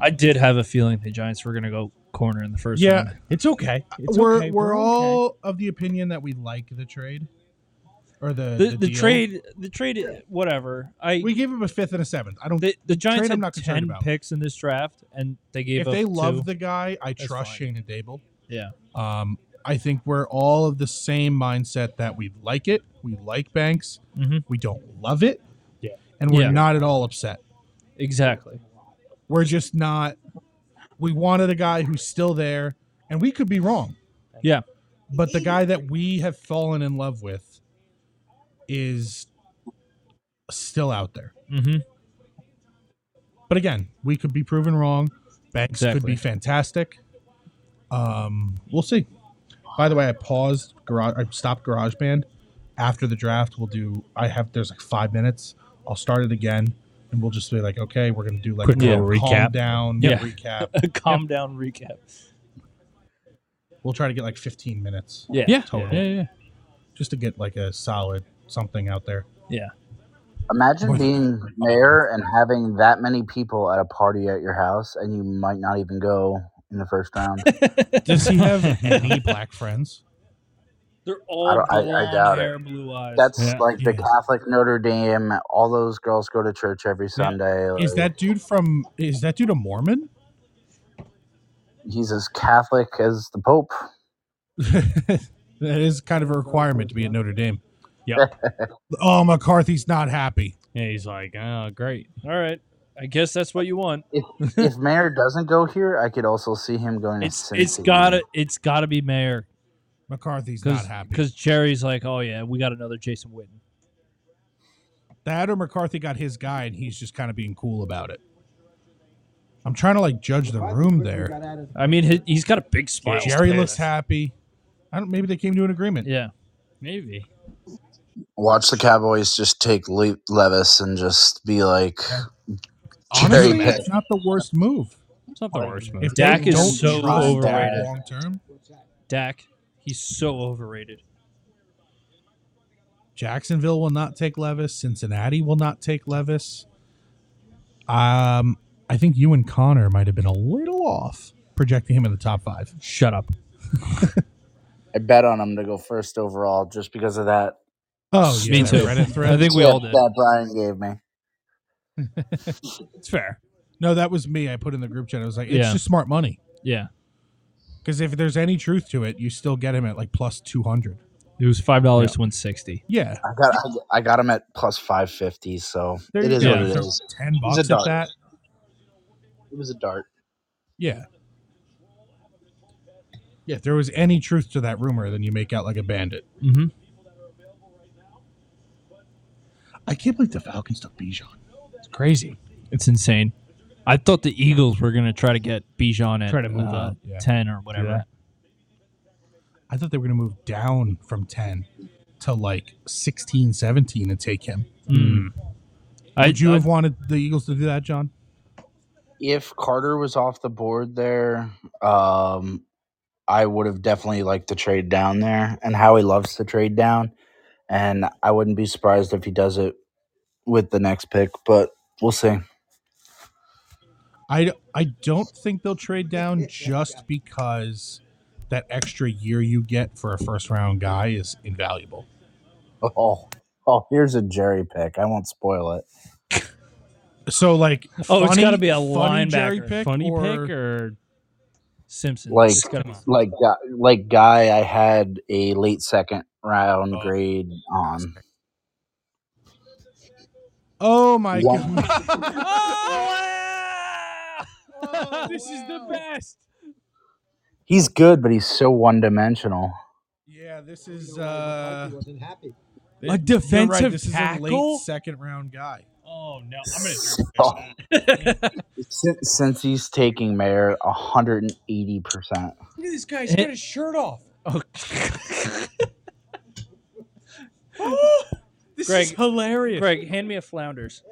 Speaker 2: I did have a feeling the Giants were going to go corner in the first
Speaker 1: Yeah.
Speaker 2: round.
Speaker 3: It's okay. It's
Speaker 1: we're
Speaker 3: okay.
Speaker 1: we're,
Speaker 3: okay.
Speaker 1: all of the opinion that we like the trade or the
Speaker 2: The, the,
Speaker 1: deal.
Speaker 2: trade, the trade, whatever. I
Speaker 1: We gave him a fifth and a seventh. I don't.
Speaker 2: the, the Giants
Speaker 1: trade I'm
Speaker 2: had
Speaker 1: not concerned
Speaker 2: ten
Speaker 1: about.
Speaker 2: picks in this draft, and they gave
Speaker 1: if
Speaker 2: up
Speaker 1: they love
Speaker 2: two.
Speaker 1: the guy, I
Speaker 2: That's
Speaker 1: trust
Speaker 2: fine.
Speaker 1: Shane and Dable.
Speaker 2: Yeah.
Speaker 1: Um, I think we're all of the same mindset that we like it. We like Banks.
Speaker 2: Mhm.
Speaker 1: We don't love it.
Speaker 3: Yeah.
Speaker 1: And we're
Speaker 2: Yeah.
Speaker 1: not at all upset.
Speaker 2: Exactly.
Speaker 1: We're just not. We wanted a guy who's still there, and we could be wrong.
Speaker 2: Yeah.
Speaker 1: But the guy that we have fallen in love with is still out there.
Speaker 2: Mm-hmm.
Speaker 1: But again, we could be proven wrong. Banks could
Speaker 2: Exactly.
Speaker 1: be fantastic. Um, we'll see. By the way, I paused garage. I stopped GarageBand after the draft. We'll do. I have. There's like five minutes. I'll start it again, and we'll just be like, okay, we're gonna do like
Speaker 3: Quick
Speaker 1: a
Speaker 3: little
Speaker 1: calm
Speaker 3: recap.
Speaker 1: down,
Speaker 2: Yeah.
Speaker 1: recap.
Speaker 2: [LAUGHS] Calm down. Recap.
Speaker 1: We'll try to get like 15 minutes
Speaker 2: Yeah.
Speaker 3: Yeah.
Speaker 1: Totally.
Speaker 3: Yeah. yeah.
Speaker 1: just to get like a solid something out there.
Speaker 8: Imagine
Speaker 1: What-
Speaker 8: being mayor and having that many people at a party at your house, and you might not even go in the first
Speaker 1: [LAUGHS]
Speaker 8: round.
Speaker 1: [LAUGHS] Does he have any black friends?
Speaker 2: They're
Speaker 8: I
Speaker 2: all
Speaker 8: don't- I- I
Speaker 2: blonde
Speaker 8: doubt it.
Speaker 2: hair, blue eyes.
Speaker 8: That's
Speaker 1: Yeah,
Speaker 8: like the
Speaker 1: yeah.
Speaker 8: Catholic Notre Dame. All those girls go to church every Sunday.
Speaker 1: Is
Speaker 8: like,
Speaker 1: that dude from? Is that dude a Mormon?
Speaker 8: he's as Catholic as the Pope?
Speaker 1: that is kind of a requirement to be at Notre Dame. [LAUGHS] Oh, McCarthy's not happy.
Speaker 3: Yeah, he's like, oh, great.
Speaker 2: all right. I guess that's what you want.
Speaker 1: [LAUGHS]
Speaker 8: if, if Mayor doesn't go here, I could also see him going.
Speaker 2: It's
Speaker 8: to
Speaker 2: it's
Speaker 8: Cincy.
Speaker 2: gotta it's gotta be mayor
Speaker 1: McCarthy's not
Speaker 2: because
Speaker 1: happy.
Speaker 2: because Jerry's like, oh yeah, we got another Jason Witten.
Speaker 1: That or McCarthy got his guy, and he's just kind of being cool about it. I'm trying to like judge the room there.
Speaker 2: I mean, he, he's got a big smile.
Speaker 1: Jerry
Speaker 2: today.
Speaker 1: looks happy. I don't. Maybe they came to an agreement.
Speaker 2: Yeah.
Speaker 3: Maybe.
Speaker 8: watch the Cowboys just take Le- Levis and just be like,
Speaker 1: Honestly,
Speaker 8: Jerry
Speaker 1: it's not the worst move.
Speaker 3: It's not the worst move.
Speaker 1: If
Speaker 2: Dak
Speaker 1: they
Speaker 2: is
Speaker 1: don't
Speaker 2: so
Speaker 1: trust Dak
Speaker 2: overrated.
Speaker 1: long term.
Speaker 2: Dak, he's so overrated.
Speaker 1: Jacksonville will not take Levis. Cincinnati will not take Levis. Um, I think you and Connor might have been a little off projecting him in the top five.
Speaker 2: Shut up.
Speaker 8: I bet on him to go first overall just because of that.
Speaker 1: Oh, yeah,
Speaker 2: Me
Speaker 1: that
Speaker 2: too.
Speaker 1: Reddit thread.
Speaker 2: I think we all
Speaker 8: tip
Speaker 2: did.
Speaker 8: that Brian gave me.
Speaker 1: it's fair. No, that was me. I put in the group chat. I was like, it's
Speaker 2: Yeah.
Speaker 1: just smart money
Speaker 2: Yeah.
Speaker 1: because if there's any truth to it, you still get him at like plus two hundred.
Speaker 2: It was five dollars to win sixty.
Speaker 1: Yeah,
Speaker 8: I got I, I got him at plus five fifty, so
Speaker 1: there
Speaker 8: it
Speaker 1: you
Speaker 8: is
Speaker 1: go.
Speaker 8: what it
Speaker 1: Throw
Speaker 8: is.
Speaker 1: Ten
Speaker 8: a
Speaker 1: bucks at
Speaker 8: dart.
Speaker 1: that.
Speaker 8: It was a dart.
Speaker 1: Yeah. Yeah, if there was any truth to that rumor, then you make out like a bandit.
Speaker 2: Mm-hmm.
Speaker 1: I can't believe the Falcons took Bijan.
Speaker 3: It's crazy.
Speaker 2: It's insane. I thought the Eagles were gonna try to get Bijan at
Speaker 3: Try to move
Speaker 2: uh,
Speaker 3: up, yeah.
Speaker 2: ten or whatever.
Speaker 3: that.
Speaker 1: I thought they were going to move down from 10 to like 16, 17 and take him. Hmm.
Speaker 2: Mm. I,
Speaker 1: Would you
Speaker 2: I-
Speaker 1: have wanted the Eagles to do that, John?
Speaker 8: If Carter was off the board there, um, I would have definitely liked to trade down there, and Howie loves to trade down, and I wouldn't be surprised if he does it with the next pick, but we'll see.
Speaker 1: I, I don't think they'll trade down just because that extra year you get for a first round guy is invaluable.
Speaker 8: [LAUGHS] Oh, oh, here's a Jerry pick. I won't spoil it.
Speaker 1: So, like,
Speaker 2: Oh, it's
Speaker 1: funny-
Speaker 2: gotta be a
Speaker 1: funny Jerry
Speaker 2: linebacker.
Speaker 1: pick
Speaker 3: Funny
Speaker 1: or,
Speaker 3: pick or
Speaker 2: Simpson.
Speaker 8: Like-
Speaker 2: It's gotta be-
Speaker 8: Like, gu- like guy, I had a late second round
Speaker 1: Oh.
Speaker 8: grade on.
Speaker 1: Oh my
Speaker 8: Yeah.
Speaker 3: [LAUGHS]
Speaker 1: God.
Speaker 3: this is the best.
Speaker 8: He's good, but he's so one dimensional.
Speaker 1: Yeah, this is uh,
Speaker 7: wasn't happy.
Speaker 1: you're right,
Speaker 3: defensive
Speaker 1: this is a
Speaker 3: tackle?
Speaker 1: late second round guy.
Speaker 3: Oh no,
Speaker 8: So, since, Oh. since he's taking Mayor 180 percent,
Speaker 5: Look at this guy.
Speaker 2: he's got
Speaker 5: his shirt off.
Speaker 2: Oh,
Speaker 3: this
Speaker 2: Greg-
Speaker 3: is hilarious.
Speaker 2: Greg, hand me a Flounders.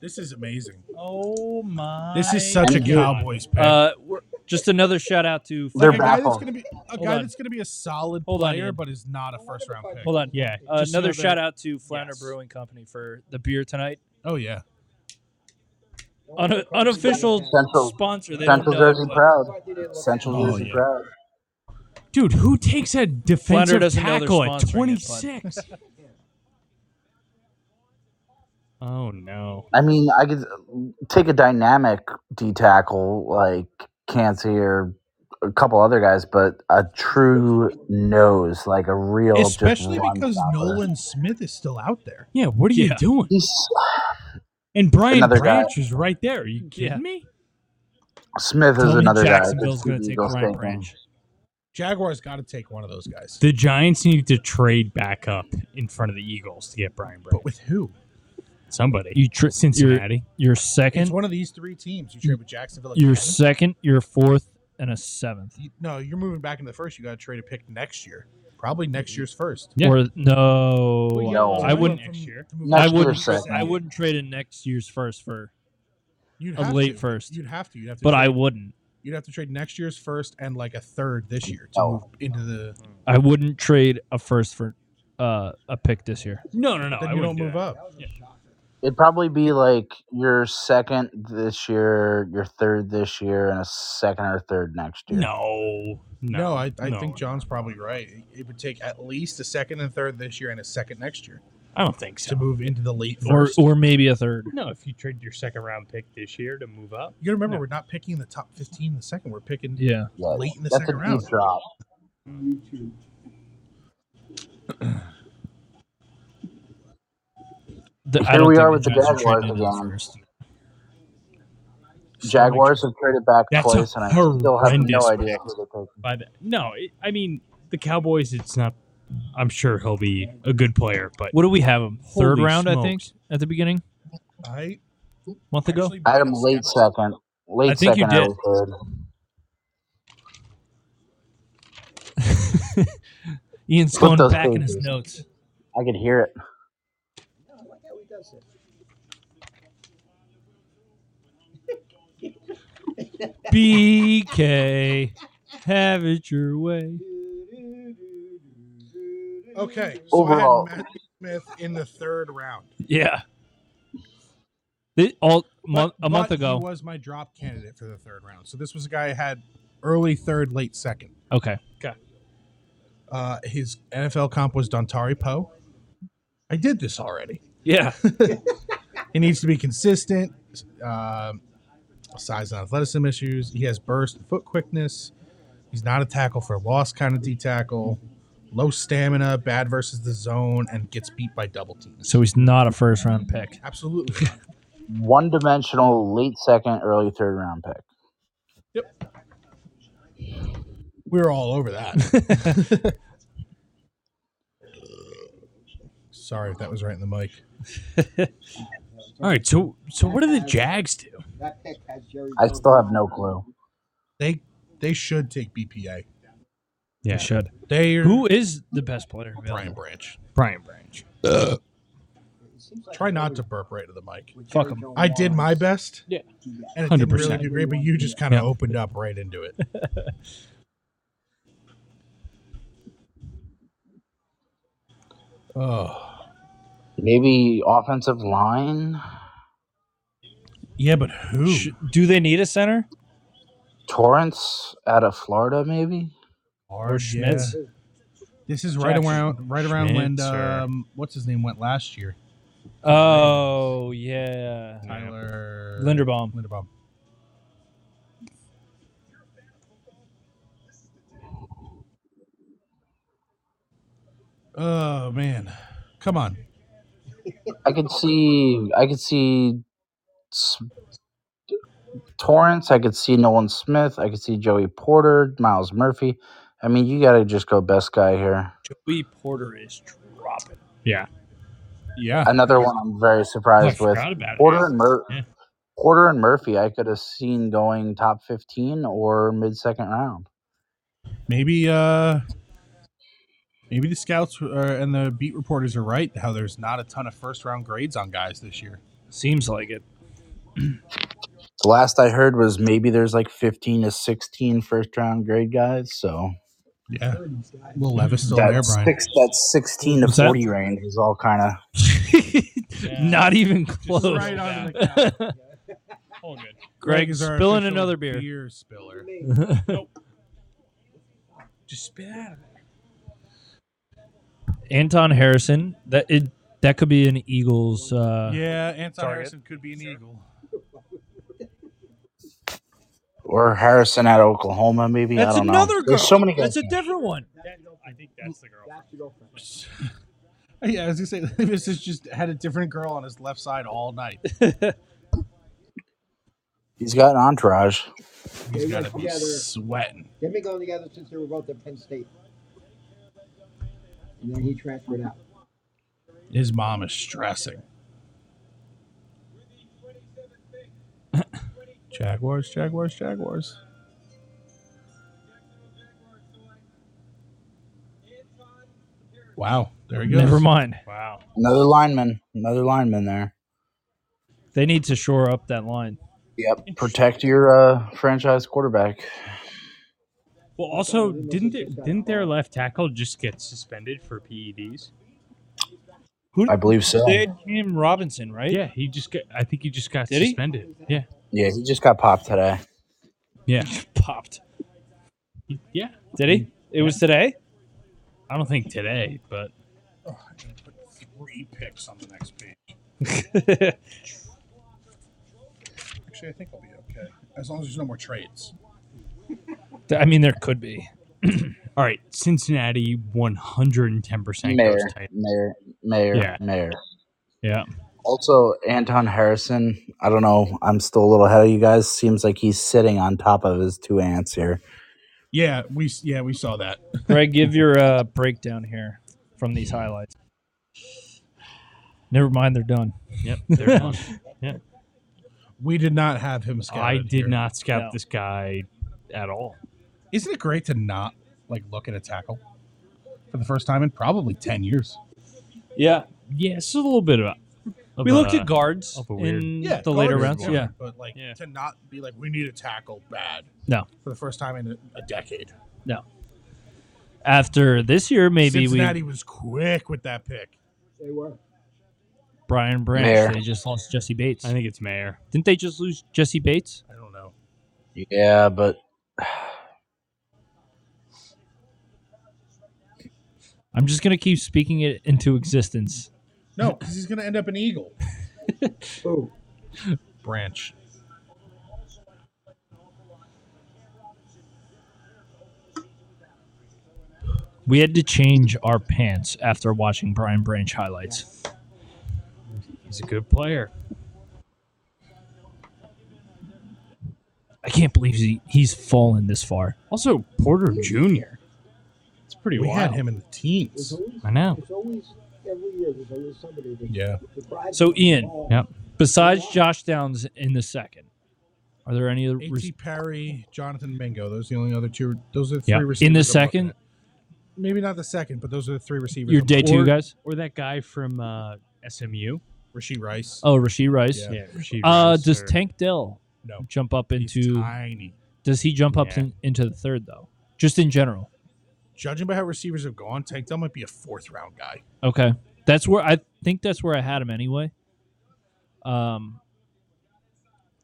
Speaker 1: This is amazing.
Speaker 3: Oh my!
Speaker 1: This is such a
Speaker 8: And you-
Speaker 1: Cowboys pick.
Speaker 2: Uh, we're, just another shout out to.
Speaker 8: They're
Speaker 1: like a guy that's
Speaker 8: baffled.
Speaker 1: going to be a
Speaker 2: Hold
Speaker 1: guy
Speaker 2: on.
Speaker 1: that's going to be a solid
Speaker 2: Hold on,
Speaker 1: player,
Speaker 2: Ian.
Speaker 1: but is not a first round pick.
Speaker 2: Hold on.
Speaker 3: Yeah.
Speaker 2: Uh,
Speaker 3: just
Speaker 2: another
Speaker 3: know that-
Speaker 2: shout out to Flounder
Speaker 3: Yes.
Speaker 2: Brewing Company for the beer tonight.
Speaker 1: Oh yeah,
Speaker 2: Un- unofficial
Speaker 8: Central-
Speaker 2: sponsor. They don't
Speaker 8: Central
Speaker 2: know.
Speaker 8: Jersey
Speaker 2: but
Speaker 8: proud. Central
Speaker 1: Oh,
Speaker 8: Jersey
Speaker 1: yeah.
Speaker 8: proud.
Speaker 3: Dude, who takes a defensive
Speaker 2: doesn't know they're
Speaker 3: tackle at
Speaker 2: sponsoring it, but- [LAUGHS]
Speaker 3: 26? oh no.
Speaker 8: I mean, I could take a dynamic D tackle like Canty or a couple other guys, but a true nose, like a real, just
Speaker 1: especially
Speaker 8: run
Speaker 1: because
Speaker 8: stopper.
Speaker 1: Nolan Smith is still out there.
Speaker 3: Yeah, what are you
Speaker 1: Yeah.
Speaker 3: doing?
Speaker 8: He's-
Speaker 3: And Brian
Speaker 8: Another guy.
Speaker 3: Branch is right there. Are you kidding
Speaker 2: Yeah.
Speaker 3: me?
Speaker 8: Smith is
Speaker 3: Tell me
Speaker 8: another guy. that
Speaker 3: Jacksonville's
Speaker 8: could
Speaker 3: going to take
Speaker 8: see the Eagles
Speaker 3: Brian
Speaker 8: taking.
Speaker 3: Branch.
Speaker 1: Jaguars got to take one of those guys,
Speaker 3: The Giants need to trade back up in front of the Eagles to get Brian Branch.
Speaker 1: but with who?
Speaker 3: Somebody.
Speaker 2: You tr-
Speaker 3: Cincinnati.
Speaker 2: Your
Speaker 1: It's
Speaker 2: second,
Speaker 1: one of these three teams. You trade with Jacksonville.
Speaker 2: your
Speaker 1: again?
Speaker 2: second, your fourth, and a seventh.
Speaker 1: You- no, you're moving back into the first. You got to trade a pick next year, probably next year's first.
Speaker 3: Yeah.
Speaker 2: Or no,
Speaker 1: Well, you
Speaker 8: No.
Speaker 1: gotta
Speaker 2: I
Speaker 1: move
Speaker 2: wouldn't.
Speaker 1: up from- to move up
Speaker 8: Next
Speaker 2: I
Speaker 1: from
Speaker 8: year's
Speaker 2: wouldn't.
Speaker 1: first
Speaker 8: second.
Speaker 2: I
Speaker 1: round.
Speaker 2: wouldn't trade in next year's first for,
Speaker 1: You'd
Speaker 2: a
Speaker 1: have
Speaker 2: late
Speaker 1: to.
Speaker 2: first.
Speaker 1: You'd have to. You'd have to.
Speaker 2: but
Speaker 1: trade,
Speaker 2: I wouldn't.
Speaker 1: You'd have to trade next year's first and like a third this year to
Speaker 8: No.
Speaker 1: move into the.
Speaker 2: I wouldn't trade a first for uh, a pick this year.
Speaker 3: No, no, no.
Speaker 1: then
Speaker 3: I
Speaker 1: you
Speaker 3: wouldn't
Speaker 1: don't
Speaker 3: do
Speaker 1: move
Speaker 3: that.
Speaker 1: up.
Speaker 8: It'd probably be like your second this year, your third this year, and a second or third next year.
Speaker 3: No, no.
Speaker 1: No, I, I
Speaker 3: no,
Speaker 1: think
Speaker 3: no.
Speaker 1: John's probably right. It- It would take at least a second and third this year and a second next year
Speaker 3: I don't think
Speaker 1: to
Speaker 3: so.
Speaker 1: move into the late
Speaker 2: Or,
Speaker 1: first.
Speaker 2: or maybe a third.
Speaker 3: No, if you trade your second round pick this year to move up,
Speaker 1: you gotta remember,
Speaker 3: No.
Speaker 1: we're not picking the top fifteen in the second. We're picking
Speaker 2: Yeah.
Speaker 8: Yeah,
Speaker 1: late in the
Speaker 8: that's a
Speaker 1: second round.
Speaker 8: deep drop.
Speaker 2: The, I
Speaker 8: Here
Speaker 2: don't
Speaker 8: we
Speaker 2: think
Speaker 8: are with the
Speaker 2: Giants
Speaker 8: Jaguars
Speaker 2: trading in the
Speaker 8: again.
Speaker 2: first.
Speaker 3: So
Speaker 8: Jaguars
Speaker 3: much-
Speaker 8: have traded back
Speaker 3: That's a
Speaker 8: twice, and I still have
Speaker 3: horrendous
Speaker 8: no idea
Speaker 3: pick.
Speaker 8: who they're taking.
Speaker 3: by the no. It, I mean the Cowboys. It's not. I'm sure he'll be a good player, but
Speaker 2: What do we have him? Third
Speaker 3: Holy
Speaker 2: round, I think,
Speaker 3: smokes.
Speaker 2: at the beginning,
Speaker 1: I
Speaker 2: month ago.
Speaker 1: actually
Speaker 8: I had him
Speaker 1: bought
Speaker 8: late
Speaker 1: Stats-
Speaker 8: second, late
Speaker 3: I think you
Speaker 8: second,
Speaker 3: did.
Speaker 8: early third.
Speaker 2: Ian's
Speaker 8: Flip
Speaker 2: going
Speaker 8: those
Speaker 2: back in his
Speaker 8: pages.
Speaker 2: notes.
Speaker 8: I could hear it.
Speaker 2: BK, have it your way.
Speaker 1: Okay, so
Speaker 8: Overall.
Speaker 1: I had Matthew Smith in the third round.
Speaker 2: Yeah. They- all month,
Speaker 1: But-
Speaker 2: a month
Speaker 1: but he
Speaker 2: ago.
Speaker 1: was my drop candidate for the third round. So this was a guy I had early third, late second.
Speaker 2: Okay.
Speaker 1: Uh, his NFL comp was Dontari Poe. I did this already.
Speaker 2: Yeah.
Speaker 1: He needs to be consistent. Um, size and athleticism issues. He has burst and foot quickness. He's not a tackle for loss kind of D tackle. Low stamina, bad versus the zone, and gets beat by double teams.
Speaker 2: So he's not a first
Speaker 3: [LAUGHS]
Speaker 2: round pick.
Speaker 1: Absolutely. [LAUGHS]
Speaker 8: One dimensional late second, early third round pick.
Speaker 1: we were all over that. Sorry if that was right in the mic.
Speaker 3: all right. So so what do the Jags do?
Speaker 7: That pick has Jerry.
Speaker 8: I still have no clue.
Speaker 1: They they should take BPA.
Speaker 3: Yeah,
Speaker 2: should.
Speaker 1: They are
Speaker 2: Who is the best player?
Speaker 1: Brian Branch.
Speaker 3: Brian Branch.
Speaker 1: Try not to burp right to the mic.
Speaker 2: Fuck him.
Speaker 1: I did my best.
Speaker 2: Yeah.
Speaker 1: And it didn't
Speaker 2: 100%.
Speaker 1: really do great, but you just kind of
Speaker 2: Yeah.
Speaker 1: opened up right into it. [LAUGHS] oh.
Speaker 8: Maybe offensive line.
Speaker 1: Yeah, but who?
Speaker 2: Sh- do they need a center?
Speaker 8: Torrance out of Florida, maybe.
Speaker 1: Or,
Speaker 2: Or Schmitz?
Speaker 1: This is right
Speaker 2: Jackson
Speaker 1: around right around when
Speaker 3: Schmitz or-
Speaker 1: um, what's his name went last year.
Speaker 2: Oh, yeah.
Speaker 1: Tyler
Speaker 2: Linderbaum.
Speaker 1: Linderbaum. Oh man, come on!
Speaker 8: I could see. I could see. S- Torrance. I could see Nolan Smith. I could see Joey Porter, Miles Murphy. I mean, you got to just go best guy here.
Speaker 2: Joey Porter is dropping.
Speaker 3: Yeah,
Speaker 1: Yeah,
Speaker 8: Another one I'm very
Speaker 3: I
Speaker 8: surprised with.
Speaker 3: forgot about it.
Speaker 8: Porter and Mur-
Speaker 3: Yeah.
Speaker 8: Porter and Murphy. I could have seen going top fifteen or mid second round.
Speaker 1: maybe uh, maybe the scouts uh, and the beat reporters are right. How there's not a ton of first round grades on guys this year.
Speaker 2: Seems like [LAUGHS] it.
Speaker 8: The last I heard was maybe there's like 15 to 16 first round grade guys. So
Speaker 1: Yeah, Will Levis still
Speaker 8: that,
Speaker 1: there, Brian?
Speaker 8: six, that 16 to
Speaker 2: What's that?
Speaker 8: 40 range is all kind of.
Speaker 2: Not even close.
Speaker 1: right onto the cap.
Speaker 2: [LAUGHS]
Speaker 3: All good.
Speaker 2: Greg
Speaker 1: our
Speaker 2: spilling
Speaker 1: official
Speaker 2: another beer.
Speaker 1: Beer
Speaker 7: [LAUGHS]
Speaker 1: spiller.
Speaker 3: Just spit out of it.
Speaker 2: Anton Harrison. That it that could be an Eagles. Uh,
Speaker 1: yeah, Anton
Speaker 3: Target.
Speaker 1: Harrison could be an eagle.
Speaker 8: or Harrison out of Oklahoma, maybe.
Speaker 2: That's
Speaker 8: I don't
Speaker 2: another
Speaker 8: know.
Speaker 2: girl.
Speaker 8: There's so many guys.
Speaker 2: That's a different one.
Speaker 3: I think that's the girl.
Speaker 1: [LAUGHS] Yeah, I was gonna say [LAUGHS] this is just had a different girl on his left side all night.
Speaker 8: He's got an entourage.
Speaker 7: They
Speaker 1: He's gotta
Speaker 7: went
Speaker 1: be
Speaker 7: together.
Speaker 1: sweating.
Speaker 7: They've been going together since they were both at Penn State. And then he transferred out.
Speaker 1: His mom is stressing. Jaguars, Jaguars, Jaguars. Wow, there he goes.
Speaker 2: Never mind.
Speaker 3: Wow.
Speaker 8: Another lineman. Another lineman there.
Speaker 2: They need to shore up that line.
Speaker 8: Yep. Protect your uh, franchise quarterback.
Speaker 3: Well, also, didn't they, didn't their left tackle just get suspended for E PEDs?
Speaker 8: I believe so.
Speaker 2: They had Cam Robinson, right?
Speaker 3: Yeah, he just got. I think he just got
Speaker 2: Did he?
Speaker 3: suspended. Yeah,
Speaker 8: Yeah, he just got popped today.
Speaker 3: yeah,
Speaker 2: Popped.
Speaker 3: He- yeah.
Speaker 2: Did he? It was [LAUGHS] today.
Speaker 3: I don't think today, but
Speaker 1: Oh, Three picks on the next page. Actually, I think I'll be okay as long as there's no more trades.
Speaker 2: I mean, there could be.
Speaker 3: [CLEARS THROAT] all right. Cincinnati, one hundred and ten percent goes
Speaker 8: Mayor,
Speaker 3: tight.
Speaker 8: mayor, mayor,
Speaker 3: Yeah.
Speaker 8: mayor.
Speaker 3: Yeah.
Speaker 8: Also, Anton Harrison. I don't know. I'm still a little ahead of you guys. Seems like he's sitting on top of his two ants here.
Speaker 1: Yeah, we yeah we saw that.
Speaker 2: Greg, give your uh, breakdown here from these highlights. Never mind, they're done.
Speaker 3: Yep.
Speaker 2: [LAUGHS]
Speaker 3: They're done.
Speaker 1: We did not have him.
Speaker 3: I
Speaker 1: scouted
Speaker 3: did
Speaker 1: here.
Speaker 3: not scout
Speaker 2: No.
Speaker 3: this guy at all.
Speaker 1: Isn't it great to not like look at a tackle for the first time in probably ten years?
Speaker 2: Yeah,
Speaker 3: Yeah, it's a little bit of. of
Speaker 2: we looked
Speaker 3: a-
Speaker 2: at guards
Speaker 3: up a weird-
Speaker 2: in
Speaker 1: Yeah,
Speaker 2: the later
Speaker 1: guard is
Speaker 2: rounds.
Speaker 1: different,
Speaker 2: Yeah,
Speaker 1: but like
Speaker 3: Yeah.
Speaker 1: to not be like we need a tackle bad.
Speaker 2: No.
Speaker 1: for the first time in a, a decade.
Speaker 2: after this year, maybe
Speaker 1: Cincinnati was quick with that pick.
Speaker 7: They were.
Speaker 2: we Brian Branch.
Speaker 8: Mayor.
Speaker 2: They just lost Jesse Bates.
Speaker 3: I think it's Mayor.
Speaker 2: Didn't they just lose Jesse Bates?
Speaker 1: I don't know.
Speaker 8: Yeah, but
Speaker 2: I'm just gonna keep speaking it into existence.
Speaker 1: No, because he's going to end up an Eagle.
Speaker 7: Who?
Speaker 1: Branch.
Speaker 2: We had to change our pants after watching Brian Branch highlights.
Speaker 3: He's a good player.
Speaker 2: I can't believe he, he's fallen this far.
Speaker 3: Also, Porter Jr. It's pretty
Speaker 1: We
Speaker 3: wild.
Speaker 1: had him in the
Speaker 7: There's
Speaker 1: teens.
Speaker 7: always,
Speaker 3: I know.
Speaker 7: there's always, every year, there's always somebody that
Speaker 1: Yeah.
Speaker 7: deprives
Speaker 2: So,
Speaker 7: them of the
Speaker 2: Ian,
Speaker 7: ball.
Speaker 3: Yep.
Speaker 2: Besides Josh Downs in the second, are there any other
Speaker 1: A.T. Perry, Jonathan Mingo. Those are the only other two. Those are the three
Speaker 3: Yeah. In the
Speaker 1: receivers.
Speaker 2: in
Speaker 1: I'm
Speaker 2: the
Speaker 1: looking
Speaker 2: second?
Speaker 1: at. Maybe not the second, but those are the three receivers.
Speaker 2: Your
Speaker 1: I'm
Speaker 2: day
Speaker 1: looking
Speaker 2: two
Speaker 1: at.
Speaker 2: guys?
Speaker 3: Or that guy from uh, SMU.
Speaker 1: Or Rasheed Rice.
Speaker 2: Oh, Rasheed Rice.
Speaker 1: Yeah.
Speaker 3: Yeah. Rasheed
Speaker 2: Uh,
Speaker 3: Rice
Speaker 2: does
Speaker 3: or-
Speaker 2: Tank Dell
Speaker 1: No.
Speaker 2: jump up
Speaker 1: He's
Speaker 2: into?
Speaker 1: tiny.
Speaker 2: Does he jump up
Speaker 3: Yeah.
Speaker 2: in, into the third though? Just in general.
Speaker 1: Judging by how receivers have gone, Tank Dell might be a fourth round guy.
Speaker 2: Okay, that's where I think that's where I had him anyway. Um,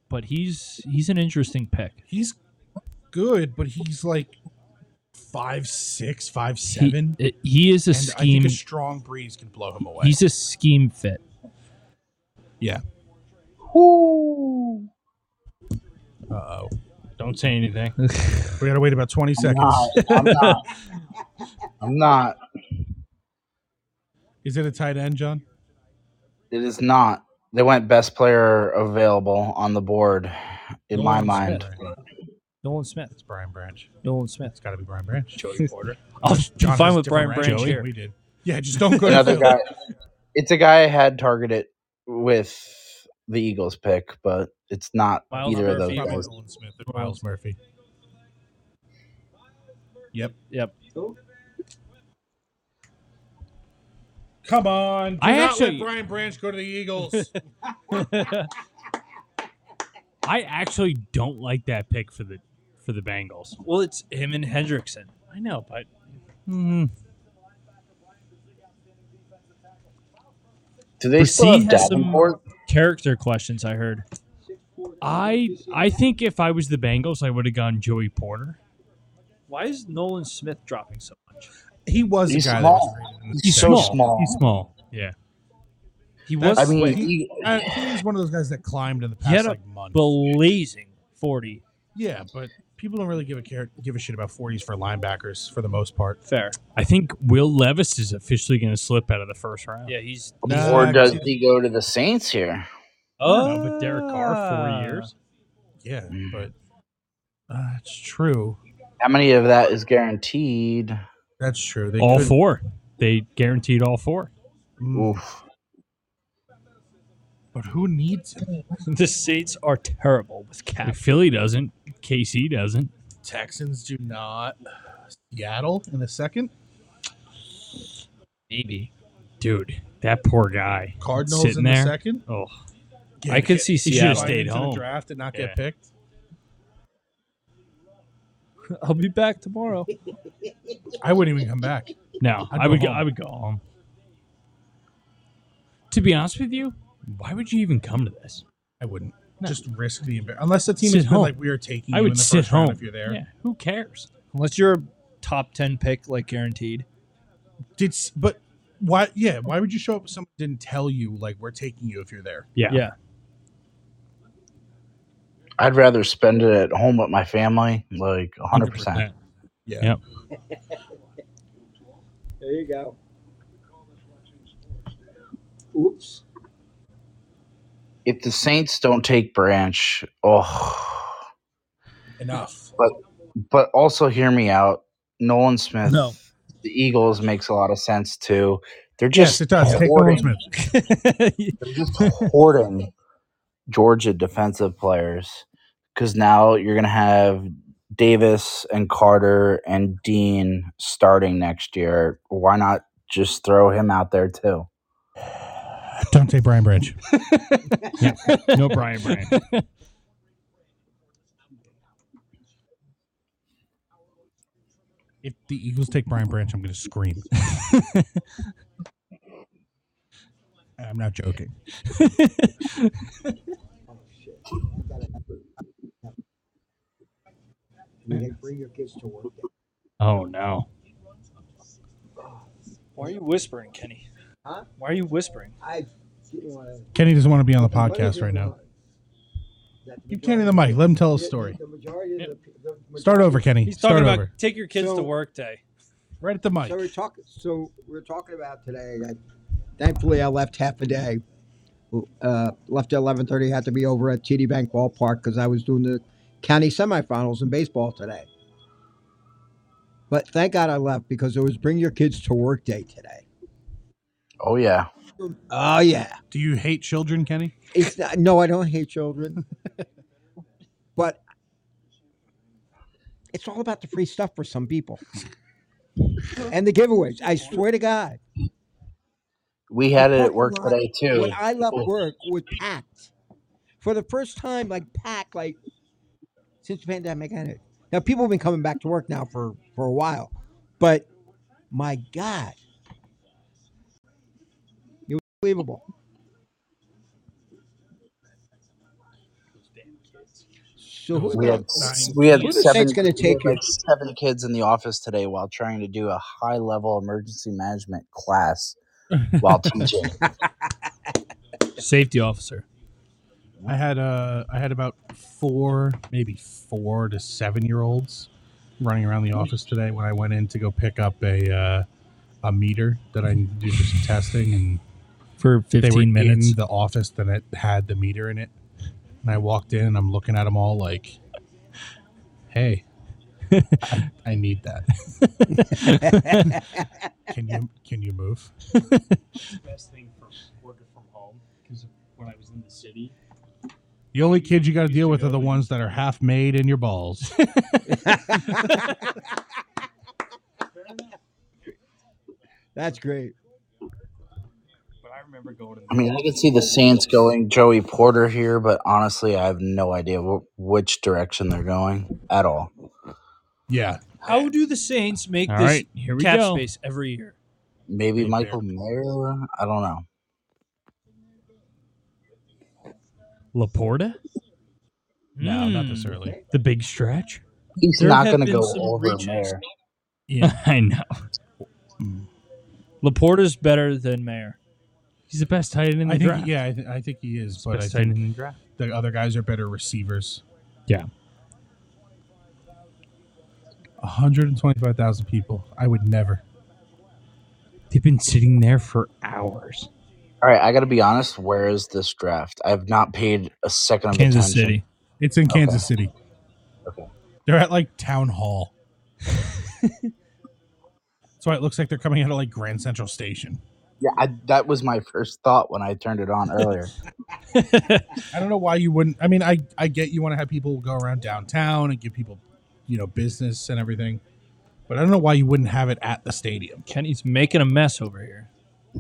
Speaker 2: but he's he's an interesting pick.
Speaker 1: He's good, but he's like five six, five
Speaker 2: He-
Speaker 1: seven.
Speaker 2: it- He, is a
Speaker 1: and I
Speaker 2: scheme.
Speaker 1: think a strong breeze can blow him away.
Speaker 2: he's a scheme fit.
Speaker 1: Uh oh.
Speaker 3: Don't say anything.
Speaker 2: [LAUGHS]
Speaker 1: We gotta wait about twenty
Speaker 8: I'm
Speaker 1: seconds.
Speaker 8: not. I'm not. I'm not.
Speaker 1: Is it a tight end, John?
Speaker 8: It is not. They went best player available on the board, in my
Speaker 1: Nolan
Speaker 8: mind.
Speaker 1: Smith.
Speaker 2: Nolan Smith.
Speaker 1: It's Brian Branch.
Speaker 2: Nolan Smith.
Speaker 1: It's got to be Brian Branch.
Speaker 2: Jody [LAUGHS] Porter. I'll be fine with Brian Branch
Speaker 1: Joey,
Speaker 2: here.
Speaker 1: We did. Yeah, just don't go to
Speaker 8: Another
Speaker 1: Phil.
Speaker 2: [LAUGHS]
Speaker 8: guy. It's a guy I had targeted with the Eagles pick, but it's not
Speaker 2: Miles
Speaker 8: either of
Speaker 2: Murphy
Speaker 8: those
Speaker 1: Probably
Speaker 8: guys.
Speaker 1: Nolan Smith or Miles Murphy. Yep.
Speaker 2: Yep.
Speaker 1: Come on. Do
Speaker 3: I
Speaker 1: not
Speaker 3: actually-
Speaker 1: let Brian Branch go to the Eagles.
Speaker 3: I actually don't like that pick for the for the Bengals.
Speaker 2: Well, it's him and Hendrickson. Hmm.
Speaker 3: I know, but
Speaker 8: Do they still
Speaker 2: Brissy
Speaker 8: have
Speaker 2: has some-
Speaker 8: Davenport?
Speaker 2: Character questions, I heard.
Speaker 3: I I think if I was the Bengals, I would have gone Joey Porter.
Speaker 2: Why is Nolan Smith dropping so much?
Speaker 1: he was
Speaker 8: He's
Speaker 1: a guy
Speaker 8: small.
Speaker 1: that was rated in the
Speaker 8: He's
Speaker 1: second.
Speaker 8: so small.
Speaker 3: He's small. Yeah,
Speaker 2: He
Speaker 1: That's-
Speaker 2: was
Speaker 8: I mean,
Speaker 1: Wait,
Speaker 8: he,
Speaker 1: Uh, he was one of those guys that climbed in the
Speaker 2: He had
Speaker 1: past
Speaker 2: a
Speaker 1: like month.
Speaker 2: blazing 40
Speaker 1: Yeah, but people don't really give a care give a shit about 40s for linebackers for the most part.
Speaker 2: Fair.
Speaker 3: I think Will Levis is officially going to slip out of the first round.
Speaker 2: Yeah, he's.
Speaker 1: Nah,
Speaker 8: or does
Speaker 1: I-
Speaker 8: he go to the Saints here?
Speaker 3: I don't know, but Derek
Speaker 2: Ah.
Speaker 3: Carr, four years.
Speaker 1: Yeah,
Speaker 8: Mm.
Speaker 1: but uh, it's true.
Speaker 8: How many of that is guaranteed?
Speaker 1: That's true. They
Speaker 3: all
Speaker 1: could-
Speaker 3: four. They guaranteed all four.
Speaker 1: Mm,
Speaker 8: Oof.
Speaker 1: but who needs it?
Speaker 2: [LAUGHS] the Saints are terrible with cap.
Speaker 3: Philly doesn't. KC doesn't.
Speaker 1: Texans do not. Seattle in the second.
Speaker 2: Maybe.
Speaker 3: Dude, that poor guy.
Speaker 1: Cardinals
Speaker 3: Sitting
Speaker 1: in
Speaker 3: there.
Speaker 1: the second.
Speaker 3: Oh,
Speaker 2: I could see
Speaker 1: He should've
Speaker 2: Seattle.
Speaker 1: signed
Speaker 3: Stayed
Speaker 1: into the
Speaker 3: home.
Speaker 1: draft and not
Speaker 3: Yeah.
Speaker 1: get picked.
Speaker 2: I'll be back tomorrow.
Speaker 1: I wouldn't even come back.
Speaker 3: no.
Speaker 1: I'd
Speaker 3: I
Speaker 1: go
Speaker 3: would. Go,
Speaker 1: home.
Speaker 3: I would go home. To be honest with you, why would you even come to this?
Speaker 1: I wouldn't. Just risk the embar- unless the team
Speaker 3: Sit
Speaker 1: has been
Speaker 3: home.
Speaker 1: like we are taking.
Speaker 3: I
Speaker 1: you
Speaker 3: would
Speaker 1: in the
Speaker 3: sit
Speaker 1: first round
Speaker 3: home.
Speaker 1: if you're there.
Speaker 3: Yeah. Who cares?
Speaker 2: Unless you're a top 10 pick, like guaranteed.
Speaker 1: Did s- but why? Yeah, why would you show up if someone didn't tell you like we're taking you if you're there?
Speaker 3: Yeah.
Speaker 2: Yeah.
Speaker 8: I'd rather spend it at home with my family, like 100%.
Speaker 1: Yeah.
Speaker 3: Yep.
Speaker 7: There you go. Oops.
Speaker 8: If the Saints don't take Branch, oh,
Speaker 1: Enough.
Speaker 8: but also hear me out. Nolan Smith,
Speaker 2: No.
Speaker 8: the Eagles makes a lot of sense too. They're
Speaker 1: Yes,
Speaker 8: just
Speaker 1: it does. Take Nolan
Speaker 8: hoarding,
Speaker 1: Smith.
Speaker 3: [LAUGHS]
Speaker 8: they're just hoarding Georgia defensive players because now you're gonna have Davis and Carter and Dean starting next year. Why not just throw him out there too?
Speaker 1: Don't take
Speaker 3: [LAUGHS]
Speaker 1: Brian Branch.
Speaker 3: No Brian Branch.
Speaker 1: If the Eagles take Brian Branch, I'm going to
Speaker 3: [LAUGHS]
Speaker 1: scream. I'm not joking.
Speaker 7: Oh, shit. You gotta have it. You gotta Bring your kids to work.
Speaker 3: Oh no.
Speaker 2: Why are you whispering, Kenny?
Speaker 7: Huh?
Speaker 2: Why are you whispering?
Speaker 7: I didn't want to.
Speaker 1: Kenny doesn't want to be on the podcast right now. Keep handing the mic. Let him tell his story.
Speaker 7: The majority of the, the majority
Speaker 1: Start over, Kenny.
Speaker 2: He's talking
Speaker 1: Start
Speaker 2: about
Speaker 1: over.
Speaker 2: take your kids
Speaker 7: So-
Speaker 2: to work day.
Speaker 1: Right at the mic.
Speaker 7: So we're talking. So we're talking about today. I, thankfully, I left half a day. Uh, left at eleven thirty. Had to be over at TD Bank Ballpark because I was doing the county semifinals in baseball today. But thank God I left because it was Bring Your Kids to Work Day today.
Speaker 8: Oh yeah.
Speaker 7: Oh yeah.
Speaker 1: Do you hate children, Kenny?
Speaker 7: It's not, no, I don't hate children, but it's all about the free stuff for some people and the giveaways. I swear to God.
Speaker 8: We had it at
Speaker 7: parking
Speaker 8: work
Speaker 7: lot
Speaker 8: today too.
Speaker 7: when I left
Speaker 8: Oh.
Speaker 7: work was packed for the first time, like packed, like since the pandemic ended. Now people have been coming back to work now for for a while, but my God, it was unbelievable. So who
Speaker 8: We
Speaker 7: the,
Speaker 8: had we had
Speaker 7: Who the
Speaker 8: seven
Speaker 7: Saints gonna
Speaker 8: we had
Speaker 7: take you?
Speaker 8: like seven kids in the office today while trying to do a high level emergency management
Speaker 1: [LAUGHS]
Speaker 8: class while teaching.
Speaker 3: Safety officer.
Speaker 1: I had uh, I had about four, maybe four to seven year olds running around the office today when I went in to go pick up a uh, a meter that I needed to do for some testing, and
Speaker 3: For
Speaker 1: they were
Speaker 3: fifteen minutes.
Speaker 1: in the office that it had the meter in it. And I walked in, and I'm looking at them all like, "Hey, [LAUGHS] I, I need that. [LAUGHS] Can you can you move?"
Speaker 3: best thing for working from home because when I was in the city,
Speaker 1: The only kids you got to deal with are the ones that are half made in your balls.
Speaker 7: [LAUGHS]
Speaker 1: [LAUGHS]
Speaker 7: that's great.
Speaker 3: but I remember going to
Speaker 8: I mean, I could see the Saints going Joey Porter here, but honestly, I have no idea wh- which direction they're going at all.
Speaker 1: Yeah,
Speaker 2: How do the Saints make
Speaker 3: All
Speaker 2: this
Speaker 3: right, here we
Speaker 2: cap
Speaker 3: go.
Speaker 2: space every year?
Speaker 8: Maybe
Speaker 1: Hey,
Speaker 8: Michael Mayer. I don't know.
Speaker 3: Laporta,
Speaker 1: no, not this
Speaker 2: Hmm.
Speaker 1: early.
Speaker 3: the big stretch.
Speaker 8: He's
Speaker 2: There
Speaker 8: not
Speaker 2: have
Speaker 8: going to
Speaker 2: been
Speaker 8: go
Speaker 2: some
Speaker 8: over
Speaker 2: reaches.
Speaker 8: Mayer.
Speaker 3: Yeah, [LAUGHS] I know.
Speaker 2: Laporta's better than Mayer.
Speaker 3: He's the best tight end in the
Speaker 1: I think,
Speaker 3: draft.
Speaker 1: yeah, I, th- I think he is, but I
Speaker 3: best tight end
Speaker 1: think
Speaker 3: in the draft.
Speaker 1: the other guys are better receivers.
Speaker 3: Yeah.
Speaker 1: 125,000 people. I would never.
Speaker 3: They've been sitting there for hours.
Speaker 8: All right, I got to be honest. Where is this draft? I have not paid a second of
Speaker 2: Kansas
Speaker 8: attention.
Speaker 2: City.
Speaker 1: It's in Kansas City.
Speaker 8: Okay.
Speaker 1: They're at like town hall. [LAUGHS] That's why it looks like they're coming out of like Grand Central Station.
Speaker 8: Yeah, I, that was my first thought when I turned it on earlier. [LAUGHS]
Speaker 1: I don't know why you wouldn't. I mean, I I get you want to have people go around downtown and give people, you know, business and everything, but I don't know why you wouldn't have it at the stadium.
Speaker 2: Kenny's making a mess over here.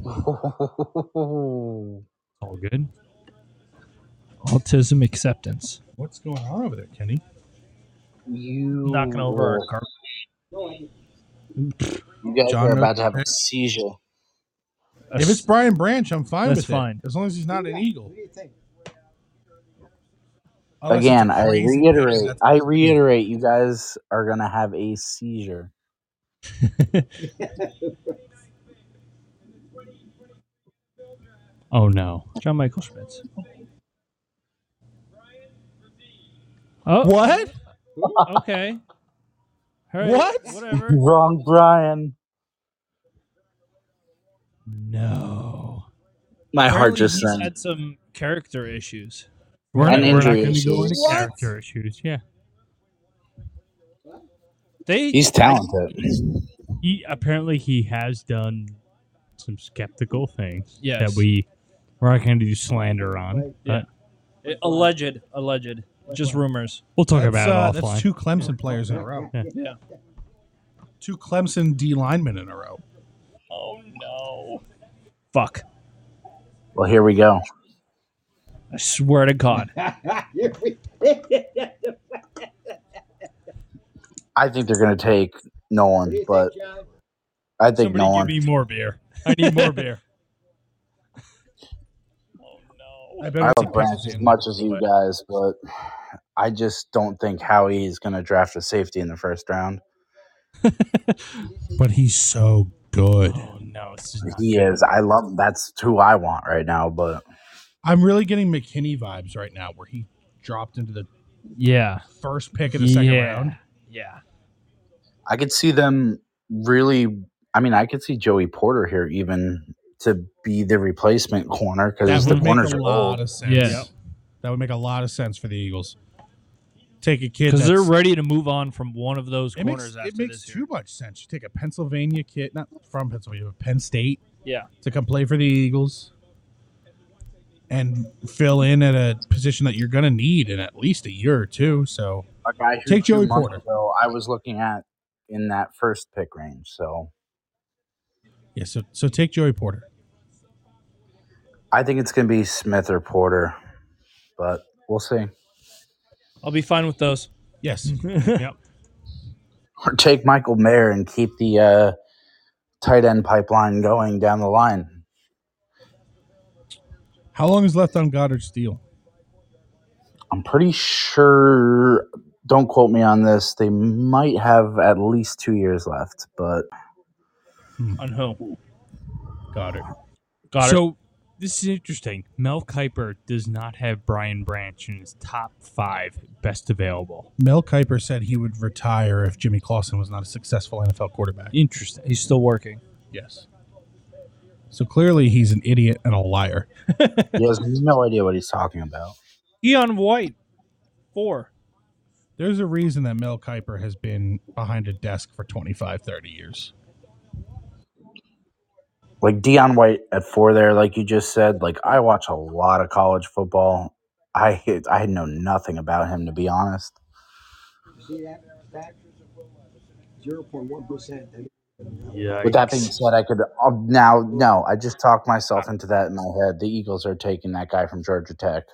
Speaker 3: All good.
Speaker 2: Autism acceptance.
Speaker 1: What's going on over there, Kenny?
Speaker 8: you
Speaker 2: Knocking over our car.
Speaker 8: You guys
Speaker 1: John
Speaker 8: are
Speaker 1: Milton
Speaker 8: about to have a
Speaker 1: Eric.
Speaker 8: seizure.
Speaker 1: If it's Brian Branch, I'm fine with
Speaker 2: That's fine.
Speaker 1: it. As long as he's not an eagle.
Speaker 7: What do you think?
Speaker 2: Oh,
Speaker 1: Unless it's a
Speaker 8: Again, I
Speaker 1: crazy game,
Speaker 8: reiterate.
Speaker 1: that's-
Speaker 8: I reiterate. You guys are gonna have a seizure.
Speaker 3: Oh no.
Speaker 2: John Michael Schmitz. Oh,
Speaker 1: What?
Speaker 2: [LAUGHS] okay. All right,
Speaker 1: What? [LAUGHS]
Speaker 2: Whatever.
Speaker 8: Wrong, Brian.
Speaker 2: No.
Speaker 8: My heart
Speaker 2: Apparently
Speaker 8: just
Speaker 2: he's
Speaker 8: sank.
Speaker 2: had some character issues.
Speaker 3: [LAUGHS] We're
Speaker 8: And
Speaker 3: not, we're not
Speaker 8: injury
Speaker 3: going to go
Speaker 8: issues.
Speaker 3: into
Speaker 7: What?
Speaker 3: character issues. Yeah.
Speaker 2: They
Speaker 8: He's talented.
Speaker 3: He apparently he has done some skeptical things
Speaker 2: Yes.
Speaker 3: that we we're not going to do slander on.
Speaker 2: Yeah.
Speaker 3: But
Speaker 2: alleged, alleged, just rumors.
Speaker 3: we'll talk
Speaker 1: that's, uh,
Speaker 3: about it
Speaker 1: that's
Speaker 3: offline.
Speaker 1: two Clemson players in a
Speaker 7: [LAUGHS]
Speaker 1: row.
Speaker 3: Yeah.
Speaker 2: Yeah.
Speaker 1: Two Clemson D linemen in a row.
Speaker 2: Oh no. Fuck.
Speaker 8: Well, here we go.
Speaker 2: I swear to God.
Speaker 7: Here we-
Speaker 8: I think they're gonna take
Speaker 7: What do
Speaker 8: Nolan,
Speaker 7: you
Speaker 8: but
Speaker 7: think, John?
Speaker 8: I think
Speaker 3: Somebody give
Speaker 8: Nolan.
Speaker 3: me more beer. I need more beer.
Speaker 1: I
Speaker 8: I
Speaker 1: bet
Speaker 8: love Branch as much as you guys, but I just don't think Howie is going to draft a safety in the first round.
Speaker 1: [LAUGHS] But he's so good.
Speaker 3: Oh no, this is not
Speaker 8: He is. I love. That's who I want right now. But
Speaker 1: I'm really getting McKinney vibes right now, where he dropped into the
Speaker 2: Yeah.
Speaker 1: first pick of the second
Speaker 2: yeah.
Speaker 1: round.
Speaker 2: Yeah.
Speaker 8: I could see them really. I mean, I could see Joey Porter here even to be the replacement corner
Speaker 1: That
Speaker 8: because the
Speaker 1: would make
Speaker 8: corners
Speaker 1: a
Speaker 8: are
Speaker 1: lot
Speaker 8: old.
Speaker 1: of sense.
Speaker 2: Yes.
Speaker 1: That would make a lot of sense for the Eagles. Take a kid
Speaker 2: Because they're
Speaker 1: that's-
Speaker 2: ready to move on from one of those
Speaker 1: It
Speaker 2: corners
Speaker 1: makes,
Speaker 2: after
Speaker 1: it makes
Speaker 2: this
Speaker 1: too
Speaker 2: year.
Speaker 1: much sense. You take a Pennsylvania kid, not from Pennsylvania, but Penn State,
Speaker 2: Yeah.
Speaker 1: to come play for the Eagles, and fill in at a position that you're going to need in at least a year or two. So
Speaker 8: A guy who
Speaker 1: Take
Speaker 8: two
Speaker 1: Joey
Speaker 8: months
Speaker 1: Porter.
Speaker 8: ago I was looking at in that first pick range. So
Speaker 1: yeah, so so take Joey Porter.
Speaker 8: I think it's going to be Smith or Porter, but we'll see.
Speaker 2: I'll be fine with those.
Speaker 1: Yes,
Speaker 2: Mm-hmm.
Speaker 8: or take Michael Mayer and keep the uh, tight end pipeline going down the line.
Speaker 1: How long is left on Goddard's deal?
Speaker 8: I'm pretty sure. Don't quote me on this. They might have at least two years left, but
Speaker 2: On who?
Speaker 1: Goddard.
Speaker 2: Goddard.
Speaker 3: So this is interesting. Mel Kiper does not have Brian Branch in his top five best available.
Speaker 1: Mel Kiper said he would retire if Jimmy Clausen was not a successful NFL quarterback.
Speaker 3: Interesting.
Speaker 2: He's still working.
Speaker 1: Yes. So clearly he's an idiot and a liar.
Speaker 8: he has
Speaker 1: [LAUGHS]
Speaker 8: no idea what he's talking about.
Speaker 2: Eon White. Four.
Speaker 1: There's a reason that Mel Kiper has been behind a desk for 25, 30 years.
Speaker 8: Like Dion White at four there, like you just said. Like I watch a lot of college football. I I know nothing about him to be honest.
Speaker 7: You see that? That 0.1%.
Speaker 8: With that being said, I could um, now no. I just talked myself into that in my head. The Eagles are taking that guy from Georgia Tech.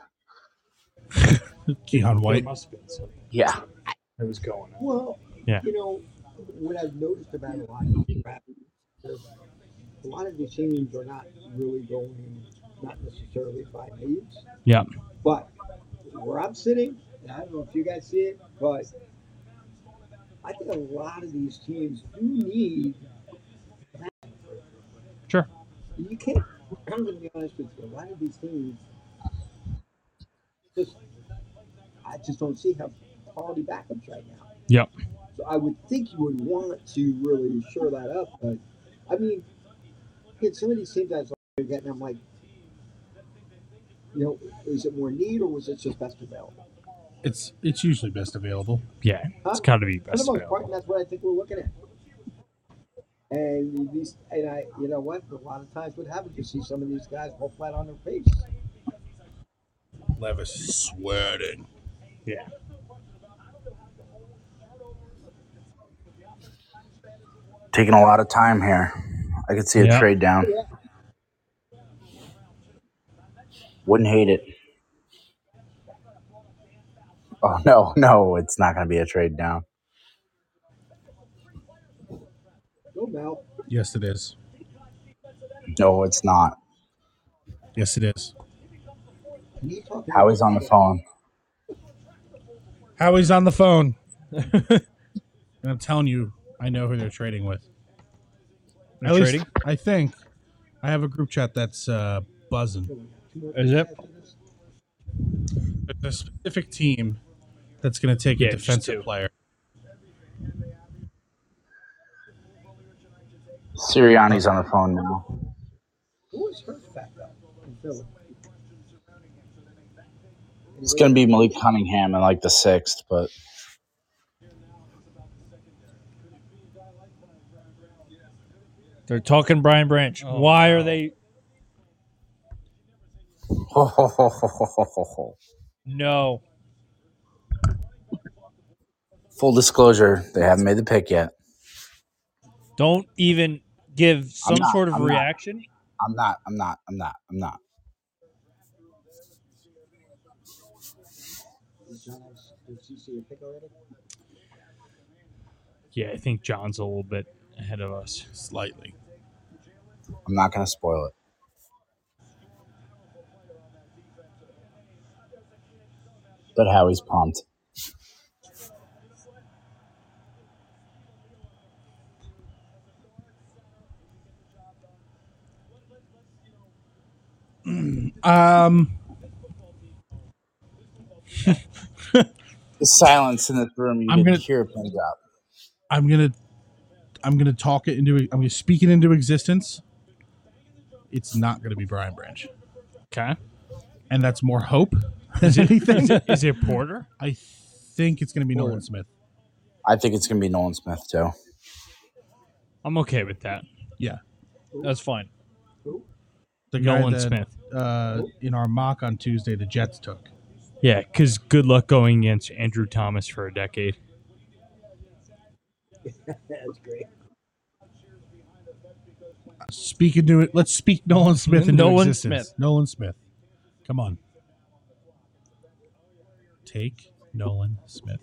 Speaker 1: Keon White.
Speaker 8: Yeah,
Speaker 7: Well,
Speaker 3: Yeah.
Speaker 7: you know, what I've noticed about a lot of these drafts is a lot of the teams are not really going, not necessarily by needs.
Speaker 3: Yeah.
Speaker 7: But where I'm sitting, and I don't know if you guys see it, but I think a lot of these teams do need.
Speaker 3: Sure.
Speaker 7: You can't. I'm going to be honest with you. A lot of these teams just, I just don't see how quality backups right now.
Speaker 3: Yep.
Speaker 7: So I would think you would want to really shore that up. But I mean, again, some of these teams that I'm getting, I'm like, you know, is it more need or was it just best available?
Speaker 1: It's it's usually best available.
Speaker 3: Yeah, it's got to be
Speaker 7: For the
Speaker 3: best
Speaker 7: most part,
Speaker 3: available.
Speaker 7: and that's what I think we're looking at. And these, and I, you know what? A lot of times, what happens, you see some of these guys fall flat on their face.
Speaker 1: Levis sweating.
Speaker 3: Yeah.
Speaker 8: Taking a lot of time here. I could see a
Speaker 3: Yeah.
Speaker 8: trade down. Wouldn't hate it. Oh no, no, it's not going to be a trade down.
Speaker 7: Go Mel.
Speaker 1: Yes, it is.
Speaker 8: No, it's not.
Speaker 1: Yes, it is.
Speaker 7: Can you talk about
Speaker 8: Howie's on the phone.
Speaker 1: Howie's on the phone. [LAUGHS] And I'm telling you, I know who they're trading with.
Speaker 2: They're
Speaker 1: At least
Speaker 2: trading?
Speaker 1: I think I have a group chat that's uh, buzzing.
Speaker 2: Is it?
Speaker 1: There's a specific team that's going to take
Speaker 3: Yeah,
Speaker 1: a
Speaker 3: just two.
Speaker 1: defensive player.
Speaker 8: Sirianni's on the phone now.
Speaker 7: who is Hurts back up in Philly?
Speaker 8: It's going to be Malik Cunningham in like the sixth, but [LAUGHS]
Speaker 2: They're talking Brian Branch. Why are they? No.
Speaker 8: full disclosure, they haven't made the pick yet.
Speaker 2: Don't even give
Speaker 8: I'm
Speaker 2: some
Speaker 8: not.
Speaker 2: sort of
Speaker 8: I'm not.
Speaker 2: reaction.
Speaker 8: I'm not. I'm not. I'm not. I'm not.
Speaker 7: Does John have, does he see a pick already?
Speaker 3: Yeah, I think John's a little bit ahead of us.
Speaker 1: Slightly.
Speaker 8: I'm not going to spoil it. But Howie's pumped.
Speaker 1: Um,
Speaker 8: The silence in this room, you
Speaker 1: I'm
Speaker 8: could
Speaker 1: gonna
Speaker 8: hear a pin drop.
Speaker 1: I'm gonna I'm gonna talk it into I'm gonna speak it into existence. It's not gonna be Brian Branch,
Speaker 3: Okay.
Speaker 1: and that's more hope [LAUGHS]
Speaker 3: [LAUGHS]
Speaker 1: than anything.
Speaker 3: Is it, is it Porter?
Speaker 1: I think it's gonna be Nolan Smith.
Speaker 8: I think it's going to be Nolan Smith, too.
Speaker 3: I'm okay with that.
Speaker 1: Yeah,
Speaker 2: That's fine.
Speaker 1: the guy
Speaker 3: Nolan
Speaker 1: that
Speaker 3: Smith.
Speaker 1: uh, in our mock on Tuesday the Jets took.
Speaker 3: Yeah, because good luck going against Andrew Thomas for a decade.
Speaker 7: That's great.
Speaker 1: Speak into it. Let's speak Nolan Smith into
Speaker 2: Nolan
Speaker 1: existence.
Speaker 2: Smith.
Speaker 1: Nolan Smith. Come on. Take Nolan Smith.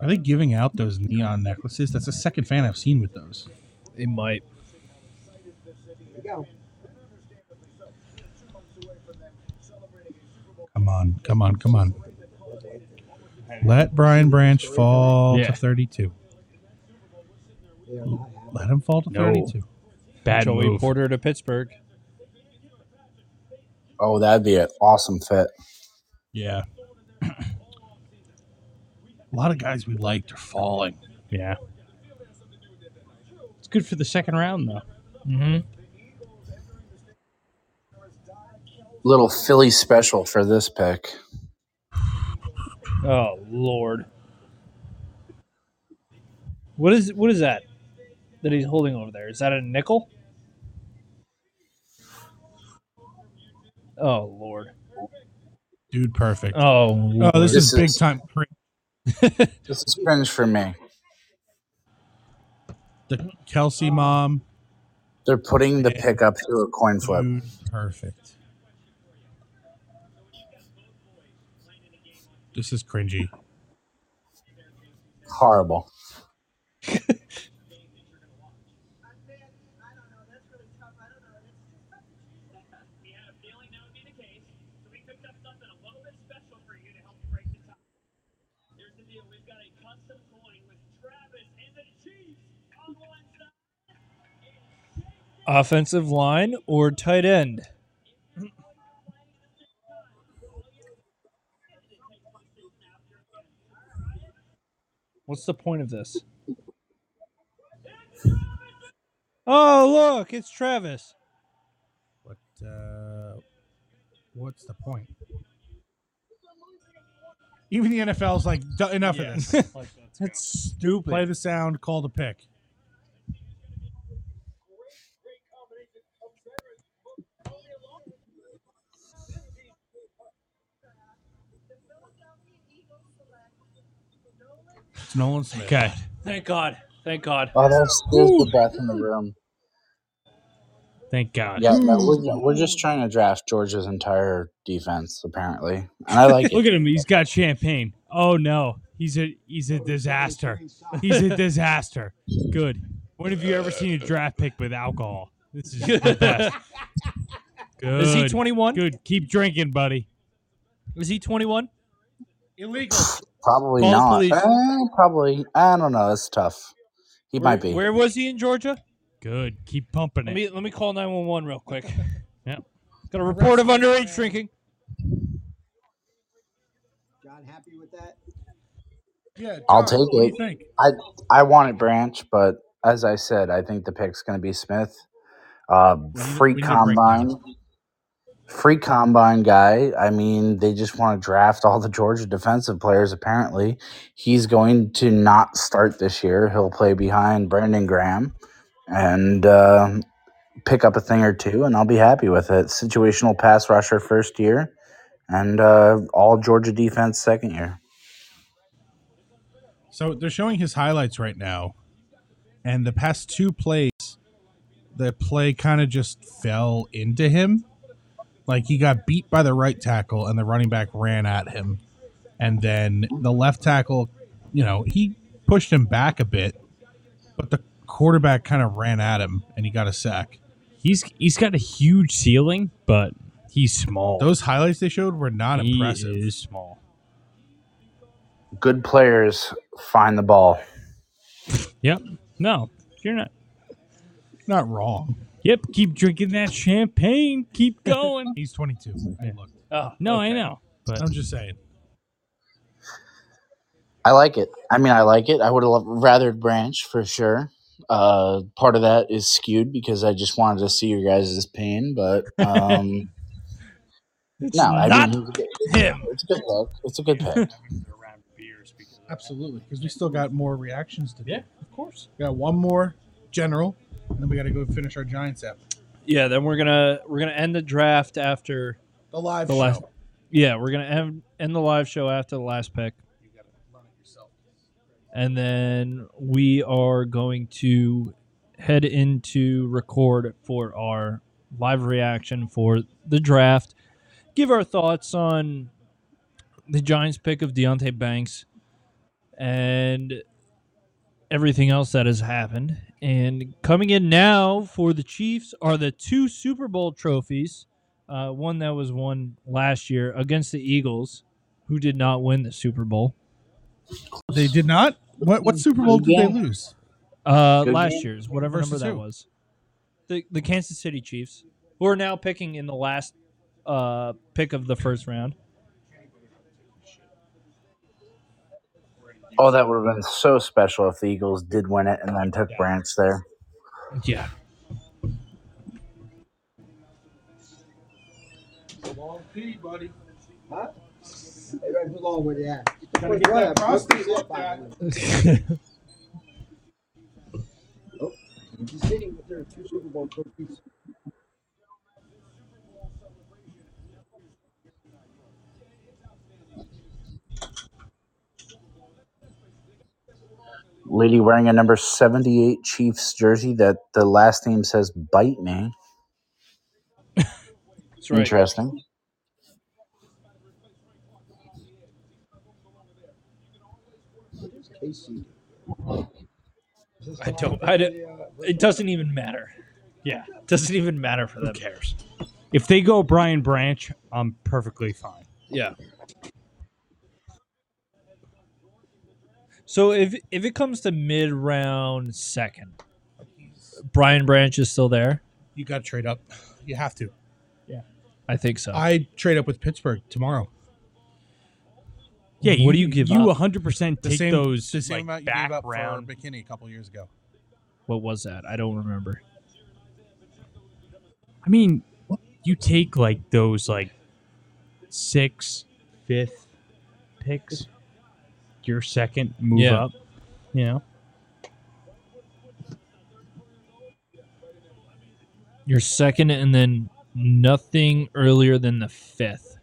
Speaker 1: Are they giving out those neon necklaces? That's the second fan I've seen with those.
Speaker 2: It might.
Speaker 7: There you go.
Speaker 1: Come on, come on, come on. Let Brian Branch fall
Speaker 3: Yeah.
Speaker 1: to 32.
Speaker 7: They are not happy.
Speaker 1: Let him fall to
Speaker 3: No.
Speaker 1: 32.
Speaker 3: Bad
Speaker 2: Joey
Speaker 3: move.
Speaker 2: Porter to Pittsburgh.
Speaker 8: Oh, that'd be an awesome fit.
Speaker 1: Yeah. A lot of guys we liked are falling.
Speaker 3: Yeah. It's good for the second round, though.
Speaker 2: Mm-hmm.
Speaker 8: Little Philly special for this pick.
Speaker 2: Oh Lord. What is what is that that he's holding over there? Is that a nickel? Oh Lord.
Speaker 1: Dude, perfect. Oh,
Speaker 2: Oh
Speaker 1: this is
Speaker 2: Lord.
Speaker 8: This
Speaker 1: big
Speaker 8: is-
Speaker 1: time. pre-
Speaker 8: This is cringe for me.
Speaker 1: The Kelsey mom,
Speaker 8: They're putting the pick up to a coin flip.
Speaker 1: dude, perfect. This is cringy.
Speaker 8: Horrible.
Speaker 2: Offensive line or tight end?
Speaker 3: What's the point of this? Oh, look, it's Travis.
Speaker 1: What? Uh, what's the point? Even the NFL's like "Duh, enough of
Speaker 2: [LAUGHS]
Speaker 1: this. [LAUGHS]
Speaker 3: That's stupid.
Speaker 1: Play the sound, call the pick. It's Nolan Smith.
Speaker 2: Okay.
Speaker 3: Thank God. Thank God.
Speaker 8: Oh, that's there's the breath in the room.
Speaker 2: Thank God.
Speaker 8: Yeah, no, we're, we're just trying to draft Georgia's entire defense, apparently, and I
Speaker 3: [LAUGHS]
Speaker 8: like it.
Speaker 2: Look at him. He's got champagne. Oh no, he's a he's a disaster.
Speaker 3: [LAUGHS]
Speaker 2: He's a disaster. Good. When have you ever seen a draft pick with alcohol? This is
Speaker 3: [LAUGHS]
Speaker 2: the best. Good.
Speaker 3: Is he 21?
Speaker 2: Good. Keep drinking, buddy.
Speaker 3: Is he 21?
Speaker 1: Illegal.
Speaker 8: Probably
Speaker 3: Ball
Speaker 8: not.
Speaker 3: police.
Speaker 8: Eh, probably. I don't know. It's tough. He might be.
Speaker 3: Where was he in Georgia?
Speaker 2: Good. Keep pumping
Speaker 3: Let
Speaker 2: it.
Speaker 3: me let me call 911 real
Speaker 2: [LAUGHS]
Speaker 3: quick.
Speaker 2: Yep.
Speaker 3: Got a report of underage drinking.
Speaker 7: John, happy with that?
Speaker 1: Yeah,
Speaker 8: I'll
Speaker 1: John,
Speaker 8: take
Speaker 1: What do
Speaker 8: it.
Speaker 1: you think?
Speaker 8: I I want it Branch, but as I said, I think the pick's going to be Smith. Uh,
Speaker 2: need-
Speaker 8: free
Speaker 2: we need a breakdown.
Speaker 8: combine, free combine guy. I mean, they just want to draft all the Georgia defensive players. Apparently, he's going to not start this year. He'll play behind Brandon Graham and uh, pick up a thing or two, and I'll be happy with it. Situational pass rusher first year, and uh, all Georgia defense second year.
Speaker 1: So they're showing his highlights right now, and the past two plays, the play kind of just fell into him. Like he got beat by the right tackle, and the running back ran at him, and then the left tackle, you know, he pushed him back a bit, but the quarterback kind of ran at him, and he got a sack.
Speaker 2: He's he's got a huge ceiling, but he's small.
Speaker 1: Those highlights they showed were not
Speaker 2: he
Speaker 1: impressive.
Speaker 2: is small.
Speaker 8: Good players find the ball.
Speaker 2: Yep. No, you're not.
Speaker 1: Not wrong.
Speaker 2: Yep. Keep drinking that champagne.
Speaker 3: [LAUGHS]
Speaker 2: Keep going.
Speaker 1: He's 22. I looked.
Speaker 3: Oh,
Speaker 2: No, I
Speaker 3: okay.
Speaker 2: know. But
Speaker 1: I'm just saying.
Speaker 8: I like it. I mean, I like it. I would have rather Branch for sure. Uh, part of that is skewed because I just wanted to see your guys' pain, [LAUGHS] but um,
Speaker 2: It's
Speaker 8: no, I
Speaker 2: not
Speaker 8: mean,
Speaker 2: him.
Speaker 8: it's a good pick. It's a good pick.
Speaker 1: Absolutely, because we still got more reactions to do.
Speaker 2: Yeah, of course.
Speaker 1: We got one more general, and then we got to go finish our Giants app.
Speaker 3: Yeah, then we're gonna we're gonna end the draft after.
Speaker 1: The live
Speaker 3: The
Speaker 1: show.
Speaker 3: last- Yeah, we're gonna end, end the live show after the last pick. And then we are going to head into record for our live reaction for the draft. Give our thoughts on the Giants pick of Deontay Banks and everything else that has happened. And coming in now for the Chiefs are the two Super Bowl trophies. Uh, one that was won last year against the Eagles, who did not win the Super Bowl.
Speaker 1: They did not. What what Super Bowl did they
Speaker 8: Yeah.
Speaker 1: lose?
Speaker 3: Uh,
Speaker 8: Good
Speaker 3: last
Speaker 8: game.
Speaker 3: year's, whatever
Speaker 1: Versus
Speaker 3: number that
Speaker 1: who?
Speaker 3: was. The the Kansas City Chiefs, who are now picking in the last uh, pick of the first round.
Speaker 8: [LAUGHS] Oh, that would have been so special if the Eagles did win it and then took Branch there.
Speaker 3: [LAUGHS] Yeah.
Speaker 7: Hey, right along with that.
Speaker 1: Gotta get that prostate looked at.
Speaker 7: He's sitting with their two Super Bowl trophies.
Speaker 8: Lady wearing a number 78 Chiefs jersey that the last name says Bite Me.
Speaker 3: That's right.
Speaker 8: Interesting.
Speaker 7: Casey. Is this
Speaker 3: I
Speaker 7: the
Speaker 3: don't.
Speaker 7: line
Speaker 3: I
Speaker 7: for
Speaker 3: don't.
Speaker 7: the, uh,
Speaker 3: It doesn't even matter. Yeah, doesn't even matter for them.
Speaker 2: Who cares? If they go Brian Branch, I'm perfectly fine.
Speaker 3: Yeah. So if if it comes to mid round second, Brian Branch is still there.
Speaker 1: You got to trade up. [SIGHS] You have to.
Speaker 3: I think so.
Speaker 1: I trade up with Pittsburgh tomorrow.
Speaker 2: Yeah,
Speaker 3: What do you give
Speaker 2: You
Speaker 3: up?
Speaker 2: 100%
Speaker 1: The
Speaker 2: take
Speaker 1: same,
Speaker 2: those
Speaker 1: the same
Speaker 2: like,
Speaker 1: amount you gave
Speaker 2: back
Speaker 1: up
Speaker 2: round.
Speaker 1: for McKinney a couple years ago.
Speaker 3: What was that? I don't remember.
Speaker 2: I mean, you take like those like six, fifth picks. Your second move
Speaker 3: Yeah.
Speaker 2: up. You know,
Speaker 3: Your second, and then nothing earlier than the fifth,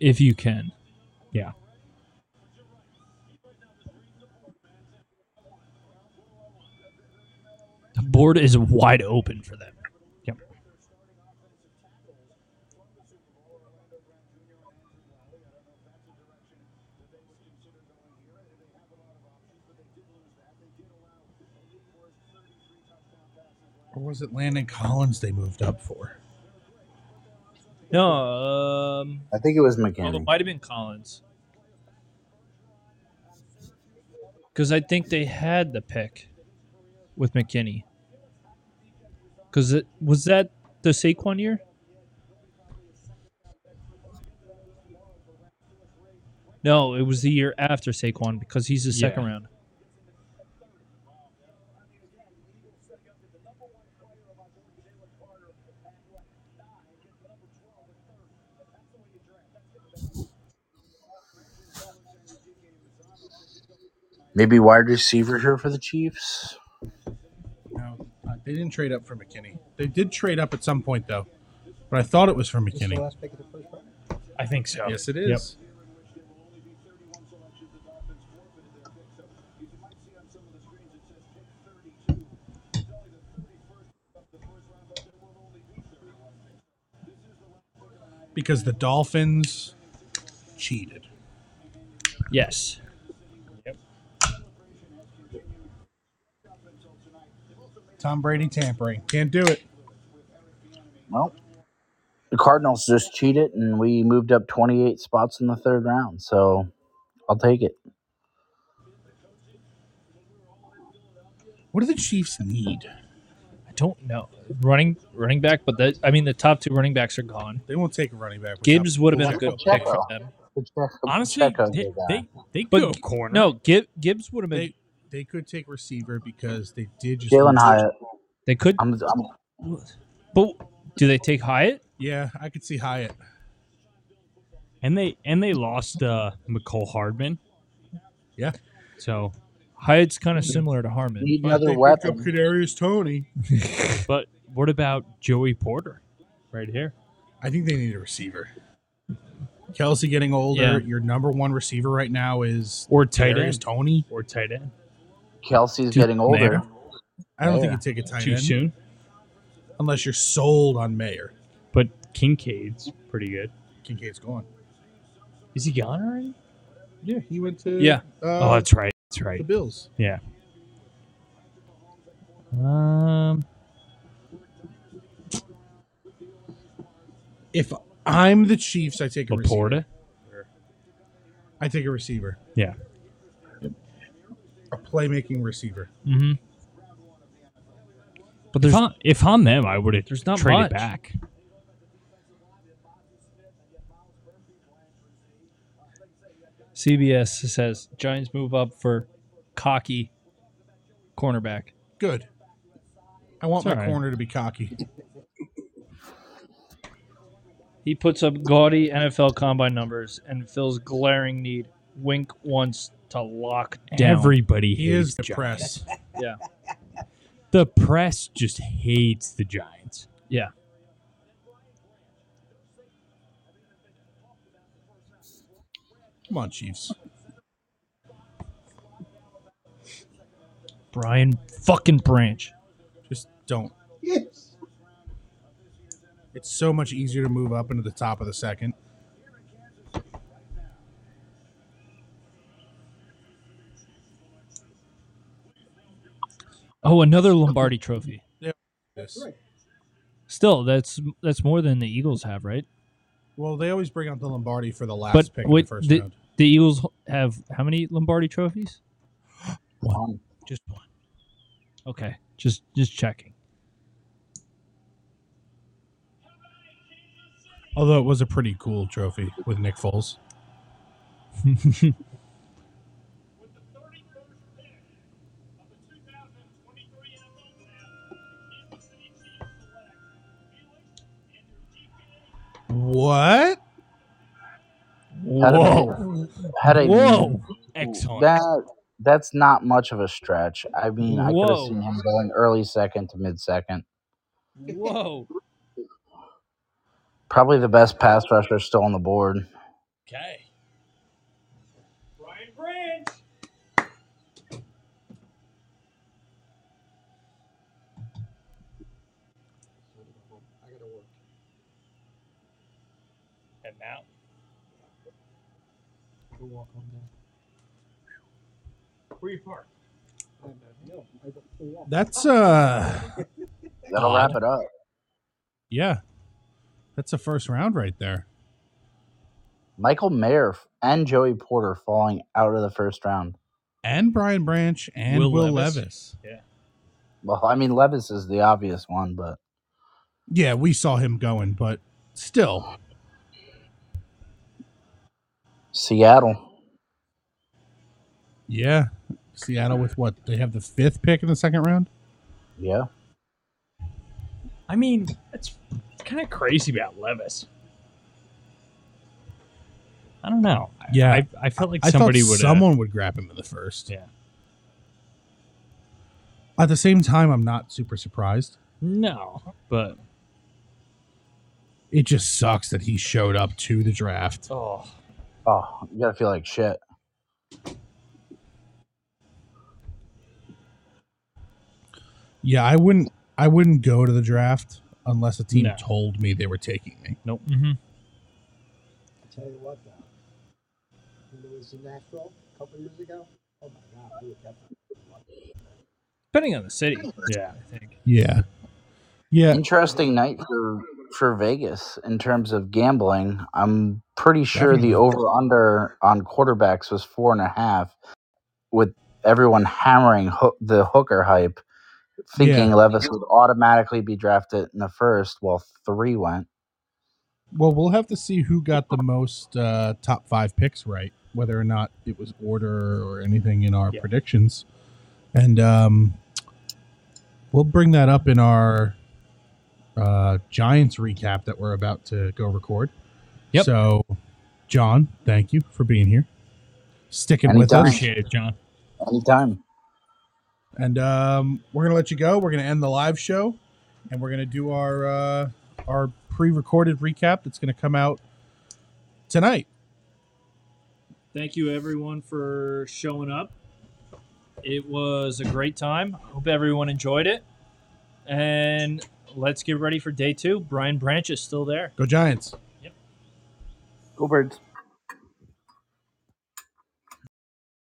Speaker 3: if you can. The board is wide open for them.
Speaker 1: Or was it Landon Collins they moved up for?
Speaker 3: No, um,
Speaker 8: I think it was
Speaker 3: well, it
Speaker 8: McKinney.
Speaker 3: might have been Collins because I think they had the pick with McKinney. Because it was that the Saquon year. No, it was the year after Saquon because he's the second
Speaker 2: Yeah.
Speaker 3: round.
Speaker 8: Maybe wide receiver here for the Chiefs.
Speaker 1: No, uh, they didn't trade up for McKinney. They did trade up at some point though, but I thought it was for McKinney.
Speaker 2: I think
Speaker 3: Oh.
Speaker 2: so.
Speaker 1: Yes, it is. Because the Dolphins cheated.
Speaker 3: Yes.
Speaker 1: Tom Brady tampering. Can't do it.
Speaker 8: Well, the Cardinals just cheated, and we moved up 28 spots in the third round. So I'll take it.
Speaker 1: What do the Chiefs need?
Speaker 3: I don't know running running back, but that I mean the top two running backs are gone.
Speaker 1: They won't take a running back. without-
Speaker 3: Gibbs would have been a good pick
Speaker 1: Pacheco.
Speaker 3: for them.
Speaker 2: Honestly, they, they, they could go
Speaker 3: But-
Speaker 2: corner.
Speaker 3: No, Gib, Gibbs would have been.
Speaker 1: They they could take receiver because they did just
Speaker 8: Jalen Hyatt.
Speaker 3: They could,
Speaker 8: I'm, I'm
Speaker 3: but do they take Hyatt?
Speaker 1: Yeah, I could see Hyatt.
Speaker 2: and they and they lost uh McCole Hardman.
Speaker 1: Yeah.
Speaker 2: So,
Speaker 3: Hyatt's kind of similar to Harmon.
Speaker 8: need
Speaker 1: But
Speaker 8: another
Speaker 1: they
Speaker 8: weapon.
Speaker 1: picked up Kadarius Tony.
Speaker 2: but what about Joey Porter? Right here.
Speaker 1: I think they need a receiver. Kelsey getting older.
Speaker 3: Yeah.
Speaker 1: Your number one receiver right now is
Speaker 2: Or tight
Speaker 1: Kadarius
Speaker 2: end.
Speaker 1: Tony.
Speaker 2: Or tight end.
Speaker 8: Kelsey's
Speaker 2: Dude,
Speaker 8: getting older.
Speaker 2: Mayer.
Speaker 1: I don't
Speaker 8: Yeah.
Speaker 1: think you take a tight
Speaker 2: Too
Speaker 1: end
Speaker 2: soon.
Speaker 1: unless you're sold on Mayer.
Speaker 2: But Kincaid's pretty good.
Speaker 1: Kincaid's gone.
Speaker 2: Is he gone already?
Speaker 1: Yeah, he went to
Speaker 3: Yeah.
Speaker 2: oh,
Speaker 1: Uh,
Speaker 2: that's right. That's
Speaker 1: the
Speaker 2: right.
Speaker 1: Bills.
Speaker 2: Um,
Speaker 1: If I'm the Chiefs, I take a receiver.
Speaker 2: Laporta.
Speaker 1: I take a receiver.
Speaker 2: Yeah.
Speaker 1: A playmaking receiver.
Speaker 3: Mm-hmm. But
Speaker 2: If
Speaker 3: there's
Speaker 2: I'm, if I'm them, I would have
Speaker 3: There's not
Speaker 2: traded
Speaker 3: much.
Speaker 2: back.
Speaker 3: CBS says Giants move up for cocky cornerback.
Speaker 1: Good. I want
Speaker 2: It's
Speaker 1: my
Speaker 2: all right.
Speaker 1: corner to be cocky.
Speaker 3: He puts up gaudy NFL combine numbers and fills glaring need. Wink wants to lock down.
Speaker 2: Everybody
Speaker 1: He
Speaker 2: hates
Speaker 1: is
Speaker 2: the
Speaker 1: depressed.
Speaker 2: Giants.
Speaker 3: Yeah.
Speaker 2: The press just hates the Giants.
Speaker 3: Yeah.
Speaker 1: Come on, Chiefs.
Speaker 3: Brian fucking Branch.
Speaker 1: Just don't. It's so much easier to move up into the top of the second.
Speaker 3: Oh, another Lombardi trophy.
Speaker 1: Yes.
Speaker 3: Still, that's that's more than the Eagles have, right?
Speaker 1: Well, they always bring out the Lombardi for the last
Speaker 3: But
Speaker 1: pick in
Speaker 3: wait,
Speaker 1: the first
Speaker 3: the-
Speaker 1: round.
Speaker 3: The Eagles have how many Lombardi trophies?
Speaker 8: One.
Speaker 3: Just one. Okay, just just checking. [LAUGHS]
Speaker 1: Although it was a pretty cool trophy with Nick Foles. What?
Speaker 8: Had a-
Speaker 3: Whoa.
Speaker 8: Had a
Speaker 3: Whoa. Excellent.
Speaker 8: That that's not much of a stretch. I mean, I could have
Speaker 2: Whoa.
Speaker 8: seen him going early second to mid second.
Speaker 2: Whoa.
Speaker 8: Probably the best pass rusher still on the board.
Speaker 3: Okay. And now.
Speaker 1: That's uh
Speaker 8: That'll
Speaker 3: Odd.
Speaker 8: wrap it up.
Speaker 1: yeah. That's a first round right there.
Speaker 8: Michael Mayer f- and Joey Porter falling out of the first round.
Speaker 1: And Brian Branch and Will,
Speaker 3: Will
Speaker 1: Levis.
Speaker 3: Levis.
Speaker 8: Well, I mean, Levis is the obvious one, but
Speaker 1: Yeah, we saw him going, but still.
Speaker 8: Seattle.
Speaker 1: Yeah. Seattle with what? They have the fifth pick in the second round?
Speaker 8: Yeah.
Speaker 3: I mean, that's kind of crazy about Levis. I don't know. I-
Speaker 1: Yeah.
Speaker 3: I, I felt like
Speaker 1: I
Speaker 3: somebody
Speaker 1: thought
Speaker 3: would.
Speaker 1: someone would grab him in the first.
Speaker 3: Yeah.
Speaker 1: At the same time, I'm not super surprised.
Speaker 3: no, but
Speaker 1: It just sucks that he showed up to the draft.
Speaker 3: oh,
Speaker 8: Oh, you gotta feel like shit.
Speaker 1: Yeah, I wouldn't I wouldn't go to the draft unless a team
Speaker 3: No.
Speaker 1: told me they were taking me.
Speaker 3: nope. Mm-hmm.
Speaker 7: I tell you what, though, when it was in Nashville a couple years ago, oh my God, we were definitely
Speaker 2: Depending on the city.
Speaker 3: Yeah, I think.
Speaker 1: Yeah. Yeah.
Speaker 8: Interesting night for for Vegas in terms of gambling. I'm pretty sure
Speaker 1: Definitely.
Speaker 8: the over under on quarterbacks was four and a half, with everyone hammering hoo- the hooker hype, thinking
Speaker 1: Yeah.
Speaker 8: Levis would automatically be drafted in the first. Well, three went.
Speaker 1: Well, we'll have to see who got the most uh, top five picks right, whether or not it was order or anything in our
Speaker 3: Yeah.
Speaker 1: predictions, and um, we'll bring that up in our uh, Giants recap that we're about to go record.
Speaker 3: Yep.
Speaker 1: So, John, thank you for being here, sticking with
Speaker 8: Anytime.
Speaker 1: us,
Speaker 3: Appreciate it, John.
Speaker 8: Anytime.
Speaker 1: and um, we're gonna let you go. We're gonna end the live show, and we're gonna do our uh, our pre-recorded recap that's gonna come out tonight.
Speaker 2: Thank you everyone for showing up. It was a great time. Hope everyone enjoyed it. And let's get ready for day two. Brian Branch is still there.
Speaker 1: Go Giants.
Speaker 8: Go birds.